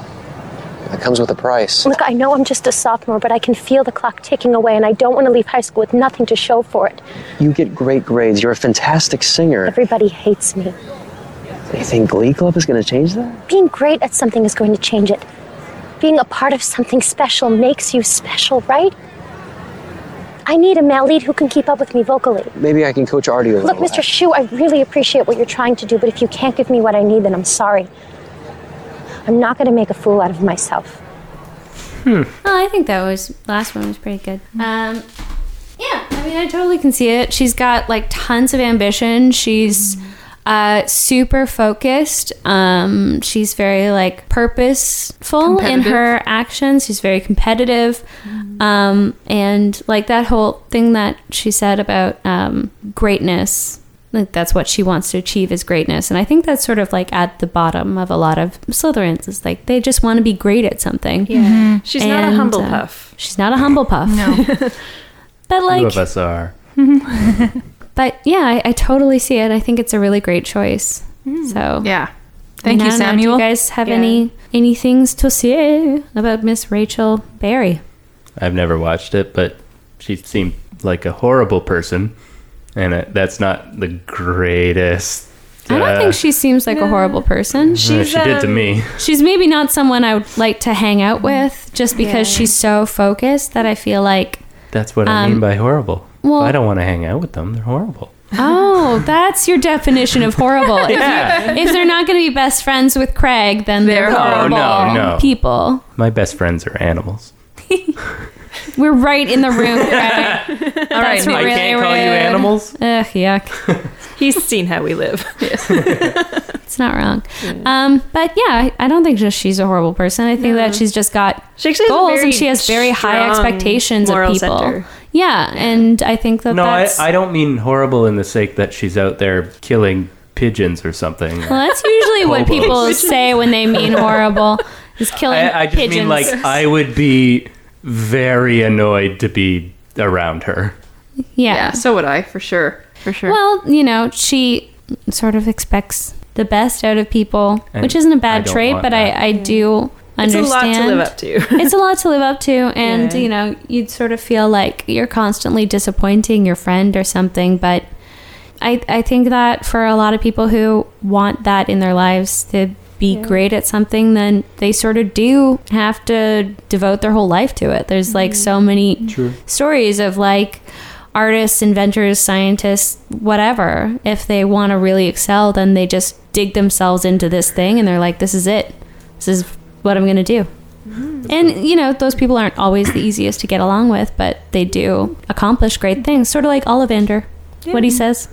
Speaker 12: That comes with a price.
Speaker 11: Look, I know I'm just a sophomore, but I can feel the clock ticking away, and I don't want to leave high school with nothing to show for it.
Speaker 12: You get great grades. You're a fantastic singer.
Speaker 11: Everybody hates me.
Speaker 12: You think Glee Club is going to change that?
Speaker 11: Being great at something is going to change it. Being a part of something special makes you special, right? I need a male lead who can keep up with me vocally.
Speaker 12: Maybe I can coach Artie a little.
Speaker 11: Look, Mr. Shu, I really appreciate what you're trying to do, but if you can't give me what I need, then I'm sorry. I'm not going to make a fool out of myself.
Speaker 3: Oh, I think that was last one was pretty good. Um, yeah, I mean, I totally can see it. She's got like tons of ambition. She's uh, super focused. Um, she's very like purposeful in her actions. She's very competitive, um, and like that whole thing that she said about um, greatness. Like that's what she wants to achieve is greatness, and I think that's sort of like at the bottom of a lot of Slytherins. Is like they just want to be great at something.
Speaker 5: She's not a
Speaker 3: And,
Speaker 5: humble
Speaker 3: uh,
Speaker 5: puff.
Speaker 3: She's not a humble puff. No. but
Speaker 7: Two of
Speaker 3: like,
Speaker 7: us are.
Speaker 3: but yeah, I, I totally see it. I think it's a really great choice. So
Speaker 6: Yeah. Thank
Speaker 3: I
Speaker 6: you,
Speaker 3: don't know,
Speaker 6: Samuel.
Speaker 3: do you guys have
Speaker 5: Yeah.
Speaker 3: any any things to say about Miss Rachel Berry?
Speaker 7: I've never watched it, but she seemed like a horrible person, and uh that's not the greatest.
Speaker 3: I don't
Speaker 7: uh,
Speaker 3: think um, she seems like a horrible person. She,
Speaker 7: uh, she did to me.
Speaker 3: she's maybe not someone I would like to hang out with, just because she's so focused that I feel like,
Speaker 7: That's what I mean by horrible.
Speaker 3: um, well-
Speaker 7: I don't want to hang out with them. They're horrible.
Speaker 3: oh, that's your definition of horrible. If-
Speaker 7: Yeah.
Speaker 3: if, they're not going to be best friends with Craig, then they're,
Speaker 7: No,
Speaker 3: horrible
Speaker 7: no, Oh, no.
Speaker 3: people.
Speaker 7: My best friends are animals.
Speaker 3: We're right in the room, Craig. All right,
Speaker 7: I can't call you animals.
Speaker 3: Ugh, yuck.
Speaker 5: He's seen how we live.
Speaker 3: It's not wrong. Um, but yeah, I, I don't think just she's a horrible person. I think that she's just got
Speaker 5: She actually has a
Speaker 3: goals
Speaker 5: very
Speaker 3: and she has very high
Speaker 5: strong
Speaker 3: expectations of
Speaker 5: moral
Speaker 3: people.
Speaker 5: center.
Speaker 3: Yeah, and I think that
Speaker 7: No, I,
Speaker 3: that's
Speaker 7: I don't mean horrible in the sake that she's out there killing pigeons or something.
Speaker 3: well, that's usually what
Speaker 7: Hobos.
Speaker 3: people say when they mean horrible. Is killing
Speaker 7: I, I just
Speaker 3: pigeons.
Speaker 7: mean like uh, I would be very annoyed to be around her.
Speaker 3: yeah.
Speaker 6: Yeah, so would I, for sure. For sure.
Speaker 3: Well, you know, she sort of expects the best out of people,
Speaker 7: And
Speaker 3: which isn't a
Speaker 7: I
Speaker 3: bad
Speaker 7: don't
Speaker 3: trait,
Speaker 7: want
Speaker 3: but
Speaker 7: that.
Speaker 3: I, I do
Speaker 5: It's a
Speaker 3: understand.
Speaker 5: lot to live up to.
Speaker 3: it's a lot to live up to and
Speaker 5: Yeah.
Speaker 3: you know you'd sort of feel like you're constantly disappointing your friend or something but I, I think that for a lot of people who want that in their lives to be great at something then they sort of do have to devote their whole life to it there's like so many stories of like artists inventors scientists whatever if they want to really excel then they just dig themselves into this thing and they're like this is it this is what i'm going to do and you know, those people aren't always the easiest to get along with, but they do accomplish great things. Sort of like Ollivander, what he says.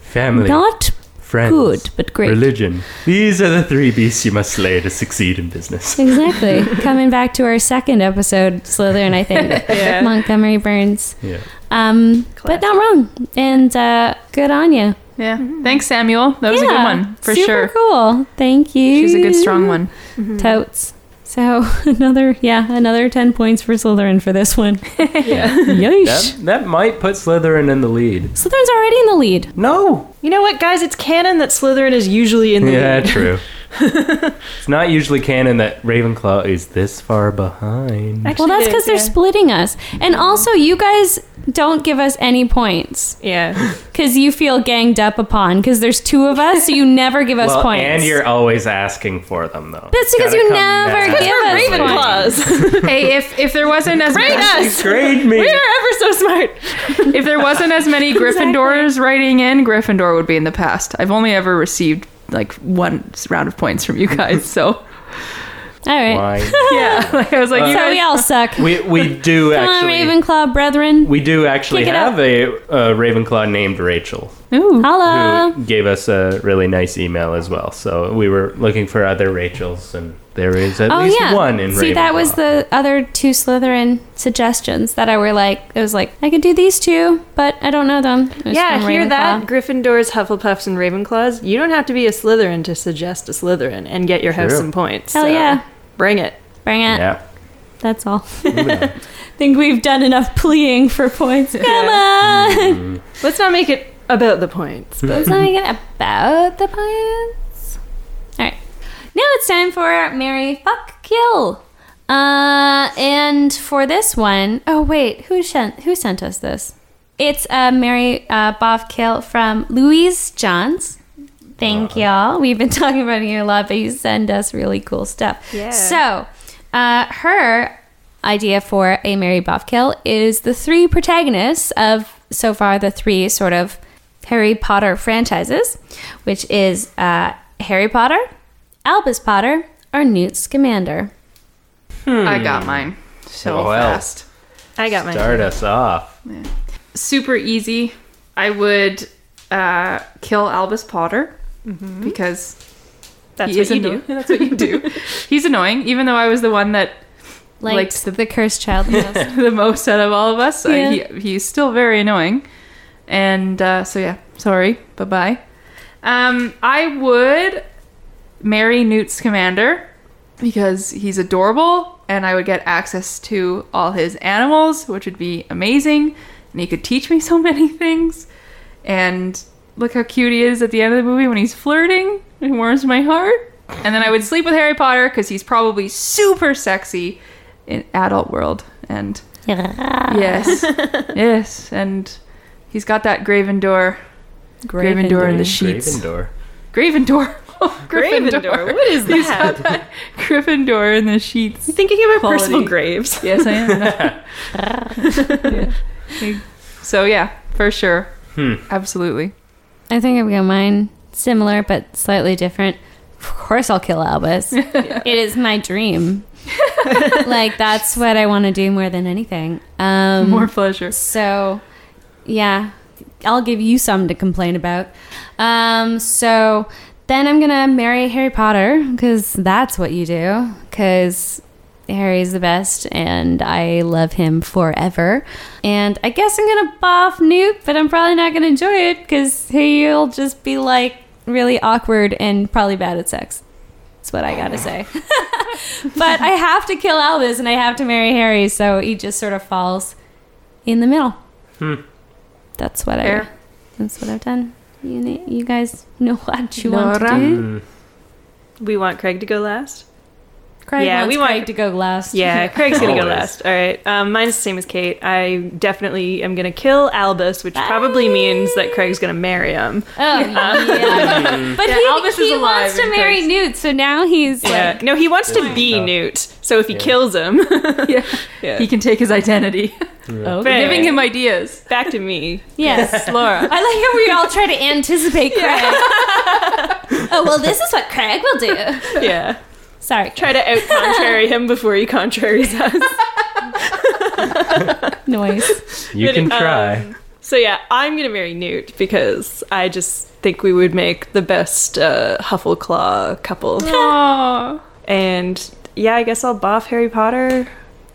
Speaker 7: Family.
Speaker 3: Not
Speaker 7: friends,
Speaker 3: Good, but great.
Speaker 7: religion. These are the three beasts you must slay to succeed in business.
Speaker 3: Exactly. Coming back to our second episode, Slytherin, I think.
Speaker 7: Yeah.
Speaker 3: Montgomery Burns.
Speaker 7: Yeah.
Speaker 3: Um, but not wrong. And uh, good on you.
Speaker 6: Yeah. Thanks, Samuel. That was a good
Speaker 3: Yeah,
Speaker 6: one for
Speaker 3: super
Speaker 6: sure.
Speaker 3: cool. Thank you.
Speaker 6: She's a good, strong one.
Speaker 3: Mhm. Totes. So another, yeah, another 10 points for Slytherin for this one. yeah. Yeesh.
Speaker 7: That, that might put Slytherin in the lead.
Speaker 3: Slytherin's already in the lead.
Speaker 7: No.
Speaker 5: You know what, guys? It's canon that Slytherin is usually in the
Speaker 7: yeah,
Speaker 5: lead.
Speaker 7: true. it's not usually canon that Ravenclaw is this far behind.
Speaker 3: well, that's because they're splitting us. And also, you guys don't give us any points.
Speaker 5: Yeah.
Speaker 3: Because you feel ganged up upon because there's two of us, so you never give us
Speaker 7: well,
Speaker 3: points.
Speaker 7: and you're always asking for them though.
Speaker 3: That's because
Speaker 7: Gotta
Speaker 3: you
Speaker 7: come
Speaker 3: never
Speaker 7: back.
Speaker 3: give us
Speaker 6: Ravenclaws. hey, if if there wasn't as
Speaker 5: Grade
Speaker 6: many,
Speaker 5: us! Grade me. We are ever so smart.
Speaker 6: if there wasn't as many Gryffindors writing in, Gryffindor would be in the past. I've only ever received like one round of points from you guys, so
Speaker 3: All right.
Speaker 7: Why?
Speaker 6: yeah, like, I was like,
Speaker 7: Uh,
Speaker 6: you
Speaker 3: so
Speaker 6: guys,
Speaker 3: we all suck.
Speaker 7: We we do
Speaker 3: Come on,
Speaker 7: actually
Speaker 3: Ravenclaw brethren.
Speaker 7: we do actually
Speaker 3: Kick it
Speaker 7: have a uh, Ravenclaw named Rachel
Speaker 6: Ooh.
Speaker 3: Holla.
Speaker 7: who gave us a really nice email as well. So we were looking for other Rachels and there is at
Speaker 3: oh
Speaker 7: least
Speaker 3: yeah.
Speaker 7: one in
Speaker 3: See,
Speaker 7: Ravenclaw.
Speaker 3: that was the other two Slytherin suggestions that I were like, it was like I could do these two, but I don't know them. It was
Speaker 5: yeah,
Speaker 3: from
Speaker 5: hear
Speaker 3: Ravenclaw.
Speaker 5: that? Gryffindors, Hufflepuffs, and Ravenclaws. You don't have to be a Slytherin to suggest a Slytherin and get your house
Speaker 3: True.
Speaker 5: some points.
Speaker 3: Hell
Speaker 5: so
Speaker 3: yeah.
Speaker 5: Bring it.
Speaker 3: Bring it.
Speaker 7: Yeah.
Speaker 3: That's all. Think we've done enough pleading for points. Come on.
Speaker 5: Let's not make it about the points. But
Speaker 3: Let's not make it about the points. All right. Now it's time for Mary Fuck Kill. Uh, and for this one, oh wait, who sent who sent us this? It's uh, Mary uh, Boff Kill from Louise Johns. Thank y'all. We've been talking about you a lot, but you send us really cool stuff.
Speaker 8: Yeah.
Speaker 3: So, uh, her idea for a Mary Boff Kill is the three protagonists of so far the three sort of Harry Potter franchises, which is uh, Harry Potter, Albus Potter, or Newt Scamander.
Speaker 6: I got mine so
Speaker 7: Well,
Speaker 6: fast.
Speaker 5: I got
Speaker 7: Start us off.
Speaker 6: super easy. I would uh, kill Albus Potter because
Speaker 5: That's
Speaker 6: he
Speaker 5: what
Speaker 6: is
Speaker 5: you
Speaker 6: anno-
Speaker 5: do.
Speaker 6: That's what you do. He's annoying, even though I was the one that
Speaker 3: Liked
Speaker 6: the,
Speaker 3: cursed child the
Speaker 6: most. out of all of us. I-
Speaker 3: Yeah.
Speaker 6: he, he's still very annoying, and uh, so yeah. Sorry. Bye bye. Um, I would marry Newt's commander because he's adorable and I would get access to all his animals, which would be amazing. And he could teach me so many things. And look how cute he is at the end of the movie when he's flirting. It warms my heart. And then I would sleep with Harry Potter because he's probably super sexy in adult world. And yes, yes, and he's got that Gravendor, Gravendor, in the sheets.
Speaker 7: Gryffindor.
Speaker 6: Gravendor. Oh, Gryffindor.
Speaker 5: Gryffindor. What is
Speaker 6: He's
Speaker 5: that?
Speaker 6: got that Gryffindor in the sheets. You're
Speaker 5: thinking about Percival Graves.
Speaker 6: Yes, I am. Yeah. So yeah, for sure.
Speaker 7: Hmm.
Speaker 6: Absolutely.
Speaker 3: I think I've got mine similar but slightly different. Of course, I'll kill Albus. It is my dream. like that's what I want to do more than anything. Um,
Speaker 6: More pleasure.
Speaker 3: So, yeah, I'll give you some to complain about. Um, so then I'm gonna marry Harry Potter because that's what you do. Because Harry's the best, and I love him forever. And I guess I'm gonna buff Newt, but I'm probably not gonna enjoy it because he'll just be like really awkward and probably bad at sex. That's what I gotta say. but I have to kill Albus and I have to marry Harry, so he just sort of falls in the middle.
Speaker 7: Hmm.
Speaker 3: That's what I.
Speaker 6: Fair.
Speaker 3: That's what I've done. You, ne- you guys know what you want to
Speaker 5: Nora?
Speaker 3: do.
Speaker 6: Hmm.
Speaker 5: we want Craig to go last.
Speaker 3: Craig
Speaker 5: Yeah,
Speaker 3: wants
Speaker 5: we want-
Speaker 3: Craig to go last.
Speaker 5: Yeah, Craig's gonna go
Speaker 3: Always.
Speaker 5: last. All right. Um, mine's the same as Kate. I definitely am gonna kill Albus, which probably means that Craig's gonna marry him.
Speaker 3: Oh,
Speaker 6: Hmm.
Speaker 3: yeah. but he,
Speaker 5: Albus
Speaker 3: he
Speaker 5: is alive
Speaker 3: wants to
Speaker 5: and
Speaker 3: marry Newt, so now he's
Speaker 5: Yeah.
Speaker 3: like,
Speaker 5: no, he wants to be Newt. So if he kills him, yeah.
Speaker 6: He can take his identity.
Speaker 5: We're
Speaker 6: We're giving him ideas.
Speaker 5: Back to me.
Speaker 3: yes,
Speaker 6: Laura.
Speaker 3: I like how we all try to anticipate Craig. oh well, this is what Craig will do.
Speaker 5: Yeah.
Speaker 3: Sorry.
Speaker 5: Try to out contrary him before he contraries us.
Speaker 3: Noise.
Speaker 7: You
Speaker 5: But,
Speaker 7: can
Speaker 5: um,
Speaker 7: try.
Speaker 5: So yeah, I'm gonna marry Newt because I just think we would make the best uh, Huffleclaw couple. and yeah, I guess I'll buff Harry Potter.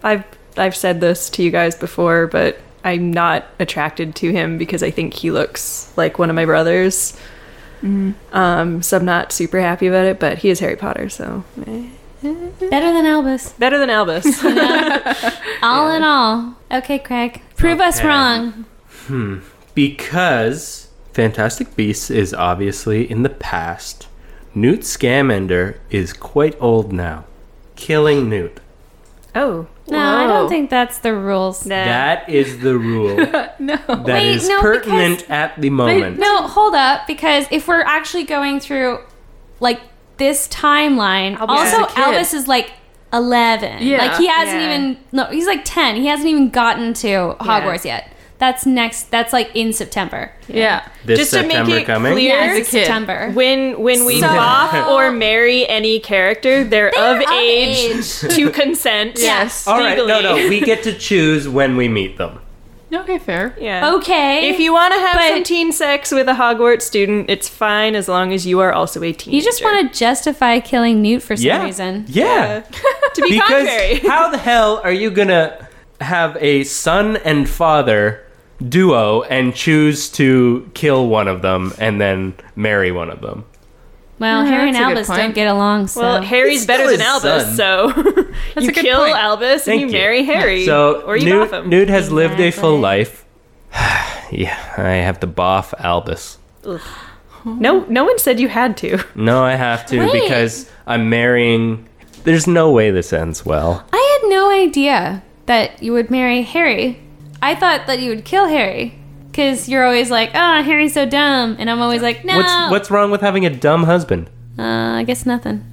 Speaker 5: I've I've said this to you guys before, but I'm not attracted to him because I think he looks like one of my brothers.
Speaker 6: Mm.
Speaker 5: Um, so I'm not super happy about it, but he is Harry Potter, so eh.
Speaker 3: Better than Albus.
Speaker 5: Better than Albus.
Speaker 3: all in all. Okay, Craig. Prove us
Speaker 7: Okay.
Speaker 3: wrong.
Speaker 7: Hmm. Because Fantastic Beasts is obviously in the past. Newt Scamander is quite old now. Killing Newt.
Speaker 5: Oh.
Speaker 3: No, I don't think that's the rules.
Speaker 7: That is the rule that
Speaker 3: no.
Speaker 7: is pertinent at the moment.
Speaker 3: no, hold up, because if we're actually going through like this timeline,
Speaker 2: was
Speaker 3: also
Speaker 2: a kid.
Speaker 3: Albus is like eleven.
Speaker 2: Yeah.
Speaker 3: like he hasn't
Speaker 2: Yeah.
Speaker 3: even no, he's like ten. He hasn't even gotten to Hogwarts yet. That's next. That's like in September.
Speaker 5: Yeah.
Speaker 7: This September coming? Yeah, as a kid.
Speaker 3: September.
Speaker 5: When when we
Speaker 7: So-
Speaker 5: buff or marry any character, they're, of, age,
Speaker 7: age.
Speaker 5: to consent. yes.
Speaker 7: All right, no, no,
Speaker 5: legally.
Speaker 7: we get to choose when we meet them.
Speaker 5: Okay, fair. Yeah.
Speaker 3: Okay,
Speaker 5: If you want to have
Speaker 3: but-
Speaker 5: some teen sex with a Hogwarts student, it's fine as long as you are also a teenager.
Speaker 3: You just want to justify killing Newt for some
Speaker 7: Yeah.
Speaker 3: reason.
Speaker 7: Yeah.
Speaker 5: to be
Speaker 7: because
Speaker 5: contrary.
Speaker 7: how the hell are you gonna have a son and father duo and choose to kill one of them and then marry one of them?
Speaker 3: Well,
Speaker 5: Mhm,
Speaker 3: Harry and
Speaker 5: that's a good
Speaker 3: Albus don't
Speaker 5: point.
Speaker 3: get along. So.
Speaker 5: Well, Harry's
Speaker 3: He's
Speaker 5: better
Speaker 3: still
Speaker 5: than
Speaker 3: his
Speaker 5: Albus,
Speaker 7: son.
Speaker 5: so you
Speaker 3: a good
Speaker 5: kill
Speaker 3: point.
Speaker 5: Albus and
Speaker 7: Thank
Speaker 5: you, marry Harry,
Speaker 7: So
Speaker 5: or you
Speaker 7: Newt,
Speaker 5: buff him.
Speaker 7: Newt has lived a full life. yeah, I have to boff Albus.
Speaker 5: Ugh. No, no one said you had to.
Speaker 7: No, I have to
Speaker 3: Wait.
Speaker 7: because I'm marrying. There's no way this ends well.
Speaker 3: I had no idea that you would marry Harry. I thought that you would kill Harry because you're always like, "Oh, Harry's so dumb," and I'm always like, "No."
Speaker 7: What's what's wrong with having a dumb husband?
Speaker 3: uh, I guess nothing.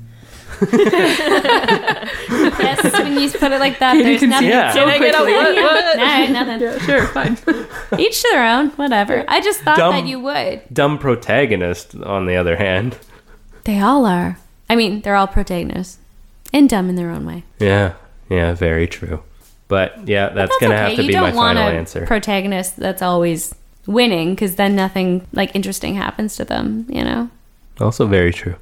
Speaker 3: yes, when you put it like that,
Speaker 7: Katie
Speaker 3: there's
Speaker 7: can see
Speaker 3: nothing.
Speaker 7: it so Can I get a quickly. what- what?
Speaker 3: No, nothing.
Speaker 5: sure, fine.
Speaker 3: Each to their own. Whatever. I just thought
Speaker 7: Dumb.
Speaker 3: that you would.
Speaker 7: Dumb protagonist, on the other hand.
Speaker 3: They all are. I mean, they're all protagonists and dumb in their own way.
Speaker 7: Yeah, yeah, very true. But yeah, that's,
Speaker 3: That's
Speaker 7: gonna
Speaker 3: okay.
Speaker 7: have to
Speaker 3: you
Speaker 7: be
Speaker 3: don't
Speaker 7: my
Speaker 3: want
Speaker 7: final
Speaker 3: a
Speaker 7: answer.
Speaker 3: protagonist that's always winning because then nothing like interesting happens to them, you know.
Speaker 7: also very true.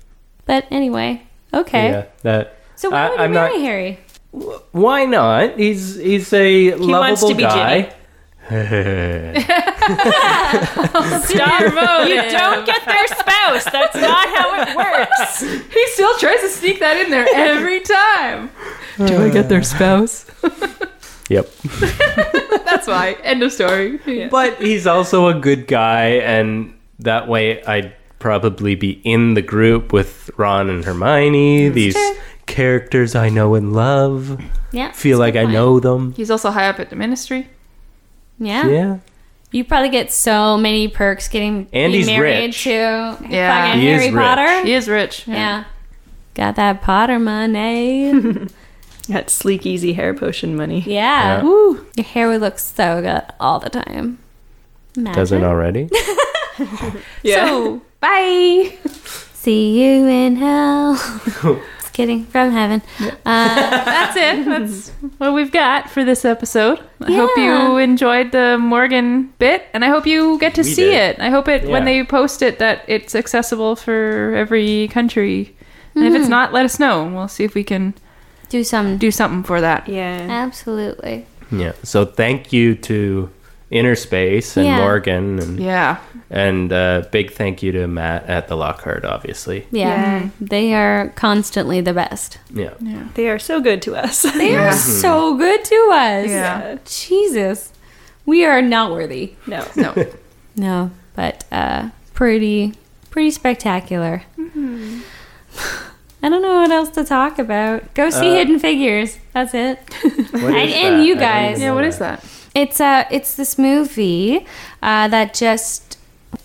Speaker 3: But anyway, okay.
Speaker 7: Yeah, that.
Speaker 3: So why
Speaker 7: I-
Speaker 3: would you
Speaker 7: I'm
Speaker 3: marry
Speaker 7: not-
Speaker 3: Harry?
Speaker 7: Why not? He's he's a lovable
Speaker 3: wants to be
Speaker 7: guy.
Speaker 5: Stop.
Speaker 6: Promote
Speaker 5: you
Speaker 6: him.
Speaker 5: don't get their spouse. That's not how it works.
Speaker 6: he still tries to sneak that in there every time.
Speaker 7: Do I get their spouse? yep.
Speaker 6: That's why. End of story.
Speaker 7: But he's also a good guy, and that way I'd probably be in the group with Ron and Hermione. these characters I know and love.
Speaker 3: Yeah,
Speaker 7: Feel like I know them.
Speaker 6: He's also high up at the ministry.
Speaker 3: Yeah.
Speaker 7: Yeah.
Speaker 3: You probably get so many perks getting
Speaker 7: And
Speaker 3: be
Speaker 7: he's
Speaker 3: married
Speaker 7: rich.
Speaker 3: to
Speaker 6: Yeah.
Speaker 3: fucking
Speaker 7: He is
Speaker 3: Harry
Speaker 7: rich.
Speaker 3: Potter.
Speaker 6: He is rich.
Speaker 3: Yeah. Got that Potter money.
Speaker 5: That sleek, easy hair potion money.
Speaker 3: yeah.
Speaker 7: Yeah.
Speaker 3: Woo. Your hair would look so good all the time. Imagine.
Speaker 7: Doesn't already?
Speaker 3: So, bye. See you in hell. Just kidding. From heaven. Uh,
Speaker 6: That's it. That's what we've got for this episode. I hope
Speaker 3: Yeah.
Speaker 6: you enjoyed the Morgan bit, and I hope you get to
Speaker 7: We
Speaker 6: see
Speaker 7: did.
Speaker 6: it. I hope it when
Speaker 7: Yeah.
Speaker 6: they post it that it's accessible for every country. And if it's
Speaker 3: Mhm.
Speaker 6: not, let us know, and we'll see if we can
Speaker 3: do some
Speaker 6: do something for that.
Speaker 5: Yeah.
Speaker 3: absolutely.
Speaker 7: Yeah. So thank you to Interspace and
Speaker 3: Yeah.
Speaker 7: Morgan and
Speaker 6: Yeah.
Speaker 7: and uh, big thank you to Matt at the Lockhart, obviously.
Speaker 3: Yeah. They are constantly the best.
Speaker 7: Yeah.
Speaker 5: They are so good to us.
Speaker 3: They are so good to us.
Speaker 6: Yeah.
Speaker 3: Jesus. We are not worthy.
Speaker 5: No.
Speaker 6: No.
Speaker 3: No, but uh pretty pretty spectacular. Mm-hmm. I don't know what else to talk about. Go see
Speaker 6: Uh,
Speaker 3: Hidden Figures. That's it.
Speaker 6: What
Speaker 3: and
Speaker 6: is
Speaker 3: and
Speaker 6: that?
Speaker 3: you
Speaker 6: I don't
Speaker 3: guys.
Speaker 6: even Yeah, know what is that.
Speaker 3: It's uh it's this movie uh that just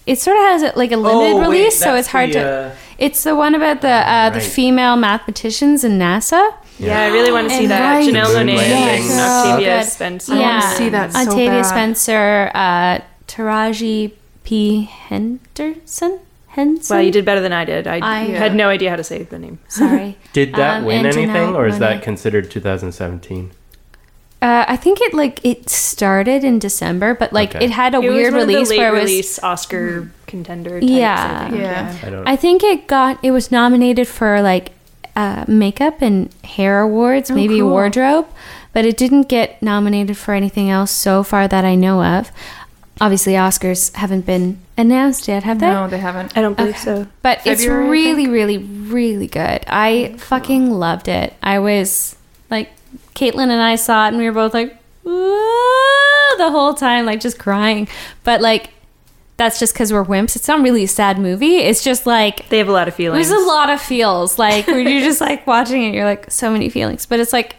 Speaker 3: it sort of has a, like a limited
Speaker 2: Oh, wait,
Speaker 3: release, so
Speaker 2: that's
Speaker 3: it's hard
Speaker 2: the,
Speaker 3: to
Speaker 2: uh,
Speaker 3: It's the one about the uh, the
Speaker 2: Right.
Speaker 3: female mathematicians in NASA.
Speaker 5: Yeah, I really want to see
Speaker 3: And
Speaker 5: that.
Speaker 3: right.
Speaker 5: Janelle
Speaker 7: Moon
Speaker 5: Monae,
Speaker 7: landing.
Speaker 3: So
Speaker 5: Octavia
Speaker 3: good.
Speaker 5: Spencer.
Speaker 3: Yeah.
Speaker 5: so
Speaker 3: Octavia
Speaker 5: bad.
Speaker 3: Spencer, uh, Taraji P. Henderson. Henson.
Speaker 5: Wow, you did better than I did. I,
Speaker 3: I- uh,
Speaker 5: had no idea how to say the name.
Speaker 3: Sorry.
Speaker 7: Did that
Speaker 3: Um,
Speaker 7: win
Speaker 3: and Janelle
Speaker 7: anything, or is
Speaker 3: Monáe.
Speaker 7: that considered 2017?
Speaker 3: Uh, I think it like it started in December, but like
Speaker 5: Okay.
Speaker 3: it had a
Speaker 5: It was
Speaker 3: weird
Speaker 5: one of the
Speaker 3: release
Speaker 5: late
Speaker 3: where it was Mm-hmm.
Speaker 5: release Oscar contender. types, I
Speaker 3: yeah.
Speaker 5: think.
Speaker 3: I, think it got it was nominated for like uh, makeup and hair awards,
Speaker 5: Oh,
Speaker 3: maybe
Speaker 5: cool.
Speaker 3: wardrobe, but it didn't get nominated for anything else so far that I know of. Obviously, Oscars haven't been announced yet, have they?
Speaker 6: No, they haven't. I
Speaker 5: don't believe so.
Speaker 3: But
Speaker 6: February, I
Speaker 3: it's really, really, really good. I fucking loved it. I was like, Caitlin and I saw it, and we were both like, "Whoa," the whole time, like just crying. But like, that's just because we're wimps. It's not really a sad movie. It's just like
Speaker 5: they have a lot of feelings.
Speaker 3: There's a lot of feels. Like when you're just like watching it, you're like so many feelings. But it's like,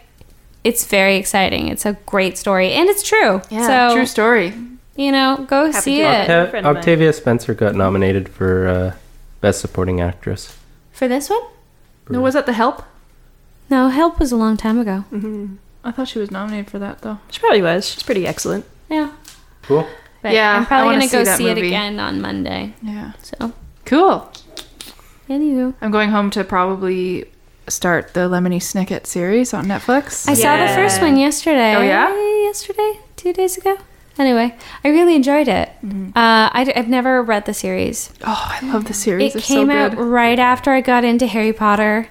Speaker 3: it's very exciting. It's a great story, and it's true.
Speaker 6: Yeah,
Speaker 3: so,
Speaker 6: true story.
Speaker 3: You know, go see it
Speaker 7: Octa- Octavia Spencer got nominated for uh, Best Supporting Actress.
Speaker 3: for this one.
Speaker 6: No, was that The Help?
Speaker 3: No, Help was a long time ago.
Speaker 6: I thought she was nominated for that though.
Speaker 5: She probably was. She's pretty excellent.
Speaker 3: Yeah.
Speaker 7: Cool.
Speaker 3: But
Speaker 6: Yeah,
Speaker 3: I'm
Speaker 6: I
Speaker 3: probably
Speaker 6: wanna
Speaker 3: gonna go
Speaker 6: see that
Speaker 3: see, it
Speaker 6: movie.
Speaker 3: again on Monday.
Speaker 6: Yeah.
Speaker 3: So
Speaker 6: Cool.
Speaker 3: Anywho,
Speaker 6: I'm going home to probably start the Lemony Snicket series on Netflix.
Speaker 3: I saw the first one yesterday.
Speaker 6: Oh, yeah?
Speaker 3: yesterday, two days ago. Anyway, I really enjoyed it.
Speaker 6: Mm-hmm.
Speaker 3: Uh, I, have never read the series.
Speaker 6: Oh, I love the series.
Speaker 3: It
Speaker 6: They're so
Speaker 3: came out
Speaker 6: good.
Speaker 3: right after I got into Harry Potter.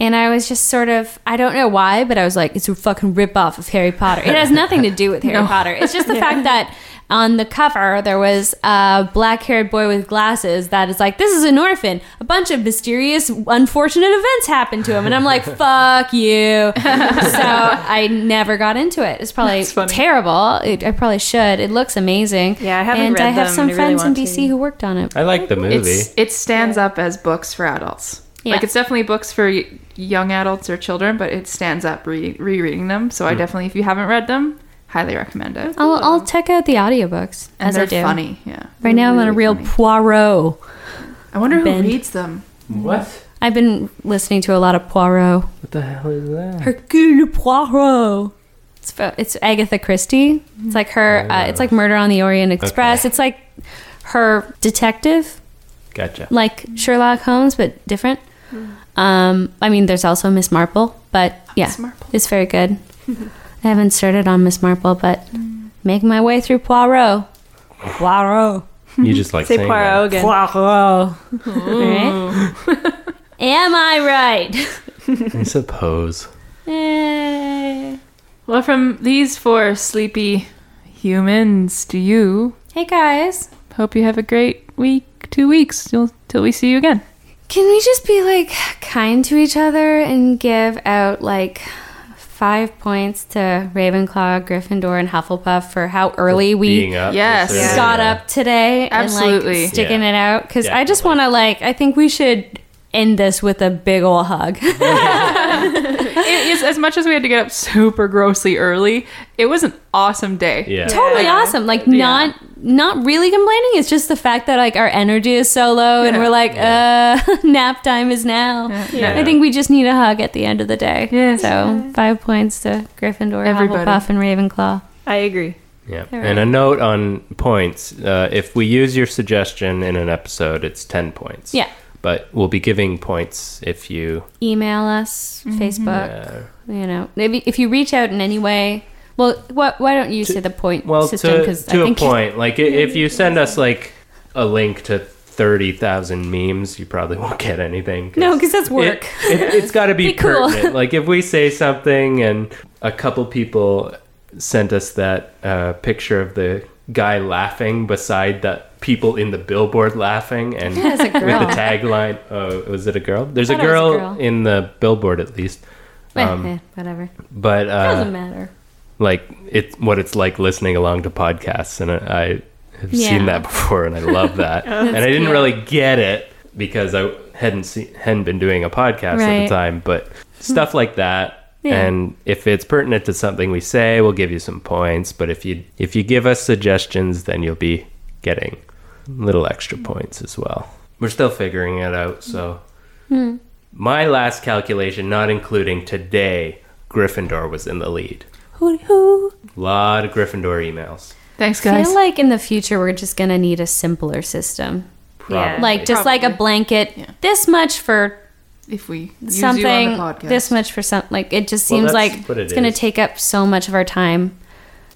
Speaker 3: And I was just sort of, I don't know why, but I was like, it's a fucking ripoff of Harry Potter. It has nothing to do with Harry
Speaker 2: No.
Speaker 3: Potter. It's just the fact that on the cover, there was a black haired boy with glasses that is like, this is an orphan. A bunch of mysterious, unfortunate events happened to him. And I'm like, fuck you. so I never got into it. It's probably terrible. It, I probably should. It looks amazing. Yeah, I
Speaker 5: haven't
Speaker 3: And
Speaker 5: read
Speaker 3: I have
Speaker 5: them,
Speaker 3: some
Speaker 5: and I really
Speaker 3: friends in
Speaker 5: want to.
Speaker 3: DC who worked on it.
Speaker 7: I like the movie.
Speaker 6: It's, it stands up as books for adults.
Speaker 3: Yeah.
Speaker 6: Like it's definitely books for y- young adults or children, but it stands up re- rereading them. So I
Speaker 3: Mm.
Speaker 6: definitely, if you haven't read them, highly recommend it.
Speaker 3: I'll, I'll check out the audiobooks
Speaker 6: And
Speaker 3: as
Speaker 6: they're
Speaker 3: I do.
Speaker 6: funny, yeah.
Speaker 3: Right now I'm on a real Poirot.
Speaker 6: I wonder who
Speaker 3: bend.
Speaker 6: reads them.
Speaker 7: What?
Speaker 3: I've been listening to a lot of Poirot.
Speaker 7: What the hell is that?
Speaker 3: Hercule Poirot. It's, fo- it's Agatha Christie. It's like her. Uh, it's like Murder on the Orient Express. It's like her detective,
Speaker 7: Gotcha.
Speaker 3: like Sherlock Holmes, but different.
Speaker 6: Hmm.
Speaker 3: Um, I mean, there's also Miss Marple, but
Speaker 6: Oh,
Speaker 3: yeah, it's very good. I haven't started on Miss Marple, but
Speaker 6: Hmm.
Speaker 3: making my way through Poirot. Poirot.
Speaker 7: You just like Say saying Poirot that. again.
Speaker 3: Poirot. Right?
Speaker 6: Mm.
Speaker 3: Am I right?
Speaker 7: I suppose.
Speaker 3: Yay.
Speaker 6: Well, from these four sleepy humans to you,
Speaker 3: Hey guys,
Speaker 6: hope you have a great week, two weeks, till, till we see you again.
Speaker 3: can we just be like kind to each other and give out like five points to Ravenclaw, Gryffindor, and Hufflepuff for how early we
Speaker 2: being up
Speaker 6: Yes. this early,
Speaker 3: got
Speaker 6: yeah.
Speaker 3: up today and
Speaker 6: Absolutely.
Speaker 3: like sticking
Speaker 6: Yeah.
Speaker 3: it out? Because I just want to like, I think we should end this with a big ol' hug.
Speaker 6: it is as much as we had to get up super grossly early. It was an awesome day.
Speaker 7: Yeah.
Speaker 3: totally awesome like not not really complaining it's just the fact that like our energy is so low and
Speaker 6: Yeah.
Speaker 3: we're like uh nap time is now
Speaker 6: Yeah.
Speaker 3: i think we just need a hug at the end of the day so five points to gryffindor
Speaker 5: Everybody.
Speaker 3: hufflepuff and ravenclaw
Speaker 5: I agree.
Speaker 7: Yeah.
Speaker 3: All
Speaker 7: And a
Speaker 3: right.
Speaker 7: note on points. Uh, if we use your suggestion in an episode, it's 10 points.
Speaker 3: Yeah.
Speaker 7: But we'll be giving points if you.
Speaker 3: email us
Speaker 7: Mm-hmm.
Speaker 3: facebook you know maybe if you reach out in any way well what why don't you say the point
Speaker 7: Well,
Speaker 3: system
Speaker 7: to,
Speaker 3: because i
Speaker 7: to a
Speaker 3: think
Speaker 7: point. Like, i- if you send us, like, a link to 30,000 memes, you probably won't get anything.
Speaker 3: no because that's work
Speaker 7: It, it, has got to be,
Speaker 3: Be cool.
Speaker 7: pertinent. Like, if we say something and a couple people sent us that uh, picture of the guy laughing beside the people in the billboard laughing and
Speaker 2: Yeah, it's a
Speaker 7: with the
Speaker 2: girl.
Speaker 7: tagline oh was it a girl there's a
Speaker 3: Thought it was a
Speaker 7: girl,
Speaker 3: girl.
Speaker 7: in the billboard at least
Speaker 3: Eh,
Speaker 7: Um,
Speaker 3: eh, whatever
Speaker 7: but uh,
Speaker 3: doesn't matter
Speaker 7: like it's what it's like listening along to podcasts and i have
Speaker 3: Yeah.
Speaker 7: seen that before and i love that
Speaker 3: Oh,
Speaker 7: and i
Speaker 3: that's
Speaker 7: didn't
Speaker 3: cute.
Speaker 7: really get it because i hadn't seen hadn't been doing a podcast at
Speaker 3: Right.
Speaker 7: the time but stuff like that
Speaker 3: Yeah.
Speaker 7: and if it's pertinent to something we say we'll give you some points but if you if you give us suggestions then you'll be getting little extra points as well we're still figuring it out so
Speaker 2: Hmm.
Speaker 7: my last calculation not including today gryffindor was in the lead
Speaker 3: who who
Speaker 7: lot of Gryffindor emails.
Speaker 6: Thanks,
Speaker 3: I
Speaker 6: guys.
Speaker 3: feel like in the future we're just gonna need a simpler system.
Speaker 7: Probably.
Speaker 3: Like just like a blanket, this much for
Speaker 6: if we use you on the
Speaker 3: something
Speaker 6: podcast.
Speaker 3: this much for some like it just
Speaker 6: Well,
Speaker 3: seems
Speaker 6: that's
Speaker 3: like
Speaker 6: what it
Speaker 3: it's going to
Speaker 6: is.
Speaker 3: take up so much of our time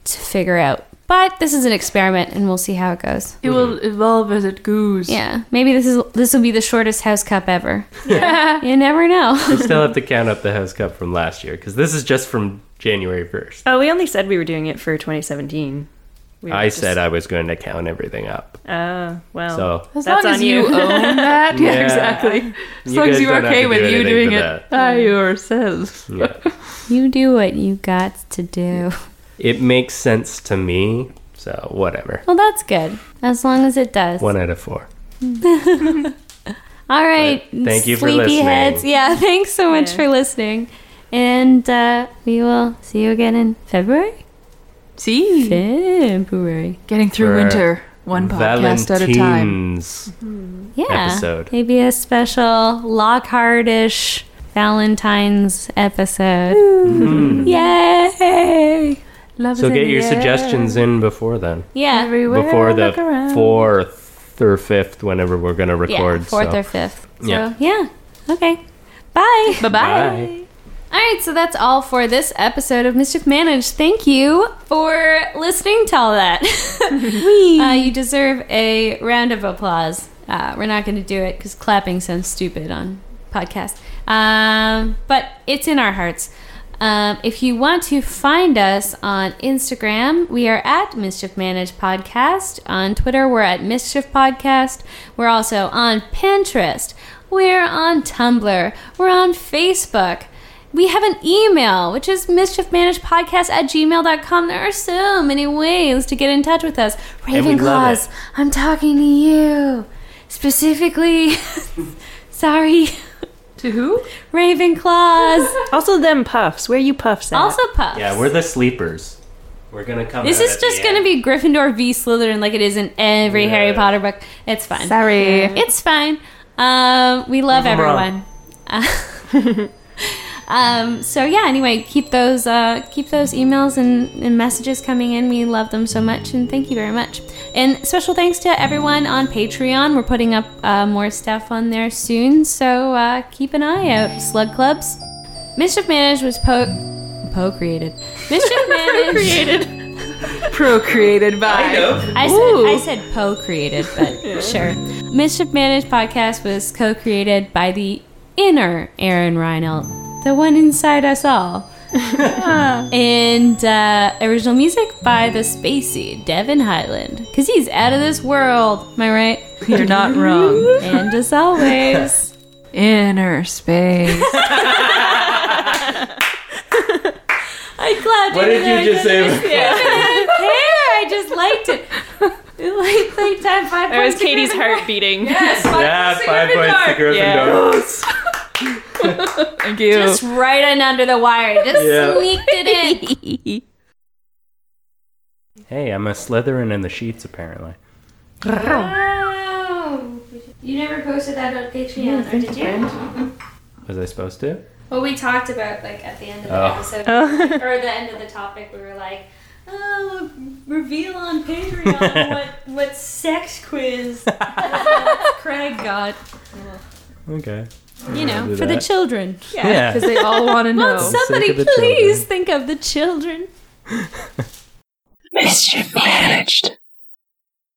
Speaker 3: to figure out. But this is an experiment, and we'll see how it goes.
Speaker 6: It will evolve as it goes.
Speaker 3: Yeah, maybe this is this will be the shortest house cup ever. you never
Speaker 7: We
Speaker 3: know.
Speaker 7: still have to count up the House Cup from last year because this is just from January 1st.
Speaker 5: Oh, we only said we were doing it for 2017. We were
Speaker 7: I
Speaker 5: Oh, just-
Speaker 7: said I was going to count everything up.
Speaker 5: Oh, well.
Speaker 7: So-
Speaker 5: that's on you.
Speaker 6: own that, yeah,
Speaker 7: Yeah.
Speaker 6: exactly. As
Speaker 7: You
Speaker 6: long as
Speaker 7: guys
Speaker 6: you're
Speaker 7: don't have
Speaker 6: okay
Speaker 7: to
Speaker 6: with
Speaker 7: do
Speaker 6: you
Speaker 7: anything
Speaker 6: doing
Speaker 7: to
Speaker 6: it
Speaker 7: that.
Speaker 3: Mm.
Speaker 6: by yourself.
Speaker 7: Yeah.
Speaker 3: you do what you got to do.
Speaker 7: It makes sense to me, so whatever.
Speaker 3: Well, that's good as long as it does.
Speaker 7: One out of four.
Speaker 3: All right.
Speaker 7: thank you for
Speaker 3: sleepy
Speaker 7: listening.
Speaker 3: heads. Yeah, thanks so much for listening. And uh, we will see you again in February.
Speaker 6: See?
Speaker 3: Mm.
Speaker 6: Mm.
Speaker 3: February.
Speaker 6: Getting through
Speaker 7: For
Speaker 6: winter, one podcast at a time.
Speaker 7: Valentine's
Speaker 3: Yeah.
Speaker 7: Episode.
Speaker 3: Maybe a special Lockhardish Valentine's episode.
Speaker 7: Mhm.
Speaker 3: Yay! Love
Speaker 7: So get your suggestions in before then.
Speaker 3: Yeah. Everywhere
Speaker 7: Before
Speaker 3: I
Speaker 7: the
Speaker 3: look around.
Speaker 7: fourth or fifth, whenever we're going to record.
Speaker 3: Yeah, fourth
Speaker 7: so.
Speaker 3: or fifth. So,
Speaker 7: Yeah.
Speaker 3: yeah. Okay. Bye.
Speaker 7: Bye.
Speaker 3: All right, so that's all for this episode of Mischief Managed. Thank you for listening to all that. uh, you deserve a round of applause. Uh, we're not going to do it because clapping sounds stupid on podcast, um, but it's in our hearts. Um, if you want to find us on Instagram, we are at Mischief Managed Podcast. On Twitter, we're at Mischief Podcast. We're also on Pinterest. We're on Tumblr. We're on Facebook. We have an email, which is mischiefmanagedpodcast at gmail.com. There are so many ways to get in touch with us.
Speaker 11: And we love
Speaker 3: Ravenclaws, I'm talking to you. Specifically, sorry.
Speaker 6: To who?
Speaker 3: Ravenclaws.
Speaker 5: also, them puffs. Where you puffs at?
Speaker 3: also, Puff.
Speaker 7: Yeah, we're the sleepers. We're going to come
Speaker 3: This
Speaker 7: out
Speaker 3: is
Speaker 7: at
Speaker 3: just
Speaker 7: the
Speaker 3: going to be Gryffindor v Slytherin, like it is in every Harry Potter book. It's fine.
Speaker 6: Sorry.
Speaker 3: It's fine. Um, we love
Speaker 6: Move 'em
Speaker 3: everyone. Uh, um, so yeah. Anyway, keep those uh, keep those emails and, and messages coming in. We love them so much, and thank you very much. And special thanks to everyone on Patreon. We're putting up uh, more stuff on there soon, so uh, keep an eye out. Slug clubs. Mischief Managed was po po created. Mischief Managed
Speaker 6: Procreated. Procreated by.
Speaker 3: I said I said co-created, but sure. Mischief Managed podcast was co-created by the inner Aaron Reinald, the one inside us all. Ah. and uh, original music by the spacey Devin Highland, cause he's out of this world. Am I right?
Speaker 6: You're not wrong.
Speaker 3: And as always,
Speaker 6: Inner space.
Speaker 3: I clapped.
Speaker 6: What
Speaker 3: even
Speaker 6: did
Speaker 3: though
Speaker 6: you just
Speaker 3: I didn't
Speaker 6: say?
Speaker 3: understand it. I didn't care. I just liked it. Like, like time five.
Speaker 5: That was
Speaker 3: points to
Speaker 5: Katie's
Speaker 3: Gryffindor.
Speaker 5: heart beating.
Speaker 3: Yes, five
Speaker 7: Yeah,
Speaker 3: points to
Speaker 7: five points to Gryffindor.
Speaker 6: Thank you.
Speaker 3: Just right in under the wire. Just
Speaker 7: Yeah.
Speaker 3: sneaked it in.
Speaker 7: Hey, I'm a Slytherin in the sheets, apparently.
Speaker 3: Wow. You never posted that on Patreon, or did you?
Speaker 7: Was I supposed to?
Speaker 3: Well, we talked about like at the end of the
Speaker 7: Oh.
Speaker 3: episode
Speaker 7: Oh.
Speaker 3: or the end of the topic, we were like, "Oh, reveal on Patreon what what sex quiz uh, Craig got."
Speaker 7: Okay.
Speaker 3: You
Speaker 7: I'll
Speaker 3: know,
Speaker 7: do
Speaker 3: for the
Speaker 7: that.
Speaker 3: children.
Speaker 7: Yeah. 'Cause they all wanna
Speaker 3: Won't
Speaker 7: know. For the sake
Speaker 3: somebody
Speaker 7: of the
Speaker 3: please think of the children?
Speaker 10: Mischief managed.